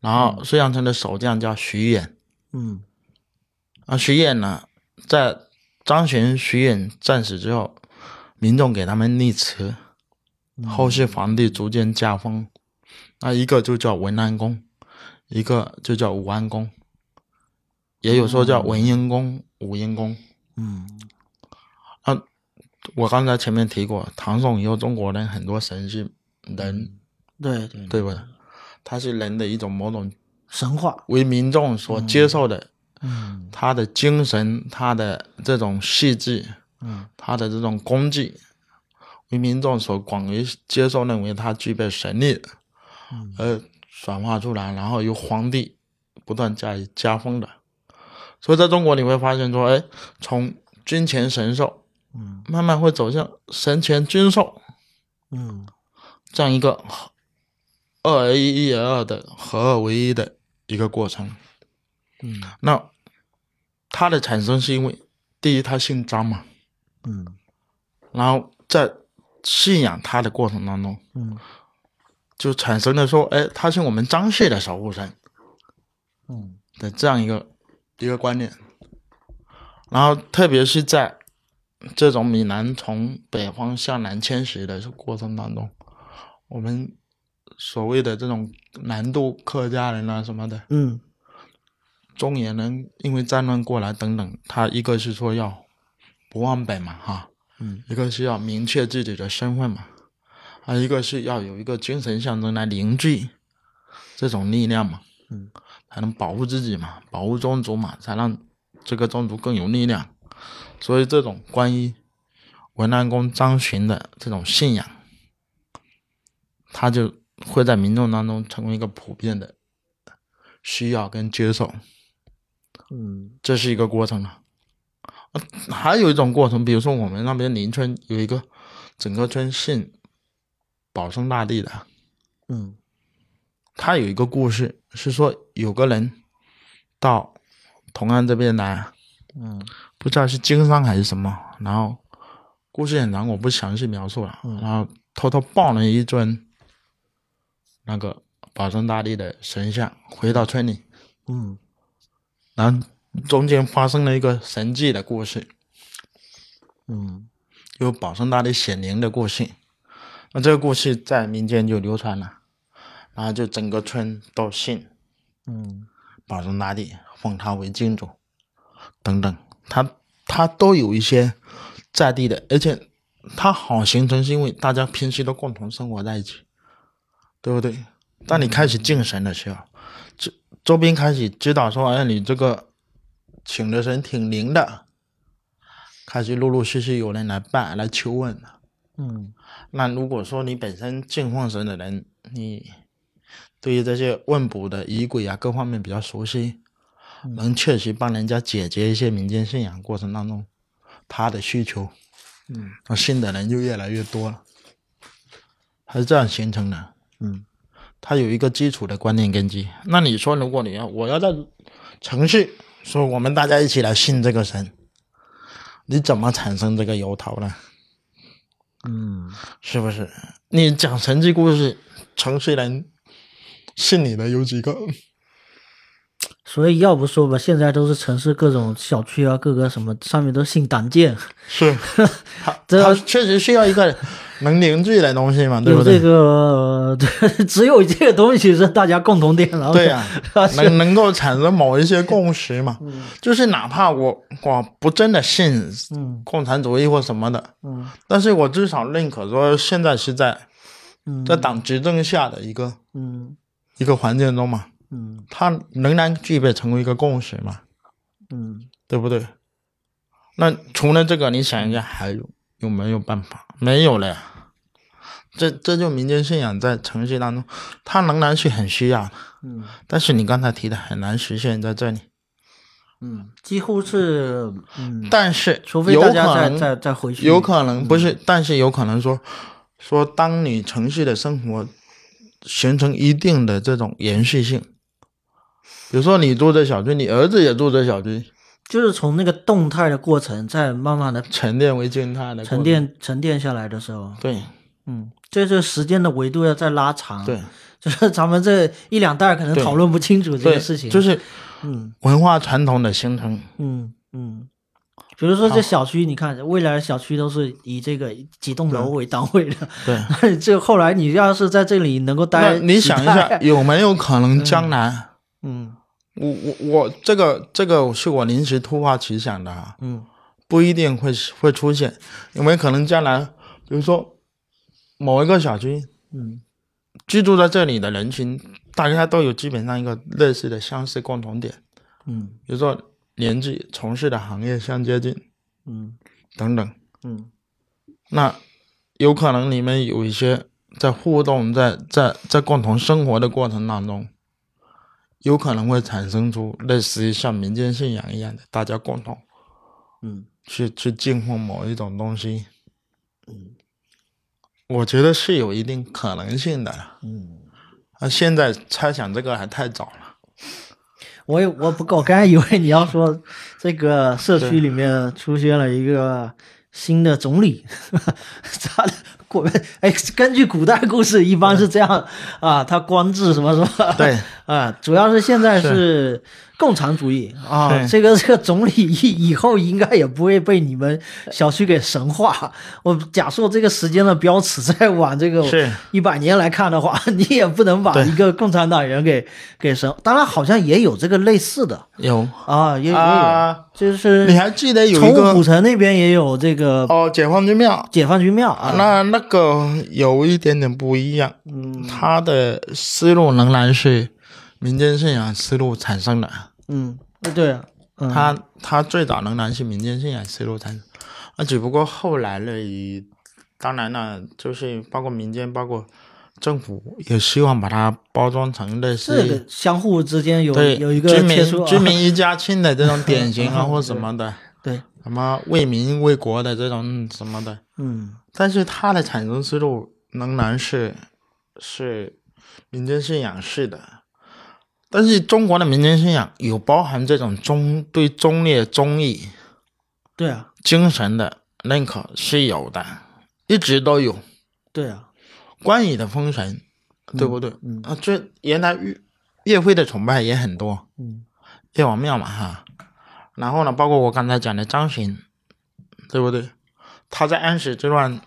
[SPEAKER 2] 然后睢阳城的守将叫徐衍，
[SPEAKER 1] 嗯
[SPEAKER 2] 啊，徐衍呢，在张巡、徐衍战死之后，民众给他们立祠，后世皇帝逐渐加封，那一个就叫文安公，一个就叫武安公，也有说叫文英公、武英公。
[SPEAKER 1] 嗯
[SPEAKER 2] 啊，我刚才前面提过，唐宋以后中国人很多神是人，
[SPEAKER 1] 对对，
[SPEAKER 2] 对不对？他是人的一种某种
[SPEAKER 1] 神话，
[SPEAKER 2] 为民众所接受的，
[SPEAKER 1] 嗯
[SPEAKER 2] 他的精神，他的这种细致，
[SPEAKER 1] 嗯
[SPEAKER 2] 他的这种功绩，为民众所广为接受，认为他具备神力，
[SPEAKER 1] 嗯
[SPEAKER 2] 而转化出来，然后由皇帝不断加以加封的。所以在中国你会发现说，哎，从君前神授
[SPEAKER 1] 嗯
[SPEAKER 2] 慢慢会走向神前君授
[SPEAKER 1] 嗯
[SPEAKER 2] 这样一个二而一，一而二的合二为一的一个过程。
[SPEAKER 1] 嗯
[SPEAKER 2] 那它的产生是因为，第一，他姓张嘛，
[SPEAKER 1] 嗯
[SPEAKER 2] 然后在信仰他的过程当中，
[SPEAKER 1] 嗯
[SPEAKER 2] 就产生了说，哎，他是我们张氏的守护神
[SPEAKER 1] 嗯
[SPEAKER 2] 的这样一个一个观念。然后，特别是在这种闽南从北方向南迁徙的过程当中，我们所谓的这种南渡客家人啊什么的，
[SPEAKER 1] 嗯
[SPEAKER 2] 中原人因为战乱过来等等，他一个是说要不忘本嘛，哈，
[SPEAKER 1] 嗯，
[SPEAKER 2] 一个是要明确自己的身份嘛，啊，一个是要有一个精神象征来凝聚这种力量嘛，
[SPEAKER 1] 嗯，
[SPEAKER 2] 才能保护自己嘛，保护宗族嘛，才让这个宗族更有力量。所以这种关于文安公张巡的这种信仰，他就会在民众当中成为一个普遍的需要跟接受。
[SPEAKER 1] 嗯
[SPEAKER 2] 这是一个过程啊。呃还有一种过程，比如说我们那边邻村有一个整个村信保生大帝的，
[SPEAKER 1] 嗯
[SPEAKER 2] 他有一个故事是说有个人到同安这边来，
[SPEAKER 1] 嗯
[SPEAKER 2] 不知道是经商还是什么，然后故事很长，我不详细描述了，然后偷偷抱了一尊那个保生大帝的神像回到村里，
[SPEAKER 1] 嗯
[SPEAKER 2] 然后中间发生了一个神迹的故事。
[SPEAKER 1] 嗯
[SPEAKER 2] 有保生大帝显灵的故事。那这个故事在民间就流传了，然后就整个村都信
[SPEAKER 1] 嗯
[SPEAKER 2] 保生大帝，奉他为金主，等等，他他都有一些在地的，而且他好形成是因为大家平时都共同生活在一起，对不对？当你开始敬神的时候，周周边开始知道说，哎，你这个请的神挺灵的，开始陆陆续续有人来拜来求问了。
[SPEAKER 1] 嗯
[SPEAKER 2] 那如果说你本身敬奉神的人，你对于这些问卜的仪轨啊各方面比较熟悉，
[SPEAKER 1] 嗯
[SPEAKER 2] 能确实帮人家解决一些民间信仰过程当中他的需求，
[SPEAKER 1] 嗯，
[SPEAKER 2] 那信的人就越来越多了，它是这样形成的。
[SPEAKER 1] 嗯
[SPEAKER 2] 它有一个基础的观念根基。那你说，如果你要我要在城市说我们大家一起来信这个神，你怎么产生这个由头呢？
[SPEAKER 1] 嗯
[SPEAKER 2] 是不是？你讲神迹故事，城市人信你的有几个？
[SPEAKER 1] 所以要不说吧，现在都是城市各种小区啊，各个什么上面都信党建，
[SPEAKER 2] 是，他
[SPEAKER 1] 这
[SPEAKER 2] 他确实需要一个能凝聚的东西嘛， 对
[SPEAKER 1] 有
[SPEAKER 2] 不
[SPEAKER 1] 这
[SPEAKER 2] 对？
[SPEAKER 1] 个，对 只有这个东西是大家共同点，然后
[SPEAKER 2] 对呀、啊
[SPEAKER 1] 是
[SPEAKER 2] 能能够产生某一些共 识嘛，就是哪怕我我不真的信
[SPEAKER 1] 嗯
[SPEAKER 2] 共产主义或什么的，
[SPEAKER 1] 嗯
[SPEAKER 2] 但是我至少认可说现在是在
[SPEAKER 1] 嗯
[SPEAKER 2] 在党执政下的一个
[SPEAKER 1] 嗯
[SPEAKER 2] 一个环境中嘛，
[SPEAKER 1] 嗯
[SPEAKER 2] 它仍然具备成为一个共识嘛，
[SPEAKER 1] 嗯
[SPEAKER 2] 对不对？那除了这个，你想一下还有有没有办法？没有了呀。这这就民间信仰在城市当中，它仍然是很需要的，
[SPEAKER 1] 嗯
[SPEAKER 2] 但是你刚才提的很难实现在这里。
[SPEAKER 1] 嗯，几乎是嗯，
[SPEAKER 2] 但是
[SPEAKER 1] 除非
[SPEAKER 2] 有
[SPEAKER 1] 大
[SPEAKER 2] 可
[SPEAKER 1] 家再
[SPEAKER 2] 能
[SPEAKER 1] 再再回去，嗯
[SPEAKER 2] 有可能不是，但是有可能说说，当你城市的生活形成一定的这种延续性，比如说你住这小区，你儿子也住这小区，
[SPEAKER 1] 就是从那个动态的过程，再慢慢的
[SPEAKER 2] 沉淀为静态的过程
[SPEAKER 1] 沉，淀沉淀下来的时候，
[SPEAKER 2] 对
[SPEAKER 1] 嗯，这就是时间的维度要再拉长，
[SPEAKER 2] 对，
[SPEAKER 1] 就是咱们这一两代可能
[SPEAKER 2] 对
[SPEAKER 1] 讨论不清楚这
[SPEAKER 2] 对，
[SPEAKER 1] 个事情，
[SPEAKER 2] 就是
[SPEAKER 1] 嗯
[SPEAKER 2] 文化传统的形成，
[SPEAKER 1] 嗯嗯。比如说这小区，你看未来的小区都是以这个几栋
[SPEAKER 2] 嗯
[SPEAKER 1] 楼为单位的，
[SPEAKER 2] 对。
[SPEAKER 1] 这后来你要是在这里能够
[SPEAKER 2] 那
[SPEAKER 1] 待，
[SPEAKER 2] 你想一下，，有没有可能将来？
[SPEAKER 1] 嗯
[SPEAKER 2] 我我我这个这个是我临时突发奇想的啊，
[SPEAKER 1] 嗯
[SPEAKER 2] 不一定会会出现，因为可能将来，比如说某一个小区，
[SPEAKER 1] 嗯，
[SPEAKER 2] 居住在这里的人群，大家都有基本上一个类似的相似共同点，
[SPEAKER 1] 嗯
[SPEAKER 2] 比如说年纪、从事的行业相接近
[SPEAKER 1] 嗯
[SPEAKER 2] 等等。
[SPEAKER 1] 嗯
[SPEAKER 2] 那有可能你们有一些在互动、在在在共同生活的过程当中，有可能会产生出类似于像民间信仰一样的，大家共同
[SPEAKER 1] 嗯
[SPEAKER 2] 去去敬奉某一种东西。嗯，我觉得是有一定可能性的了。
[SPEAKER 1] 嗯，
[SPEAKER 2] 啊，现在猜想这个还太早了。
[SPEAKER 1] 我也我不够，我刚才以为你要说这个社区里面出现了一个新的总理， 他的果哎，根据古代故事，一般是这样啊，他官至什么什么，
[SPEAKER 2] 对
[SPEAKER 1] 啊，主要是现在是共产主义啊，
[SPEAKER 2] 是
[SPEAKER 1] 这个这个总理以以后应该也不会被你们小区给神化。我假设这个时间的标尺再往这个
[SPEAKER 2] 是
[SPEAKER 1] 一百年来看的话， 你也不能把
[SPEAKER 2] 对
[SPEAKER 1] 一个共产党人给给神。当然，好像也有这个类似的
[SPEAKER 2] 有
[SPEAKER 1] 啊，也也有，
[SPEAKER 2] 啊，
[SPEAKER 1] 就是
[SPEAKER 2] 你还记得有一
[SPEAKER 1] 从
[SPEAKER 2] 个
[SPEAKER 1] 古城那边也有这个
[SPEAKER 2] 哦，解放军庙。
[SPEAKER 1] 解放军庙啊，
[SPEAKER 2] 那那个有一点点不一样，
[SPEAKER 1] 嗯
[SPEAKER 2] 他的思路仍然是民间信仰思路产生的，
[SPEAKER 1] 嗯，对啊，嗯
[SPEAKER 2] 他他最早仍然是民间信仰思路产生，啊，只不过后来了以，当然了，就是包括民间，包括政府也希望把它包装成类似
[SPEAKER 1] 这
[SPEAKER 2] 于
[SPEAKER 1] 个相互之间有
[SPEAKER 2] 对
[SPEAKER 1] 有一个
[SPEAKER 2] 居
[SPEAKER 1] 切磋
[SPEAKER 2] 民
[SPEAKER 1] 啊，
[SPEAKER 2] 居民一家亲的这种典型 啊，或什么的，
[SPEAKER 1] 对，
[SPEAKER 2] 什么为民为国的这种什么的，
[SPEAKER 1] 嗯
[SPEAKER 2] 但是它的产生思路仍然是是民间信仰式的，但是中国的民间信仰有包含这种忠对忠烈忠义
[SPEAKER 1] 对啊。
[SPEAKER 2] 精神的认可是有的，一直都有。
[SPEAKER 1] 对啊，
[SPEAKER 2] 关羽的封神，对不对？
[SPEAKER 1] 嗯
[SPEAKER 2] 啊，这原来岳岳飞的崇拜也很多，
[SPEAKER 1] 嗯
[SPEAKER 2] 岳王庙嘛哈。然后呢，包括我刚才讲的张巡，对不对？他在安史之乱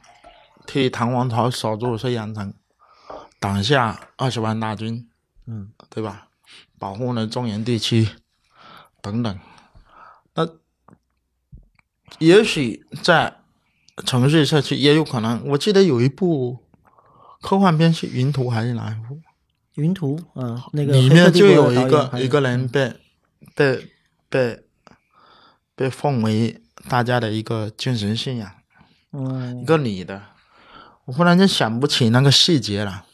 [SPEAKER 2] 替唐王朝守住睢阳城，挡下二十万大军，
[SPEAKER 1] 嗯
[SPEAKER 2] 对吧？保护了中原地区等等。那也许在城市社区也有可能，我记得有一部科幻片是《云图》还是哪一部？
[SPEAKER 1] 云图，嗯，那个黑
[SPEAKER 2] 里
[SPEAKER 1] 客
[SPEAKER 2] 面
[SPEAKER 1] 帝
[SPEAKER 2] 就
[SPEAKER 1] 国的
[SPEAKER 2] 有
[SPEAKER 1] 导
[SPEAKER 2] 一
[SPEAKER 1] 演
[SPEAKER 2] 个
[SPEAKER 1] 还嗯
[SPEAKER 2] 一
[SPEAKER 1] 有
[SPEAKER 2] 个人被被被被奉为大家的一个精神信仰，一
[SPEAKER 1] 嗯
[SPEAKER 2] 个女的，我忽然间想不起那个细节了，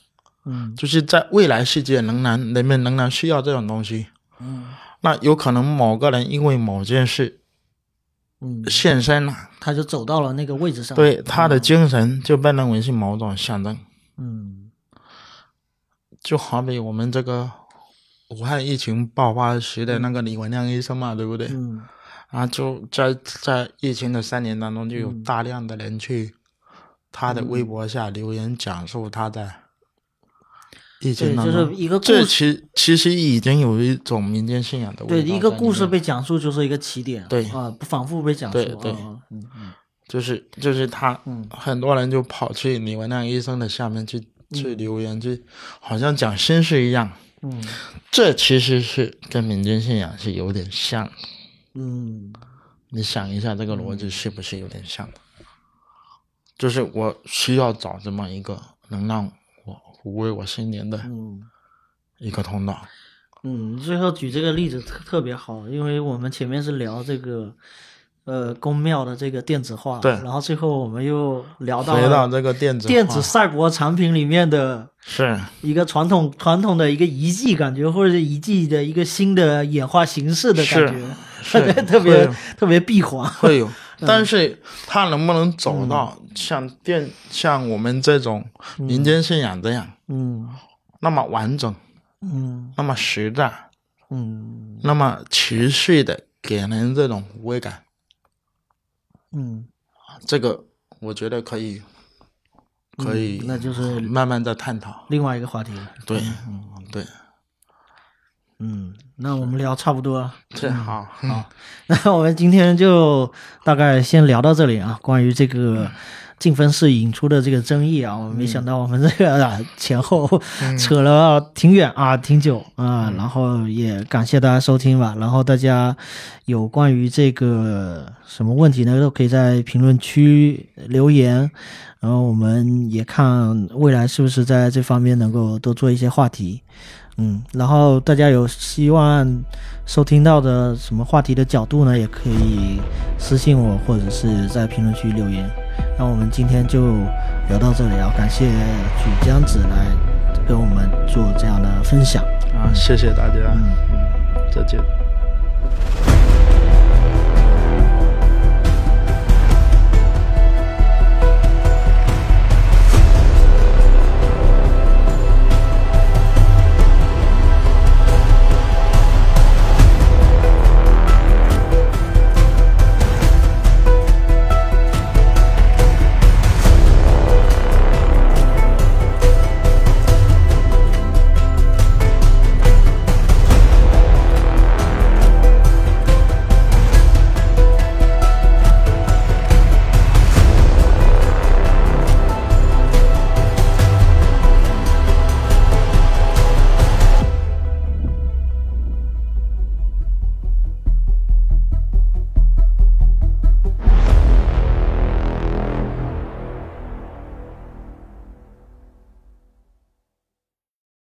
[SPEAKER 1] 嗯
[SPEAKER 2] 就是在未来世界仍然人们仍然需要这种东西，
[SPEAKER 1] 嗯
[SPEAKER 2] 那有可能某个人因为某件事
[SPEAKER 1] 嗯，
[SPEAKER 2] 献身了，
[SPEAKER 1] 他就走到了那个位置上，
[SPEAKER 2] 对他的精神就被认为是某种象征，
[SPEAKER 1] 嗯，
[SPEAKER 2] 就好比我们这个武汉疫情爆发时的那个李文亮医生嘛，对不对？
[SPEAKER 1] 嗯
[SPEAKER 2] 啊，就在在疫情的三年当中，就有
[SPEAKER 1] 嗯
[SPEAKER 2] 大量的人去他的微博下留言讲述他在疫情
[SPEAKER 1] 对，
[SPEAKER 2] 当
[SPEAKER 1] 就
[SPEAKER 2] 中。
[SPEAKER 1] 是一个故事，
[SPEAKER 2] 这其其实已经有一种民间信仰
[SPEAKER 1] 对
[SPEAKER 2] 的味道在里面。
[SPEAKER 1] 一个故事被讲述就是一个起点，
[SPEAKER 2] 对
[SPEAKER 1] 啊，不反复被讲述，
[SPEAKER 2] 对对
[SPEAKER 1] 啊嗯嗯
[SPEAKER 2] 就是就是他，
[SPEAKER 1] 嗯
[SPEAKER 2] 很多人就跑去李文亮医生的下面去去留言，就好像讲心事一样。
[SPEAKER 1] 嗯
[SPEAKER 2] 这其实是跟民间信仰是有点像的。
[SPEAKER 1] 嗯
[SPEAKER 2] 你想一下，这个逻辑是不是有点像？就是我需要找这么一个能让我抚慰我心灵的
[SPEAKER 1] 嗯
[SPEAKER 2] 一个通道。
[SPEAKER 1] 嗯，最后举这个例子特特别好，因为我们前面是聊这个。呃，宫庙的这个电子化，
[SPEAKER 2] 对
[SPEAKER 1] 然后最后我们又聊到
[SPEAKER 2] 嗯回到
[SPEAKER 1] 了
[SPEAKER 2] 这个电子化
[SPEAKER 1] 电子赛博产品里面的
[SPEAKER 2] 是
[SPEAKER 1] 一个传统传统的一个遗迹感觉，或者是遗迹的一个新的演化形式的感觉，
[SPEAKER 2] 是
[SPEAKER 1] 特别
[SPEAKER 2] 会
[SPEAKER 1] 特别闭环。
[SPEAKER 2] 会有，但是它能不能走到像电、像我们这种民间信仰这样、
[SPEAKER 1] 嗯
[SPEAKER 2] 那么完整、
[SPEAKER 1] 嗯
[SPEAKER 2] 那么实在、
[SPEAKER 1] 嗯
[SPEAKER 2] 那么持续的给人这种无味感？
[SPEAKER 1] 嗯，
[SPEAKER 2] 这个我觉得可以，可以
[SPEAKER 1] 那就是
[SPEAKER 2] 慢慢再探讨。
[SPEAKER 1] 另外一个话题了。
[SPEAKER 2] 对，嗯对，
[SPEAKER 1] 嗯，那我们聊差不多了，
[SPEAKER 2] 这好，好，
[SPEAKER 1] 那我们今天就大概先聊到这里啊，关于这个。进分寺引出的这个争议啊，我没想到我们这个、啊前后啊扯了挺远啊，挺久啊，然后也感谢大家收听吧。然后大家有关于这个什么问题呢，都可以在评论区留言，然后我们也看未来是不是在这方面能够多做一些话题。嗯，然后大家有希望收听到的什么话题的角度呢，也可以私信我，或者是在评论区留言。那我们今天就聊到这里啊，感谢曲江子来跟我们做这样的分享。
[SPEAKER 2] 嗯啊，谢谢大家，嗯，再见。